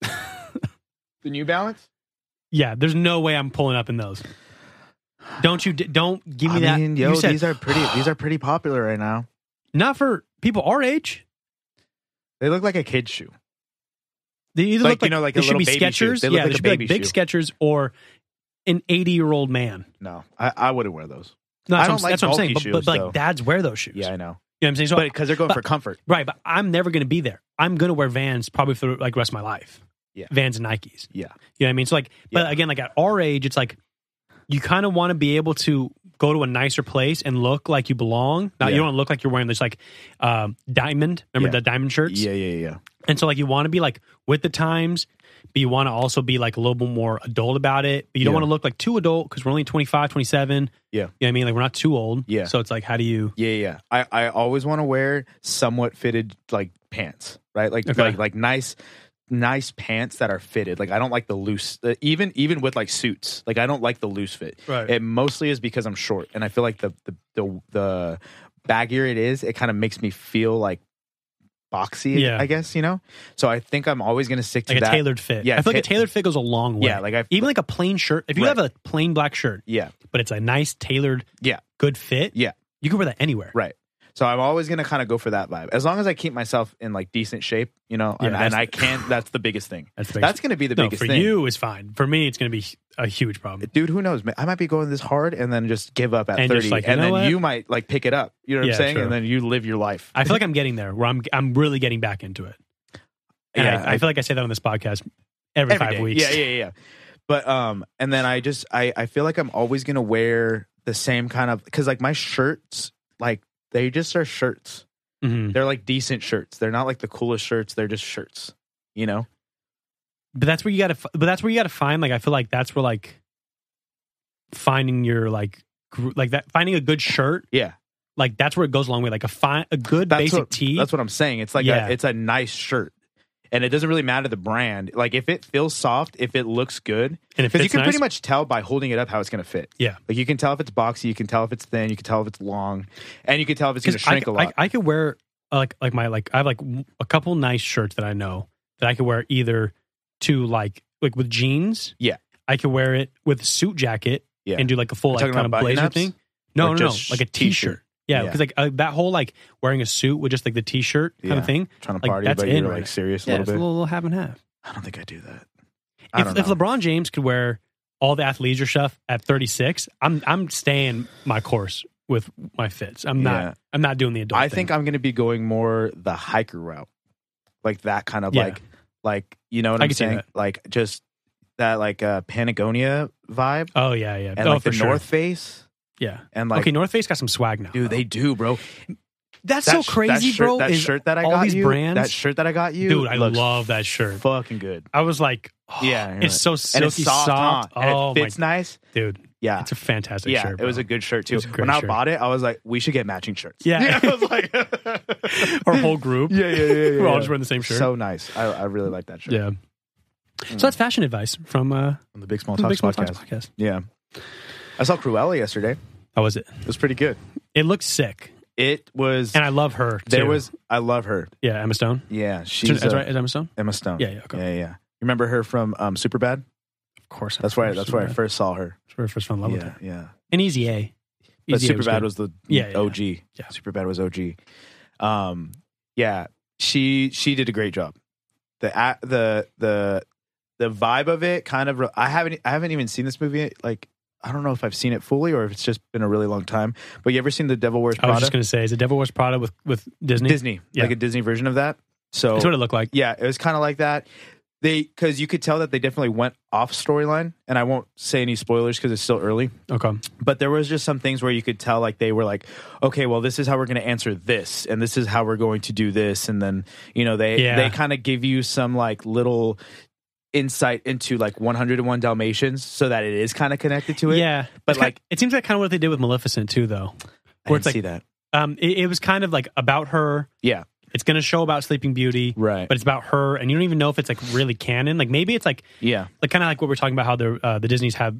Speaker 1: The New Balance.
Speaker 2: Yeah, there's no way I'm pulling up in those. Don't you? d- Don't give me
Speaker 1: I
Speaker 2: that.
Speaker 1: mean, yo,
Speaker 2: you said
Speaker 1: these are pretty. These are pretty popular right now.
Speaker 2: not for people our age.
Speaker 1: They look like a kid's shoe.
Speaker 2: They either
Speaker 1: Like,
Speaker 2: look like
Speaker 1: you know, like
Speaker 2: they
Speaker 1: a
Speaker 2: should
Speaker 1: little
Speaker 2: be
Speaker 1: baby shoe.
Speaker 2: Skechers.
Speaker 1: They look
Speaker 2: yeah,
Speaker 1: like
Speaker 2: they
Speaker 1: a
Speaker 2: should be like
Speaker 1: baby
Speaker 2: big
Speaker 1: shoe.
Speaker 2: Skechers or an 80 year old man.
Speaker 1: No, I, I wouldn't wear those.
Speaker 2: No,
Speaker 1: I
Speaker 2: that's
Speaker 1: don't
Speaker 2: what I'm-
Speaker 1: like
Speaker 2: that's what I'm saying.
Speaker 1: bulky
Speaker 2: but, but,
Speaker 1: shoes,
Speaker 2: like
Speaker 1: though.
Speaker 2: dads wear those shoes.
Speaker 1: Yeah,
Speaker 2: you
Speaker 1: I know.
Speaker 2: know what I'm saying. So
Speaker 1: But because they're going
Speaker 2: but-
Speaker 1: for comfort.
Speaker 2: right, but I'm never going to be there. I'm going to wear Vans probably for like the rest of my life.
Speaker 1: Yeah.
Speaker 2: Vans and Nikes.
Speaker 1: Yeah.
Speaker 2: You know what I mean? So like, but
Speaker 1: Yeah.
Speaker 2: again, like at our age, it's like you kind of want to be able to go to a nicer place and look like you belong. Now you
Speaker 1: Yeah.
Speaker 2: don't wanna look like you're wearing this like um, diamond. Remember
Speaker 1: Yeah.
Speaker 2: the diamond shirts?
Speaker 1: yeah, yeah.
Speaker 2: And so like you want to be like with the times, but you want to also be like a little bit more adult about it. But you
Speaker 1: Yeah.
Speaker 2: don't want to look like too adult because we're only 25, 27.
Speaker 1: Yeah.
Speaker 2: You know what I mean? Like we're not too old.
Speaker 1: Yeah.
Speaker 2: So it's like, how do you
Speaker 1: Yeah, yeah. I, I always want to wear somewhat fitted like pants, right? Like
Speaker 2: Okay.
Speaker 1: like like nice nice pants that are fitted. Like I don't like the loose uh, even even with like suits. Like I don't like the loose fit.
Speaker 2: Right.
Speaker 1: It mostly is because I'm short and I feel like the the the, the baggier it is, it kind of makes me feel like boxy,
Speaker 2: Yeah.
Speaker 1: I guess, you know? So I think I'm always going to stick to
Speaker 2: like a
Speaker 1: that.
Speaker 2: tailored fit?
Speaker 1: Yeah,
Speaker 2: I feel like a
Speaker 1: ta-
Speaker 2: tailored fit goes a long way.
Speaker 1: yeah, like I
Speaker 2: even like a plain shirt. If you
Speaker 1: Right.
Speaker 2: have a plain black shirt,
Speaker 1: yeah.
Speaker 2: but it's a nice tailored,
Speaker 1: Yeah.
Speaker 2: good fit,
Speaker 1: Yeah.
Speaker 2: you can wear that anywhere.
Speaker 1: Right. So I'm always gonna kind of go for that vibe, as long as I keep myself in like decent shape, you know,
Speaker 2: Yeah,
Speaker 1: and,
Speaker 2: that's-
Speaker 1: and I can't. That's the biggest thing.
Speaker 2: That's the biggest-
Speaker 1: That's gonna be the
Speaker 2: no,
Speaker 1: biggest
Speaker 2: for
Speaker 1: thing.
Speaker 2: you is fine. For me, it's going to be a huge problem.
Speaker 1: dude, who knows? man? I might be going this hard and then just give up at
Speaker 2: And just
Speaker 1: 30.
Speaker 2: like, you
Speaker 1: and
Speaker 2: know
Speaker 1: then
Speaker 2: what?
Speaker 1: you might like pick it up. You know what
Speaker 2: Yeah,
Speaker 1: I'm saying?
Speaker 2: true.
Speaker 1: And then you live your life.
Speaker 2: I feel like I'm getting there where I'm I'm really getting back into it. And
Speaker 1: Yeah,
Speaker 2: I, I
Speaker 1: I-
Speaker 2: feel like I say that on this podcast every,
Speaker 1: Every
Speaker 2: five
Speaker 1: day.
Speaker 2: weeks.
Speaker 1: Yeah, yeah, yeah. But um and then I just I I feel like I'm always going to wear the same kind of cuz like my shirts like they just are shirts.
Speaker 2: Mhm.
Speaker 1: They're like decent shirts. They're not like the coolest shirts. They're just shirts. You know?
Speaker 2: but that's where you gotta f- but that's where you gotta find like i feel like that's where like finding your like gr- like that finding a good shirt
Speaker 1: Yeah.
Speaker 2: like that's where it goes a long way like a fine a good
Speaker 1: That's
Speaker 2: basic
Speaker 1: what-
Speaker 2: tee
Speaker 1: That's what I'm saying. It's like
Speaker 2: Yeah.
Speaker 1: a, it's a nice shirt. And it doesn't really matter the brand. Like if it feels soft, if it looks good,
Speaker 2: and if
Speaker 1: Because
Speaker 2: it's
Speaker 1: you can
Speaker 2: nice,
Speaker 1: pretty much tell by holding it up how it's going to fit.
Speaker 2: Yeah.
Speaker 1: Like you can tell if it's boxy, you can tell if it's thin, you can tell if it's long, and you can tell if it's going to
Speaker 2: 'cause I
Speaker 1: shrink
Speaker 2: c-
Speaker 1: a
Speaker 2: I,
Speaker 1: lot.
Speaker 2: I could wear like like my like I have like w- a couple nice shirts that I know that I could wear either to like like with jeans.
Speaker 1: Yeah.
Speaker 2: I could wear it with a suit jacket
Speaker 1: Yeah.
Speaker 2: and do like a full like
Speaker 1: talking
Speaker 2: kind of
Speaker 1: about
Speaker 2: blazer
Speaker 1: button-ups?
Speaker 2: thing. No,
Speaker 1: Or
Speaker 2: no, no,
Speaker 1: just
Speaker 2: like a
Speaker 1: t-shirt?
Speaker 2: t-shirt.
Speaker 1: Yeah.
Speaker 2: Yeah, because like uh, that whole like wearing a suit with just like the t-shirt kind
Speaker 1: Yeah.
Speaker 2: of thing.
Speaker 1: Trying to
Speaker 2: Like,
Speaker 1: party,
Speaker 2: that's
Speaker 1: but
Speaker 2: in
Speaker 1: you're
Speaker 2: right now.
Speaker 1: like serious a
Speaker 2: Yeah,
Speaker 1: little
Speaker 2: it's
Speaker 1: bit.
Speaker 2: a little, little half and half.
Speaker 1: I don't think I do that. I
Speaker 2: If,
Speaker 1: don't
Speaker 2: if
Speaker 1: know.
Speaker 2: LeBron James could wear all the athleisure stuff at 36, I'm I'm staying my course with my fits. I'm not
Speaker 1: Yeah.
Speaker 2: I'm not doing the adult.
Speaker 1: I
Speaker 2: thing.
Speaker 1: think I'm going to be going more the hiker route, like that kind of
Speaker 2: Yeah.
Speaker 1: like, like you know what
Speaker 2: I
Speaker 1: I'm
Speaker 2: can see
Speaker 1: saying,
Speaker 2: that.
Speaker 1: like just that like uh, Patagonia vibe
Speaker 2: Oh yeah, yeah.
Speaker 1: and
Speaker 2: oh,
Speaker 1: like
Speaker 2: for
Speaker 1: the
Speaker 2: sure.
Speaker 1: North Face
Speaker 2: Yeah.
Speaker 1: and like,
Speaker 2: okay, North Face got some swag now.
Speaker 1: dude, they do, bro.
Speaker 2: that's
Speaker 1: That
Speaker 2: so
Speaker 1: sh-
Speaker 2: crazy,
Speaker 1: that shirt,
Speaker 2: bro.
Speaker 1: That
Speaker 2: is-
Speaker 1: shirt that I
Speaker 2: all
Speaker 1: got
Speaker 2: these
Speaker 1: you,
Speaker 2: brands-
Speaker 1: that shirt that I got you,
Speaker 2: dude, I
Speaker 1: looks
Speaker 2: love that shirt.
Speaker 1: fucking good.
Speaker 2: I was like, oh,
Speaker 1: Yeah, you're
Speaker 2: it's so
Speaker 1: And
Speaker 2: silky
Speaker 1: it's soft,
Speaker 2: soft.
Speaker 1: huh? and
Speaker 2: Oh
Speaker 1: it fits
Speaker 2: my,
Speaker 1: nice.
Speaker 2: dude,
Speaker 1: Yeah,
Speaker 2: it's a fantastic
Speaker 1: yeah,
Speaker 2: shirt.
Speaker 1: it was
Speaker 2: bro.
Speaker 1: a good shirt too.
Speaker 2: was a great
Speaker 1: when I
Speaker 2: shirt.
Speaker 1: bought it, I was like, we should get matching shirts.
Speaker 2: Yeah.
Speaker 1: I was like,
Speaker 2: Our whole group.
Speaker 1: yeah, yeah, yeah, yeah.
Speaker 2: We're all
Speaker 1: yeah.
Speaker 2: just wearing the same shirt.
Speaker 1: So nice. I, I really like that shirt.
Speaker 2: yeah. So that's fashion advice from uh
Speaker 1: on the Big Small
Speaker 2: from
Speaker 1: Talks
Speaker 2: Big Small
Speaker 1: podcast.
Speaker 2: Talks podcast.
Speaker 1: Yeah, I saw Cruella yesterday.
Speaker 2: How was it?
Speaker 1: It was pretty good.
Speaker 2: It looked sick,
Speaker 1: It was.
Speaker 2: and I love her.
Speaker 1: there
Speaker 2: too.
Speaker 1: was. I love her.
Speaker 2: yeah Emma Stone.
Speaker 1: Yeah, she's
Speaker 2: That's
Speaker 1: uh,
Speaker 2: right, is Emma Stone.
Speaker 1: Emma Stone.
Speaker 2: Yeah, yeah, okay.
Speaker 1: yeah, yeah. You remember her from um, Superbad?
Speaker 2: Of course,
Speaker 1: That's where. I, that's where I first saw her.
Speaker 2: where I first fell in love with
Speaker 1: Yeah,
Speaker 2: her.
Speaker 1: yeah.
Speaker 2: And Easy A.
Speaker 1: But
Speaker 2: Easy A
Speaker 1: Superbad
Speaker 2: good.
Speaker 1: was, the
Speaker 2: Yeah, yeah,
Speaker 1: OG.
Speaker 2: Yeah.
Speaker 1: Superbad was OG. Um, yeah, she she did a great job. The a- the the the vibe of it kind of. re- I haven't I haven't even seen this movie. Like I don't know if I've seen it fully or if it's just been a really long time. But you ever seen The Devil Wears
Speaker 2: I was
Speaker 1: Prada?
Speaker 2: just gonna say, is it Devil Wears Prada with with Disney?
Speaker 1: Disney,
Speaker 2: Yeah.
Speaker 1: like a Disney version of that. So
Speaker 2: That's what it looked like.
Speaker 1: yeah, it was kind of like that. They because you could tell that they definitely went off storyline, and I won't say any spoilers because it's still early.
Speaker 2: Okay.
Speaker 1: But there was just some things where you could tell like they were like, okay, well, this is how we're going to answer this, and this is how we're going to do this, and then you know they
Speaker 2: Yeah.
Speaker 1: they kind of give you some like little insight into like 101 Dalmatians so that it is kind of connected to it.
Speaker 2: Yeah,
Speaker 1: But,
Speaker 2: It's kinda-
Speaker 1: like-
Speaker 2: it seems like kind of what they did with Maleficent too, though.
Speaker 1: I didn't
Speaker 2: Where it's like,
Speaker 1: see that.
Speaker 2: um, it, it was kind of like about her.
Speaker 1: Yeah,
Speaker 2: It's going to show about Sleeping Beauty,
Speaker 1: Right.
Speaker 2: But it's about her, and you don't even know if it's like really canon. Like maybe it's like
Speaker 1: yeah,
Speaker 2: like kind of like what we're talking about how the uh, the Disney's have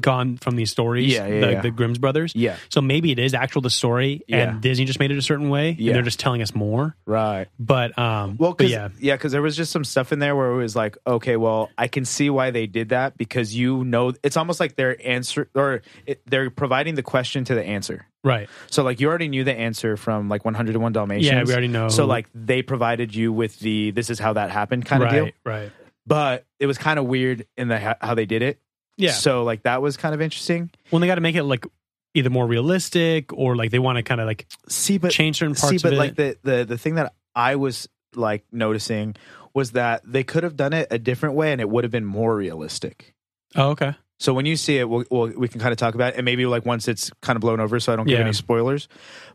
Speaker 2: gone from these stories.
Speaker 1: Yeah, yeah,
Speaker 2: the,
Speaker 1: yeah.
Speaker 2: the Grimm's brothers.
Speaker 1: yeah,
Speaker 2: So maybe it is actual the story,
Speaker 1: Yeah.
Speaker 2: and Disney just made it a certain way,
Speaker 1: Yeah.
Speaker 2: and they're just telling us more.
Speaker 1: right.
Speaker 2: But um,
Speaker 1: Well,
Speaker 2: but
Speaker 1: cause,
Speaker 2: yeah,
Speaker 1: yeah, because there was just some stuff in there where it was like, okay, well, I can see why they did that because you know, it's almost like they're answer or it, they're providing the question to the answer.
Speaker 2: right,
Speaker 1: So like you already knew the answer from like 101 Dalmatians.
Speaker 2: Yeah, we already know.
Speaker 1: So like they provided you with the this is how that happened kind
Speaker 2: right,
Speaker 1: of deal.
Speaker 2: right,
Speaker 1: But it was kind of weird in the ho- how they did it.
Speaker 2: yeah.
Speaker 1: So like that was kind of interesting.
Speaker 2: well, they got to make it like either more realistic or like they want to kind of like
Speaker 1: See, but
Speaker 2: change certain parts
Speaker 1: see, but
Speaker 2: of it.
Speaker 1: like the the the thing that I was like noticing was that they could have done it a different way and it would have been more realistic.
Speaker 2: oh, okay.
Speaker 1: So when you see it, we'll, we'll, we can kind of talk about it, and maybe like once it's kind of blown over, so I don't give
Speaker 2: Yeah.
Speaker 1: any spoilers.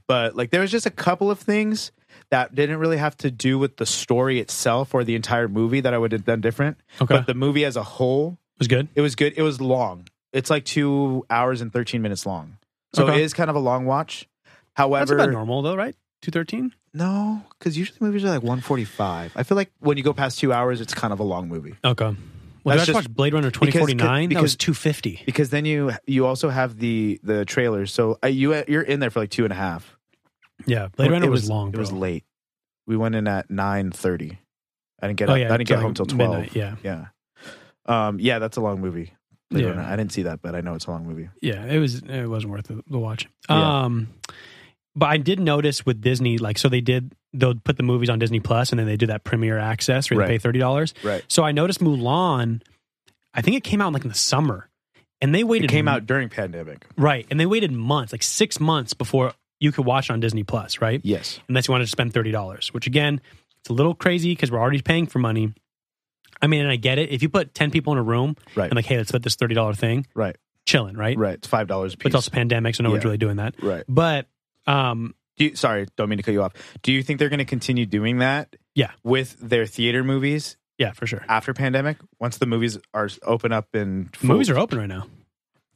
Speaker 1: But like, there was just a couple of things that didn't really have to do with the story itself or the entire movie that I would have done different.
Speaker 2: Okay.
Speaker 1: But the movie as a whole,
Speaker 2: was good.
Speaker 1: it was good. It was long. It's like two hours and thirteen minutes long, so it
Speaker 2: Okay.
Speaker 1: is kind of a long watch.
Speaker 2: That's about
Speaker 1: However,
Speaker 2: normal though, right? Two thirteen.
Speaker 1: no, because usually movies are like one forty five. I feel like when you go past two hours, it's kind of a long movie.
Speaker 2: Okay. Well,
Speaker 1: That's
Speaker 2: did I just
Speaker 1: just-
Speaker 2: watch Blade Runner twenty
Speaker 1: because-
Speaker 2: forty nine? That was
Speaker 1: because-
Speaker 2: two fifty.
Speaker 1: because then you you also have the the trailers. So uh, you you're in there for like two and a half.
Speaker 2: Yeah, Blade Runner
Speaker 1: it
Speaker 2: was, long.
Speaker 1: It
Speaker 2: Bro.
Speaker 1: was late. We went in at nine thirty. I didn't get
Speaker 2: Oh,
Speaker 1: up-
Speaker 2: yeah,
Speaker 1: I didn't get
Speaker 2: till like
Speaker 1: home till twelve.
Speaker 2: midnight, yeah.
Speaker 1: yeah, um, yeah. That's a long movie. Blade
Speaker 2: Yeah.
Speaker 1: Runner. I didn't see that, but I know it's a long movie.
Speaker 2: Yeah, it was. It wasn't worth the, the watch.
Speaker 1: Yeah.
Speaker 2: Um, but I did notice with Disney, like, so they did. They'll put the movies on Disney Plus, and then they do that premiere access where you
Speaker 1: Right.
Speaker 2: pay thirty dollars.
Speaker 1: Right.
Speaker 2: So I noticed Mulan. I think it came out like in the summer, and they
Speaker 1: It
Speaker 2: waited.
Speaker 1: came out during pandemic.
Speaker 2: right, and they waited months, like six months before you could watch it on Disney Plus, right?
Speaker 1: Yes.
Speaker 2: unless you wanted to spend thirty dollars, which again, it's a little crazy because we're already paying for money. I mean, and I get it. If you put ten people in a room,
Speaker 1: Right.
Speaker 2: and like, hey, let's split this thirty dollar thing,
Speaker 1: Right.
Speaker 2: chilling, right?
Speaker 1: Right. It's five dollars a
Speaker 2: But
Speaker 1: piece.
Speaker 2: it's also pandemic, so no one's
Speaker 1: Yeah.
Speaker 2: really doing that.
Speaker 1: right.
Speaker 2: But um,
Speaker 1: Do you, sorry, don't mean to cut you off. Do you think they're going to continue doing that?
Speaker 2: Yeah.
Speaker 1: With their theater movies
Speaker 2: yeah, for sure.
Speaker 1: after pandemic, once the movies are open up and full-
Speaker 2: Movies are open right now.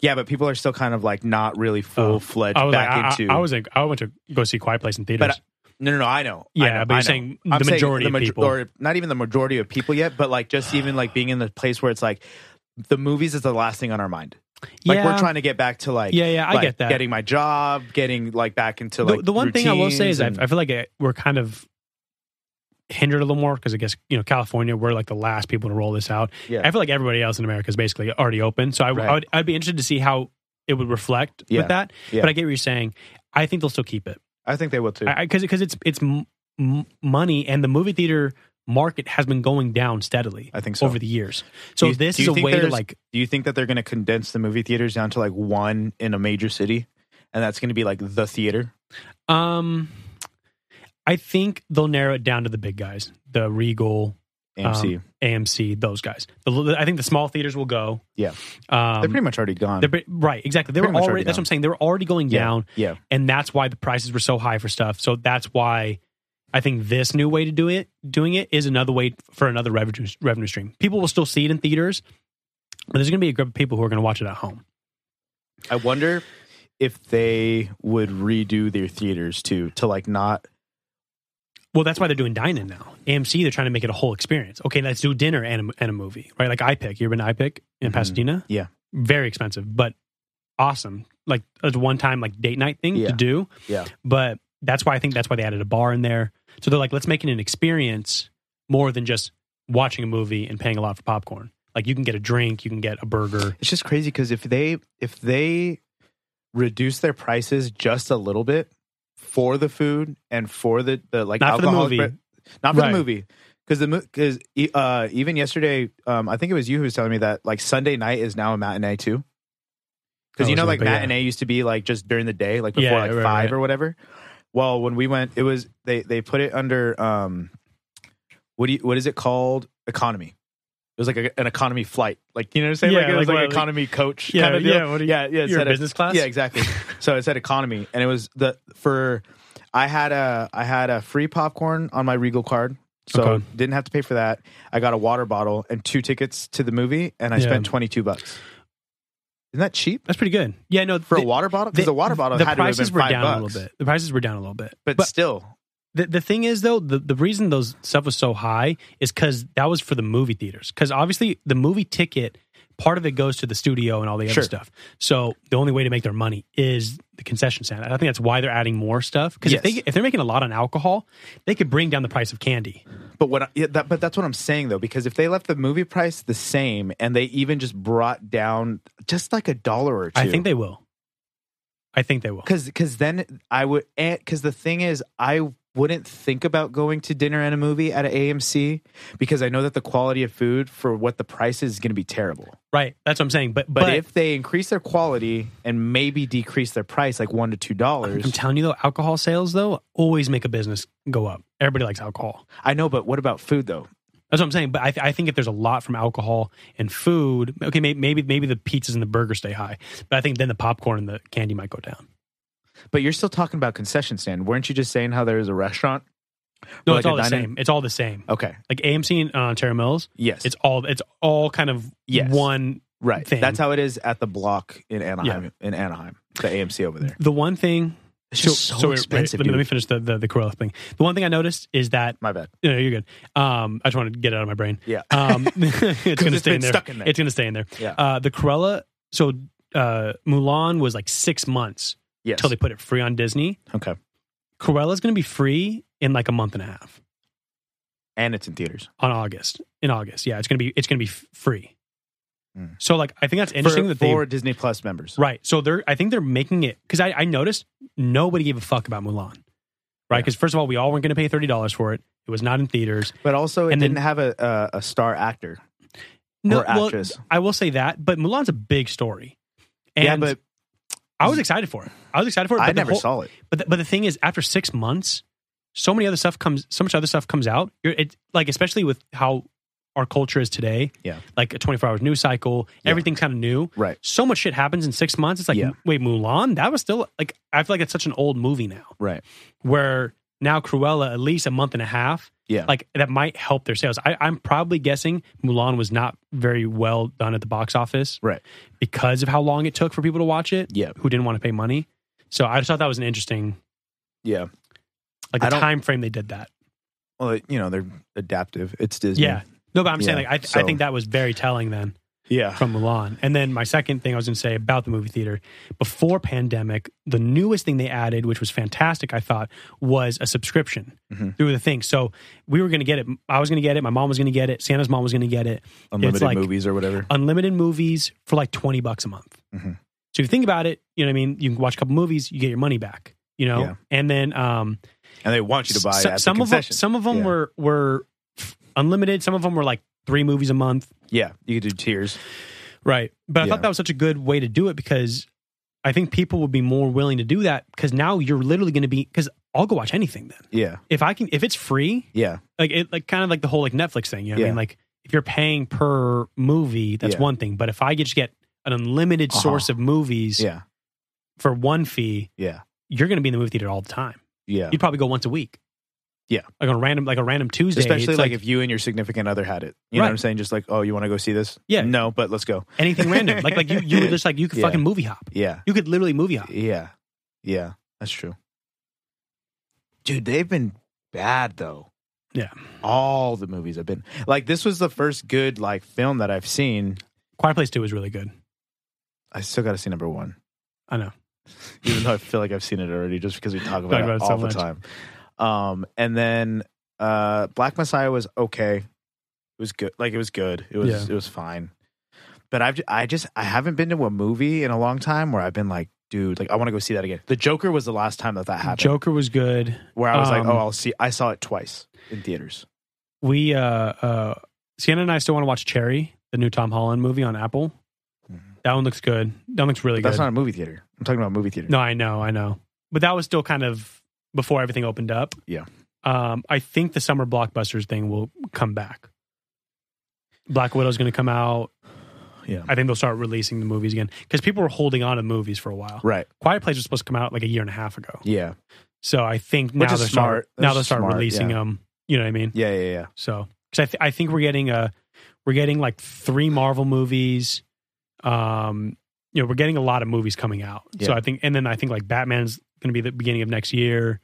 Speaker 1: Yeah, but people are still kind of like not really full fledged
Speaker 2: Oh, I was
Speaker 1: back
Speaker 2: like, I-
Speaker 1: into.
Speaker 2: I, I was like, I went to go see Quiet Place in theaters.
Speaker 1: but I, no, no, no. I know. I
Speaker 2: Yeah,
Speaker 1: know,
Speaker 2: but you're
Speaker 1: I know.
Speaker 2: saying
Speaker 1: I'm
Speaker 2: the
Speaker 1: saying
Speaker 2: majority
Speaker 1: the
Speaker 2: of
Speaker 1: major-
Speaker 2: people.
Speaker 1: or not even the majority of people yet, but like just even like being in the place where it's like the movies is the last thing on our mind. Like
Speaker 2: Yeah.
Speaker 1: we're trying to get back to like
Speaker 2: Yeah, yeah, I
Speaker 1: like,
Speaker 2: get that.
Speaker 1: Getting my job, getting like back into
Speaker 2: the,
Speaker 1: like
Speaker 2: the one thing I will say
Speaker 1: routines
Speaker 2: is
Speaker 1: and-
Speaker 2: I, I feel like it, we're kind of hindered a little more because I guess you know California we're like the last people to roll this out.
Speaker 1: Yeah.
Speaker 2: I feel like everybody else in America is basically already open. So I,
Speaker 1: Right.
Speaker 2: I would I'd be interested to see how it would reflect
Speaker 1: Yeah.
Speaker 2: with that.
Speaker 1: Yeah.
Speaker 2: But I get what you're saying. I think they'll still keep it
Speaker 1: I think they will too.
Speaker 2: because because it's it's m- m- money and the movie theater market has been going down steadily.
Speaker 1: I think so.
Speaker 2: over the years.
Speaker 1: Do
Speaker 2: So
Speaker 1: you-
Speaker 2: this
Speaker 1: do
Speaker 2: is
Speaker 1: you
Speaker 2: a
Speaker 1: think
Speaker 2: way to
Speaker 1: there's-
Speaker 2: like
Speaker 1: Do you think that they're going to condense the movie theaters down to like one in a major city, and that's going to be like the theater?
Speaker 2: um. I think they'll narrow it down to the big guys, the Regal,
Speaker 1: AMC.
Speaker 2: um, AMC, those guys. The, the- I think the small theaters will go.
Speaker 1: Yeah.
Speaker 2: um,
Speaker 1: they're pretty much already gone.
Speaker 2: they're pre- right, exactly. They were
Speaker 1: pretty much
Speaker 2: already.
Speaker 1: already
Speaker 2: That's
Speaker 1: down.
Speaker 2: what I'm saying. They were already going
Speaker 1: Yeah,
Speaker 2: down,
Speaker 1: Yeah,
Speaker 2: and that's why the prices were so high for stuff. So that's why I think this new way to do it, doing it, is another way for another revenue revenue stream. People will still see it in theaters, but there's going to be a group of people who are going to watch it at home.
Speaker 1: I wonder if they would redo their theaters too to like not.
Speaker 2: Well, that's why they're doing dine-in now. AMC, they're trying to make it a whole experience. Okay, let's do dinner and a, and a movie, right? Like iPick. You ever been to iPick in
Speaker 1: Mhm.
Speaker 2: Pasadena?
Speaker 1: Yeah.
Speaker 2: Very expensive, but awesome. Like a one-time like date night thing
Speaker 1: Yeah.
Speaker 2: to do.
Speaker 1: Yeah.
Speaker 2: But that's why I think that's why they added a bar in there. So they're like, let's make it an experience more than just watching a movie and paying a lot for popcorn. Like you can get a drink, you can get a burger.
Speaker 1: It's just crazy because if they if they reduce their prices just a little bit for the food and for the the like
Speaker 2: Not for the
Speaker 1: alcoholic
Speaker 2: movie.
Speaker 1: bre- not for
Speaker 2: Right.
Speaker 1: the movie because the because uh, even yesterday um, I think it was you who was telling me that like Sunday night is now a matinee too because
Speaker 2: Oh,
Speaker 1: you know
Speaker 2: is it?
Speaker 1: like
Speaker 2: But yeah.
Speaker 1: matinee used to be like just during the day like
Speaker 2: Yeah,
Speaker 1: before like
Speaker 2: right,
Speaker 1: five
Speaker 2: right.
Speaker 1: or whatever. Well, when we went, it was they they put it under um what do you what is it called economy. It was like a, an economy flight, like you know what I'm saying?
Speaker 2: Yeah,
Speaker 1: like it was
Speaker 2: like
Speaker 1: like,
Speaker 2: what, like-
Speaker 1: economy coach
Speaker 2: Yeah,
Speaker 1: kind of deal.
Speaker 2: yeah, what do you-
Speaker 1: yeah, yeah. it
Speaker 2: you're
Speaker 1: said
Speaker 2: in business class?
Speaker 1: Yeah, exactly. so it said economy, and it was the for I had a I had a free popcorn on my Regal card, so
Speaker 2: Okay.
Speaker 1: didn't have to pay for that. I got a water bottle and two tickets to the movie, and I
Speaker 2: Yeah.
Speaker 1: spent twenty two bucks. Isn't that cheap
Speaker 2: That's pretty good. Yeah, no,
Speaker 1: for a
Speaker 2: the-
Speaker 1: water bottle? Because the, water bottle
Speaker 2: the
Speaker 1: had to have
Speaker 2: prices
Speaker 1: been
Speaker 2: were
Speaker 1: five
Speaker 2: down
Speaker 1: bucks,
Speaker 2: a little bit. The prices were down a little bit,
Speaker 1: but, still,
Speaker 2: The, the thing is though the, the reason those stuff was so high is because that was for the movie theaters because obviously the movie ticket part of it goes to the studio and all the other
Speaker 1: Sure.
Speaker 2: stuff so the only way to make their money is the concession stand i think that's why they're adding more stuff because
Speaker 1: Yes.
Speaker 2: if, they, if they're making a lot on alcohol they could bring down the price of candy
Speaker 1: but what? I- Yeah, that, but that's what I'm saying though, because if they left the movie price the same and they even just brought down just like a dollar or two,
Speaker 2: i think they will i think they will
Speaker 1: because because then I would because the thing is I wouldn't think about going to dinner and a movie at an AMC because I know that the quality of food for what the price is going to be terrible.
Speaker 2: right that's what i'm saying but
Speaker 1: But,
Speaker 2: but,
Speaker 1: if they increase their quality and maybe decrease their price like one to two
Speaker 2: i'm
Speaker 1: dollars,
Speaker 2: telling you though alcohol sales though always make a business go up everybody likes alcohol
Speaker 1: I know. But what about food though?
Speaker 2: That's what I'm saying. But I, th- I think if there's a lot from alcohol and food, okay, maybe, maybe maybe the pizzas and the burgers stay high, but I think then the popcorn and the candy might go down.
Speaker 1: But you're still talking about concession stand, weren't you? Just saying how there is a restaurant.
Speaker 2: No,
Speaker 1: Like
Speaker 2: it's all
Speaker 1: a
Speaker 2: the
Speaker 1: diner?
Speaker 2: same. It's all the same.
Speaker 1: Okay.
Speaker 2: Like AMC and uh, Ontario Mills,
Speaker 1: Yes.
Speaker 2: it's all it's all kind of
Speaker 1: Yes.
Speaker 2: one.
Speaker 1: right.
Speaker 2: thing.
Speaker 1: That's how it is at the block in Anaheim. In Anaheim, the AMC over there.
Speaker 2: The one thing.
Speaker 1: It's just so,
Speaker 2: wait, wait,
Speaker 1: expensive.
Speaker 2: let, me, let
Speaker 1: dude.
Speaker 2: me finish the the, the Cruella thing. The one thing I noticed is that
Speaker 1: My bad.
Speaker 2: no, you're good. Um, I just want to get it out of my brain.
Speaker 1: Yeah.
Speaker 2: Um, it's gonna
Speaker 1: it's
Speaker 2: stay
Speaker 1: been
Speaker 2: in there.
Speaker 1: stuck in there.
Speaker 2: It's gonna stay in there.
Speaker 1: Yeah.
Speaker 2: Uh, the Cruella. So uh, Mulan was like six months
Speaker 1: Yes.
Speaker 2: until they put it free on Disney.
Speaker 1: Okay.
Speaker 2: Corella's going to be free in like a month and a half
Speaker 1: And it's in theaters.
Speaker 2: on August. In August, yeah, it's going to be it's going to be f- free.
Speaker 1: Mm.
Speaker 2: So like, I think that's interesting
Speaker 1: for,
Speaker 2: that they
Speaker 1: for Disney Plus members.
Speaker 2: right. So they're I think they're making it because I, I noticed nobody gave a fuck about Mulan,
Speaker 1: Yeah.
Speaker 2: right? Because first of all, we all weren't going to pay thirty dollars for it. It was not in theaters.
Speaker 1: But also, it
Speaker 2: And then-
Speaker 1: didn't have a, a a star actor.
Speaker 2: No,
Speaker 1: Or
Speaker 2: well,
Speaker 1: actress.
Speaker 2: I will say that, but Mulan's a big story. And
Speaker 1: yeah, but
Speaker 2: I was excited for it. I was excited for it.
Speaker 1: I
Speaker 2: but the
Speaker 1: never
Speaker 2: whole-
Speaker 1: saw it.
Speaker 2: But the, but the thing is, after six months, so many other stuff comes. So much other stuff comes out. You're it, like, especially with how our culture is today.
Speaker 1: Yeah.
Speaker 2: like a twenty four hours news cycle.
Speaker 1: Yeah.
Speaker 2: Everything's kind of new.
Speaker 1: Right.
Speaker 2: So much shit happens in six months. It's like,
Speaker 1: Yeah.
Speaker 2: wait, Mulan? That was still like I feel like it's such an old movie now.
Speaker 1: Right.
Speaker 2: Where now Cruella, at least a month and a half.
Speaker 1: Yeah.
Speaker 2: Like that might help their sales. I, I'm probably guessing Mulan was not very well done at the box office
Speaker 1: Right.
Speaker 2: because of how long it took for people to watch it.
Speaker 1: Yeah.
Speaker 2: Who didn't want to pay money. So I just thought that was an interesting
Speaker 1: Yeah.
Speaker 2: like
Speaker 1: I
Speaker 2: the
Speaker 1: don't-
Speaker 2: time frame they did that.
Speaker 1: Well, it- you know, they're adaptive. It's Disney.
Speaker 2: Yeah. No, but I'm saying
Speaker 1: Yeah,
Speaker 2: like I, th- I
Speaker 1: so-
Speaker 2: think that was very telling then.
Speaker 1: Yeah.
Speaker 2: from Mulan. And then my second thing I was going to say about the movie theater before pandemic, the newest thing they added, which was fantastic, I thought, was a subscription
Speaker 1: Mhm.
Speaker 2: through the thing. So we were going to get it. I was going to get it. My mom was going to get it. Santa's mom was going to get it.
Speaker 1: Unlimited
Speaker 2: it's like
Speaker 1: movies or whatever.
Speaker 2: unlimited movies for like twenty bucks a month.
Speaker 1: Mhm.
Speaker 2: So if you think about it, you know what I mean. You can watch a couple movies, you get your money back. You know,
Speaker 1: Yeah.
Speaker 2: and then um,
Speaker 1: And they want you to buy
Speaker 2: so-
Speaker 1: it at
Speaker 2: some
Speaker 1: the
Speaker 2: of them,
Speaker 1: concession.
Speaker 2: some of them
Speaker 1: Yeah.
Speaker 2: were were unlimited. Some of them were like three movies a month.
Speaker 1: yeah, you could do tiers.
Speaker 2: Right. But I
Speaker 1: Yeah.
Speaker 2: thought that was such a good way to do it because I think people would be more willing to do that because now you're literally going to be because I'll go watch anything then
Speaker 1: Yeah,
Speaker 2: if I can if it's free
Speaker 1: yeah,
Speaker 2: like it like kind of like the whole like Netflix thing you know what I
Speaker 1: Yeah.
Speaker 2: mean like if you're paying per movie that's
Speaker 1: Yeah.
Speaker 2: one thing but if I just get an unlimited
Speaker 1: Uh-huh.
Speaker 2: source of movies
Speaker 1: yeah,
Speaker 2: for one fee
Speaker 1: yeah,
Speaker 2: you're going to be in the movie theater all the time
Speaker 1: yeah.
Speaker 2: you'd probably go once a week
Speaker 1: Yeah.
Speaker 2: like on a random like a random Tuesday
Speaker 1: Especially
Speaker 2: it's
Speaker 1: like, if you and your significant other had it. You know
Speaker 2: Right.
Speaker 1: what I'm saying? Just like, oh, you want to go see this?
Speaker 2: Yeah.
Speaker 1: No, but let's go.
Speaker 2: anything random like like you you would just like you could
Speaker 1: Yeah.
Speaker 2: fucking movie hop
Speaker 1: Yeah,
Speaker 2: you could literally movie hop
Speaker 1: yeah, yeah. That's true. Dude, they've been bad though.
Speaker 2: Yeah.
Speaker 1: All the movies have been like this was the first good like film that I've seen.
Speaker 2: Quiet Place Two is really good
Speaker 1: I still got to see number one.
Speaker 2: I know
Speaker 1: even though I feel like I've seen it already, just because we talk about,
Speaker 2: Talk
Speaker 1: it,
Speaker 2: about it so
Speaker 1: all the
Speaker 2: much.
Speaker 1: time. Um, and then uh, Black Messiah was okay. It was good. Like it was good. It was
Speaker 2: Yeah.
Speaker 1: it was fine. But I've I just I haven't been to a movie in a long time where I've been like, dude, like I want to go see that again. The Joker was the last time that that happened,
Speaker 2: Joker was good.
Speaker 1: where I was like,
Speaker 2: um,
Speaker 1: oh, I'll see. I saw it twice in theaters.
Speaker 2: We uh uh Sienna and I still want to watch Cherry, the new Tom Holland movie on Apple.
Speaker 1: Mhm.
Speaker 2: That one looks good. That one looks really
Speaker 1: But that's
Speaker 2: good.
Speaker 1: not a movie theater. I'm talking about a movie theater.
Speaker 2: no, I know, I know. But that was still kind of before everything opened up.
Speaker 1: Yeah.
Speaker 2: Um I think the summer blockbusters thing will come back. Black Widow's going to come out.
Speaker 1: Yeah.
Speaker 2: I think they'll start releasing the movies again because people were holding on to movies for a while.
Speaker 1: Right.
Speaker 2: Quiet Place was supposed to come out like a year and a half ago.
Speaker 1: Yeah.
Speaker 2: So I think
Speaker 1: Which
Speaker 2: now
Speaker 1: is
Speaker 2: they're start,
Speaker 1: smart.
Speaker 2: now
Speaker 1: That's
Speaker 2: they'll start
Speaker 1: smart,
Speaker 2: releasing
Speaker 1: yeah.
Speaker 2: them. You know what I mean?
Speaker 1: Yeah. Yeah. Yeah.
Speaker 2: So, because I, th- I think we're getting a we're getting like three Marvel movies. Um, you know, we're getting a lot of movies coming out. So
Speaker 1: Yeah.
Speaker 2: I think, and then I think like Batman's going to be the beginning of next year.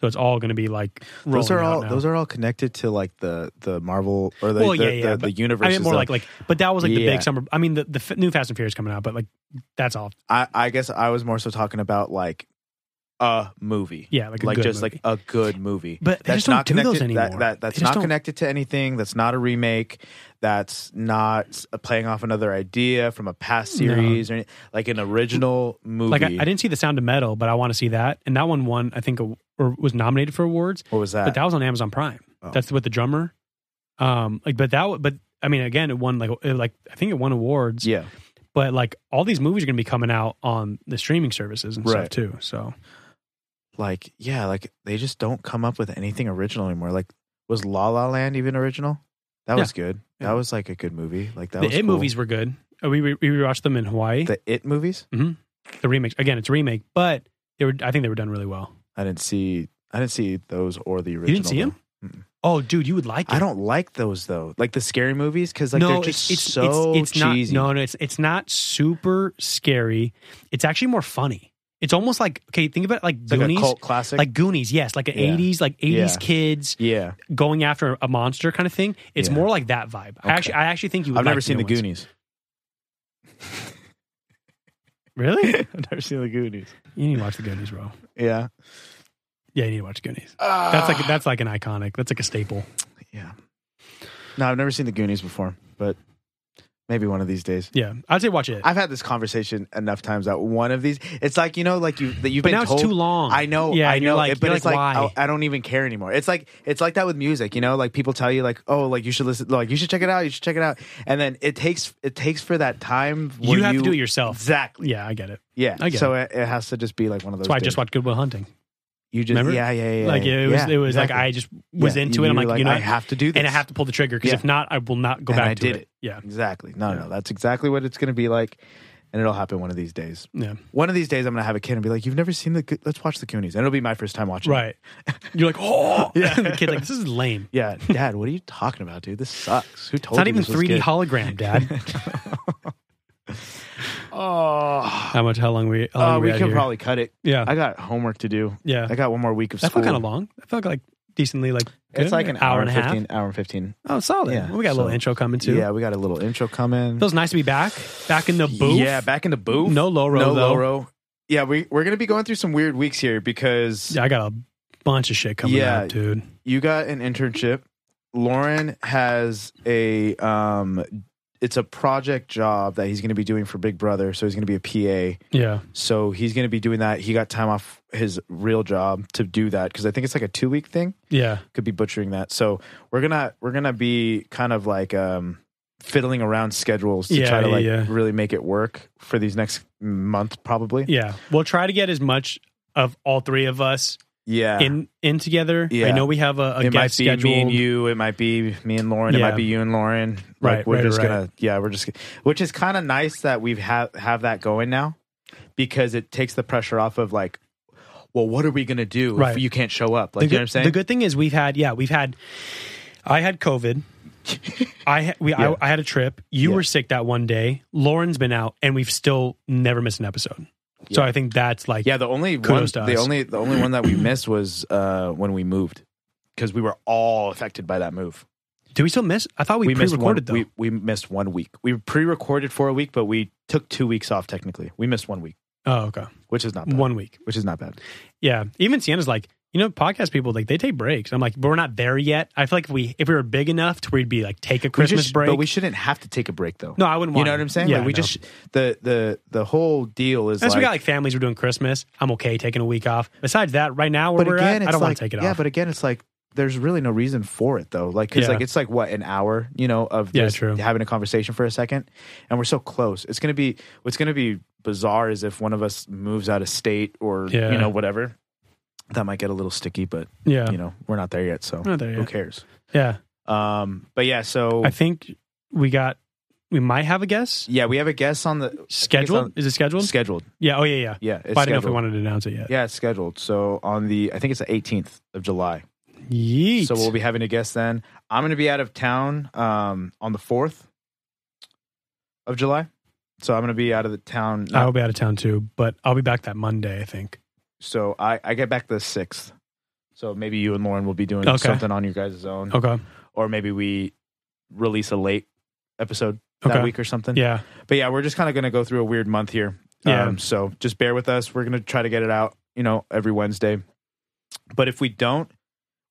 Speaker 2: So it's all going to be like
Speaker 1: Those are
Speaker 2: rolling out
Speaker 1: all
Speaker 2: now.
Speaker 1: those are all connected to like the the Marvel or the
Speaker 2: Well,
Speaker 1: the,
Speaker 2: yeah, yeah,
Speaker 1: the,
Speaker 2: but
Speaker 1: the universe.
Speaker 2: I mean, more like like, but that was like the
Speaker 1: Yeah.
Speaker 2: big summer. I mean, the the f- new Fast and Furious coming out, but like that's all.
Speaker 1: I, I guess I was more so talking about like a movie.
Speaker 2: Yeah, like a
Speaker 1: like
Speaker 2: good
Speaker 1: just
Speaker 2: movie.
Speaker 1: like a good movie.
Speaker 2: But they just don't do those
Speaker 1: connected- that-
Speaker 2: anymore.
Speaker 1: That,
Speaker 2: They
Speaker 1: that's
Speaker 2: just
Speaker 1: not
Speaker 2: don't-
Speaker 1: connected to anything. That's not a remake. That's not s- uh, playing off another idea from a past series or any, like an original movie.
Speaker 2: like I, I didn't see the Sound of Metal, but I want to see that. And that one won, I think, a, or was nominated for awards.
Speaker 1: What was that?
Speaker 2: but that was on Amazon Prime.
Speaker 1: Oh.
Speaker 2: That's with the drummer. Um, like, but that, but I mean, again, it won like, it, like I think it won awards.
Speaker 1: yeah,
Speaker 2: But like, all these movies are going to be coming out on the streaming services and stuff
Speaker 1: Right.
Speaker 2: too. So
Speaker 1: like yeah, like they just don't come up with anything original anymore. Like was La La Land even original? That
Speaker 2: Yeah.
Speaker 1: was good.
Speaker 2: Yeah.
Speaker 1: That was like a good movie. Like that
Speaker 2: the
Speaker 1: was
Speaker 2: It
Speaker 1: cool.
Speaker 2: movies were good. Uh, We we we watched them in Hawaii. The,
Speaker 1: The It movies.
Speaker 2: remake again, it's a remake, but they were I think they were done really well.
Speaker 1: I didn't see. I didn't see those or the original.
Speaker 2: You didn't see
Speaker 1: though.
Speaker 2: them? Oh, dude, you would like it.
Speaker 1: I don't like those though, like the scary movies, because like they're just so cheesy.
Speaker 2: Not, no, no, it's it's not super scary. It's actually more funny. It's almost like okay, think about it like
Speaker 1: it's like
Speaker 2: Goonies.
Speaker 1: a cult classic.
Speaker 2: like Goonies, yes, like an
Speaker 1: Yeah.
Speaker 2: 80s, like 80s
Speaker 1: Yeah.
Speaker 2: kids
Speaker 1: yeah,
Speaker 2: going after a monster kind of thing. It's
Speaker 1: Yeah.
Speaker 2: more like that vibe. I
Speaker 1: Okay.
Speaker 2: actually, I actually think you. Would
Speaker 1: I've never
Speaker 2: like
Speaker 1: seen
Speaker 2: new
Speaker 1: the
Speaker 2: ones.
Speaker 1: Goonies.
Speaker 2: Really?
Speaker 1: I've never seen the Goonies.
Speaker 2: You need to watch the Goonies, bro.
Speaker 1: Yeah,
Speaker 2: Yeah, you need to watch the Goonies.
Speaker 1: Ah.
Speaker 2: That's like that's like an iconic. That's like a staple.
Speaker 1: yeah. No, I've never seen the Goonies before, but maybe one of these days.
Speaker 2: Yeah, I'd say watch it.
Speaker 1: I've had this conversation enough times that one of these, it's like you know, like you that you've
Speaker 2: but
Speaker 1: been
Speaker 2: now
Speaker 1: told.
Speaker 2: it's too long.
Speaker 1: I know,
Speaker 2: Yeah,
Speaker 1: I
Speaker 2: and you're
Speaker 1: know,
Speaker 2: like-
Speaker 1: it- but
Speaker 2: you're
Speaker 1: it's
Speaker 2: like,
Speaker 1: like, oh,
Speaker 2: why?
Speaker 1: I, I don't even care anymore. It's like it's like that with music, you know. Like people tell you, like, oh, like you should listen, like you should check it out, you should check it out, and then it takes it takes for that time.
Speaker 2: You
Speaker 1: where
Speaker 2: have to do it yourself.
Speaker 1: exactly.
Speaker 2: Yeah, I get it.
Speaker 1: Yeah,
Speaker 2: I get
Speaker 1: so it. it has to just be like one of those.
Speaker 2: That's why I
Speaker 1: days.
Speaker 2: just watched Good Will Hunting.
Speaker 1: You just
Speaker 2: remember?
Speaker 1: yeah, yeah, yeah.
Speaker 2: like
Speaker 1: yeah,
Speaker 2: it was,
Speaker 1: yeah,
Speaker 2: it was like
Speaker 1: exactly.
Speaker 2: I just was
Speaker 1: Yeah,
Speaker 2: into
Speaker 1: you-
Speaker 2: it. I'm
Speaker 1: you
Speaker 2: like,
Speaker 1: were
Speaker 2: you know,
Speaker 1: I have to do this,
Speaker 2: and I have to pull the trigger because
Speaker 1: Yeah.
Speaker 2: if not, I will not go
Speaker 1: And
Speaker 2: back.
Speaker 1: I
Speaker 2: to
Speaker 1: did
Speaker 2: it.
Speaker 1: it.
Speaker 2: Yeah,
Speaker 1: exactly. No,
Speaker 2: Yeah.
Speaker 1: no, that's exactly what it's going to be like, and it'll happen one of these days.
Speaker 2: yeah,
Speaker 1: One of these days, I'm going to have a kid and be like, "You've never seen the? Go- Let's watch the Goonies," and it'll be my first time watching. it.
Speaker 2: right. You're like, oh,
Speaker 1: Yeah. Oh,
Speaker 2: the kid's like, this is lame.
Speaker 1: Yeah, Dad, what are you talking about, dude? This sucks. Who
Speaker 2: It's
Speaker 1: told
Speaker 2: not
Speaker 1: you
Speaker 2: even
Speaker 1: this was
Speaker 2: 3D
Speaker 1: good?
Speaker 2: hologram, Dad.
Speaker 1: Oh,
Speaker 2: How much? How long we? How long
Speaker 1: Uh,
Speaker 2: we,
Speaker 1: we
Speaker 2: at
Speaker 1: can
Speaker 2: here?
Speaker 1: probably cut it.
Speaker 2: Yeah,
Speaker 1: I got homework to do.
Speaker 2: yeah.
Speaker 1: I got one more week of
Speaker 2: That
Speaker 1: school.
Speaker 2: felt kind of long. I felt like decently like
Speaker 1: It's
Speaker 2: good,
Speaker 1: like an hour,
Speaker 2: and a
Speaker 1: and
Speaker 2: half.
Speaker 1: 15, hour and 15.
Speaker 2: Oh, solid.
Speaker 1: Yeah,
Speaker 2: we got a little
Speaker 1: so-
Speaker 2: intro coming too.
Speaker 1: Yeah, we got a little intro coming.
Speaker 2: feels nice to be back, back in the booth.
Speaker 1: Yeah, back in the booth.
Speaker 2: No Loro,
Speaker 1: No
Speaker 2: though.
Speaker 1: Loro. Yeah, we, we're going to be going through some weird weeks here because
Speaker 2: Yeah, I got a bunch of shit coming
Speaker 1: Yeah.
Speaker 2: out, dude.
Speaker 1: you got an internship. Lauren has a um it's a project job that he's going to be doing for Big Brother, so he's going to be a PA.
Speaker 2: Yeah,
Speaker 1: So he's going to be doing that. He got time off his real job to do that cuz I think it's like a 2 week thing.
Speaker 2: yeah.
Speaker 1: Could be butchering that. So we're going to we're going to be kind of like um fiddling around schedules to
Speaker 2: Yeah,
Speaker 1: try to
Speaker 2: yeah,
Speaker 1: like
Speaker 2: yeah.
Speaker 1: really make it work for these next month probably.
Speaker 2: Yeah, we'll try to get as much of all three of us
Speaker 1: Yeah.
Speaker 2: in in together. I
Speaker 1: Yeah.
Speaker 2: know we have a, a
Speaker 1: it might
Speaker 2: guest
Speaker 1: be
Speaker 2: scheduled.
Speaker 1: me and you. It might be me and Lauren. It
Speaker 2: Yeah.
Speaker 1: might be you and Lauren. Like,
Speaker 2: Right,
Speaker 1: We're
Speaker 2: right,
Speaker 1: just
Speaker 2: right.
Speaker 1: gonna. Yeah, we're just. Which is kind of nice that we've have have that going now, because it takes the pressure off of like, well, what are we gonna do
Speaker 2: Right.
Speaker 1: if you can't show up? Like,
Speaker 2: The
Speaker 1: you know what I'm
Speaker 2: good-
Speaker 1: saying?
Speaker 2: The good thing is we've had yeah we've had I had COVID. I ha- we
Speaker 1: Yeah.
Speaker 2: I, I had a trip. You
Speaker 1: Yeah.
Speaker 2: were sick that one day. Lauren's been out, and we've still never missed an episode. So I think that's like
Speaker 1: yeah, the only one,
Speaker 2: Kudos to
Speaker 1: the
Speaker 2: us.
Speaker 1: only the only one that we missed was uh when we moved, because we were all affected by that move.
Speaker 2: Do we still miss? I thought we,
Speaker 1: missed one.
Speaker 2: pre-recorded though.
Speaker 1: We we missed one week. We pre-recorded for a week, but we took two weeks off. Technically, we missed one week,
Speaker 2: oh okay,
Speaker 1: which is not bad.
Speaker 2: one week.
Speaker 1: which is not bad.
Speaker 2: Yeah, even Sienna's like you know podcast people like they take breaks. I'm like, but we're not there yet. I feel like if we if we were big enough to we'd be like take a
Speaker 1: We
Speaker 2: Christmas
Speaker 1: just-
Speaker 2: break.
Speaker 1: But we shouldn't have to take a break though.
Speaker 2: no, I wouldn't.
Speaker 1: you
Speaker 2: Want
Speaker 1: know what
Speaker 2: to.
Speaker 1: I'm saying?
Speaker 2: Yeah,
Speaker 1: like we
Speaker 2: no.
Speaker 1: just the the the whole deal is
Speaker 2: Unless
Speaker 1: like,
Speaker 2: we got like families were doing Christmas, I'm okay taking a week off. Besides that, right now where
Speaker 1: but
Speaker 2: we're
Speaker 1: again,
Speaker 2: at,
Speaker 1: it's
Speaker 2: I don't
Speaker 1: like,
Speaker 2: want to take it
Speaker 1: Yeah,
Speaker 2: off.
Speaker 1: but again, it's like there's really no reason for it though. Like because
Speaker 2: Yeah.
Speaker 1: like it's like what an hour, you know, of
Speaker 2: Yeah,
Speaker 1: just
Speaker 2: true.
Speaker 1: having a conversation for a second, and we're so close. It's gonna be what's gonna be bizarre is if one of us moves out of state or
Speaker 2: Yeah.
Speaker 1: you know whatever. That might get a little sticky, but
Speaker 2: yeah,
Speaker 1: you know we're not there yet, so
Speaker 2: Not there
Speaker 1: who
Speaker 2: yet.
Speaker 1: cares?
Speaker 2: yeah.
Speaker 1: Um, but yeah, so
Speaker 2: I think we got we might have a guess
Speaker 1: yeah, we have a guest on the
Speaker 2: scheduled. Is it scheduled?
Speaker 1: scheduled.
Speaker 2: yeah. Oh yeah, yeah.
Speaker 1: Yeah, it's
Speaker 2: But I don't know if we
Speaker 1: scheduled.
Speaker 2: wanted to announce it yet.
Speaker 1: Yeah, it's scheduled. So on the, I think it's the 18th of July.
Speaker 2: Yeet.
Speaker 1: So we'll be having a guest then. I'm going to be out of town um, on the 4th of July. So I'm going to be out of the town.
Speaker 2: I will be out of town too, but I'll be back that Monday. I think.
Speaker 1: So I, I get back the 6th. So maybe you and Lauren will be doing
Speaker 2: Okay. Oh.
Speaker 1: something on your guys' own.
Speaker 2: Okay.
Speaker 1: Or maybe we release a late episode that
Speaker 2: Okay.
Speaker 1: week or something.
Speaker 2: Yeah.
Speaker 1: But yeah, we're just kind of going to go through a weird month here.
Speaker 2: Yeah.
Speaker 1: Um, so just bear with us. We're going to try to get it out, you know, every Wednesday. But if we don't,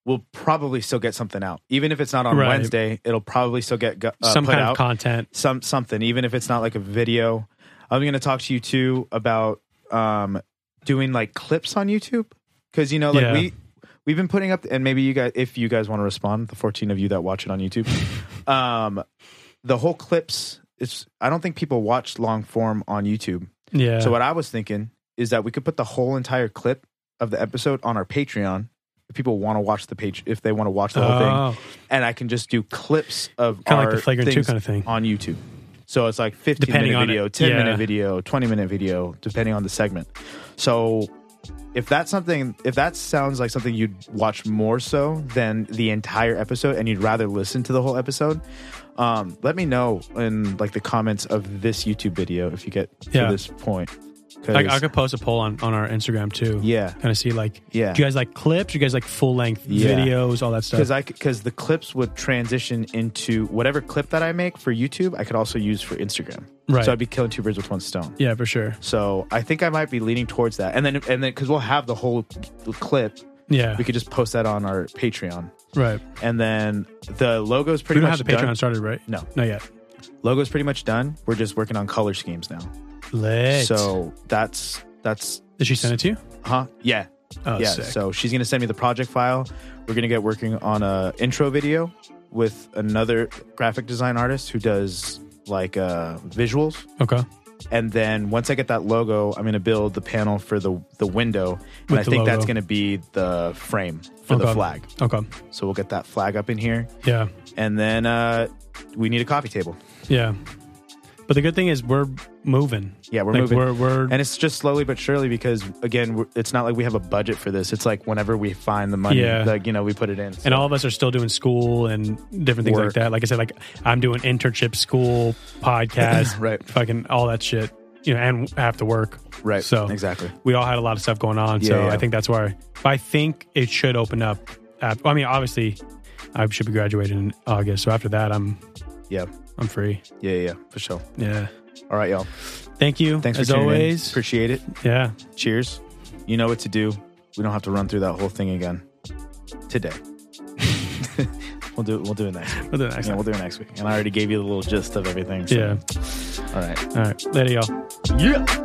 Speaker 1: we'll probably still get something out. Even if it's not on
Speaker 2: Right.
Speaker 1: Wednesday, it'll probably still get gu- uh,
Speaker 2: Some
Speaker 1: put
Speaker 2: kind
Speaker 1: out
Speaker 2: of content.
Speaker 1: some something. Even if it's not like a video, I'm going to talk to you too about um, doing like clips on YouTube because you know, like
Speaker 2: Yeah.
Speaker 1: we we've been putting up, and maybe you guys, if you guys want to respond, the 14 of you that watch it on YouTube, um, the whole clips. It's I don't think people watch long form on YouTube.
Speaker 2: Yeah.
Speaker 1: So what I was thinking is that we could put the whole entire clip of the episode on our Patreon. If people want to watch the page, if they want to watch the whole thing,
Speaker 2: Oh,
Speaker 1: and I can just do clips of
Speaker 2: kind
Speaker 1: our
Speaker 2: of like the flagrant two
Speaker 1: things
Speaker 2: kind of thing.
Speaker 1: on YouTube. So it's like 15
Speaker 2: Depending
Speaker 1: minute
Speaker 2: on
Speaker 1: video,
Speaker 2: it,
Speaker 1: 10
Speaker 2: yeah.
Speaker 1: minute video, 20 minute video, depending on the segment. So if that's something, if that sounds like something you'd watch more so than the entire episode and you'd rather listen to the whole episode, um, let me know in like the comments of this YouTube video if you get
Speaker 2: Yeah.
Speaker 1: to this point. 'Cause-
Speaker 2: Like I could post a poll on, on our Instagram too.
Speaker 1: Yeah.
Speaker 2: Kind of see like,
Speaker 1: Yeah.
Speaker 2: do you guys like clips? Do you guys like full length
Speaker 1: Yeah.
Speaker 2: videos, all that
Speaker 1: because
Speaker 2: stuff?
Speaker 1: I because the clips would transition into whatever clip that I make for YouTube, I could also use for Instagram.
Speaker 2: Right.
Speaker 1: So I'd be killing two birds with one stone.
Speaker 2: yeah, for sure.
Speaker 1: So I think I might be leaning towards that, and then and then because we'll have the whole clip,
Speaker 2: Yeah.
Speaker 1: we could just post that on our Patreon,
Speaker 2: right.
Speaker 1: and then the logo's
Speaker 2: We
Speaker 1: pretty
Speaker 2: don't
Speaker 1: much
Speaker 2: have the
Speaker 1: done.
Speaker 2: Patreon started, right?
Speaker 1: No.
Speaker 2: Not yet.
Speaker 1: Logo's pretty much done. We're just working on color schemes now.
Speaker 2: Lit.
Speaker 1: So that's that's
Speaker 2: Did she send it to you?
Speaker 1: huh? Yeah,
Speaker 2: Oh,
Speaker 1: yeah.
Speaker 2: sick.
Speaker 1: So she's gonna send me the project file. We're gonna get working on a intro video with another graphic design artist who does like uh, visuals.
Speaker 2: Okay.
Speaker 1: and then once I get that logo, I'm going to build the panel for the the window, and
Speaker 2: With
Speaker 1: I
Speaker 2: the
Speaker 1: think that's
Speaker 2: logo. Oh,
Speaker 1: going to be the frame for the
Speaker 2: Okay.
Speaker 1: flag.
Speaker 2: Okay.
Speaker 1: So we'll get that flag up in here,
Speaker 2: Yeah.
Speaker 1: and then uh, we need a coffee table.
Speaker 2: Yeah. But the good thing is we're moving.
Speaker 1: Yeah, we're
Speaker 2: Like,
Speaker 1: moving,
Speaker 2: We're, we're
Speaker 1: and it's just slowly but surely because again, we're, it's not like we have a budget for this. It's like whenever we find the money,
Speaker 2: Yeah.
Speaker 1: like you know, we put it in. So-
Speaker 2: and all of us are still doing school and different things
Speaker 1: Work.
Speaker 2: like that. Like I said, like I'm doing internship, school, podcast,
Speaker 1: Right.
Speaker 2: Fucking all that shit. You know, and I have to work.
Speaker 1: Right,
Speaker 2: So
Speaker 1: exactly.
Speaker 2: we all had a lot of stuff going on.
Speaker 1: Yeah,
Speaker 2: so
Speaker 1: yeah.
Speaker 2: I think that's why. But I think it should open up after, I mean, obviously, I should be graduating in August. So after that, I'm
Speaker 1: Yeah.
Speaker 2: I'm free.
Speaker 1: Yeah, yeah, for sure.
Speaker 2: Yeah.
Speaker 1: All right, y'all.
Speaker 2: Thank you.
Speaker 1: Thanks
Speaker 2: as
Speaker 1: for tuning in.
Speaker 2: always.
Speaker 1: Appreciate it.
Speaker 2: yeah.
Speaker 1: Cheers. You know what to do. We don't have to run through that whole thing again today. we'll do it. We'll do it next. Week.
Speaker 2: We'll do it next
Speaker 1: Yeah,
Speaker 2: time.
Speaker 1: we'll do it next week. And I already gave you the little gist of everything. so-
Speaker 2: Yeah.
Speaker 1: All right.
Speaker 2: All right. Later, y'all.
Speaker 1: Yeah.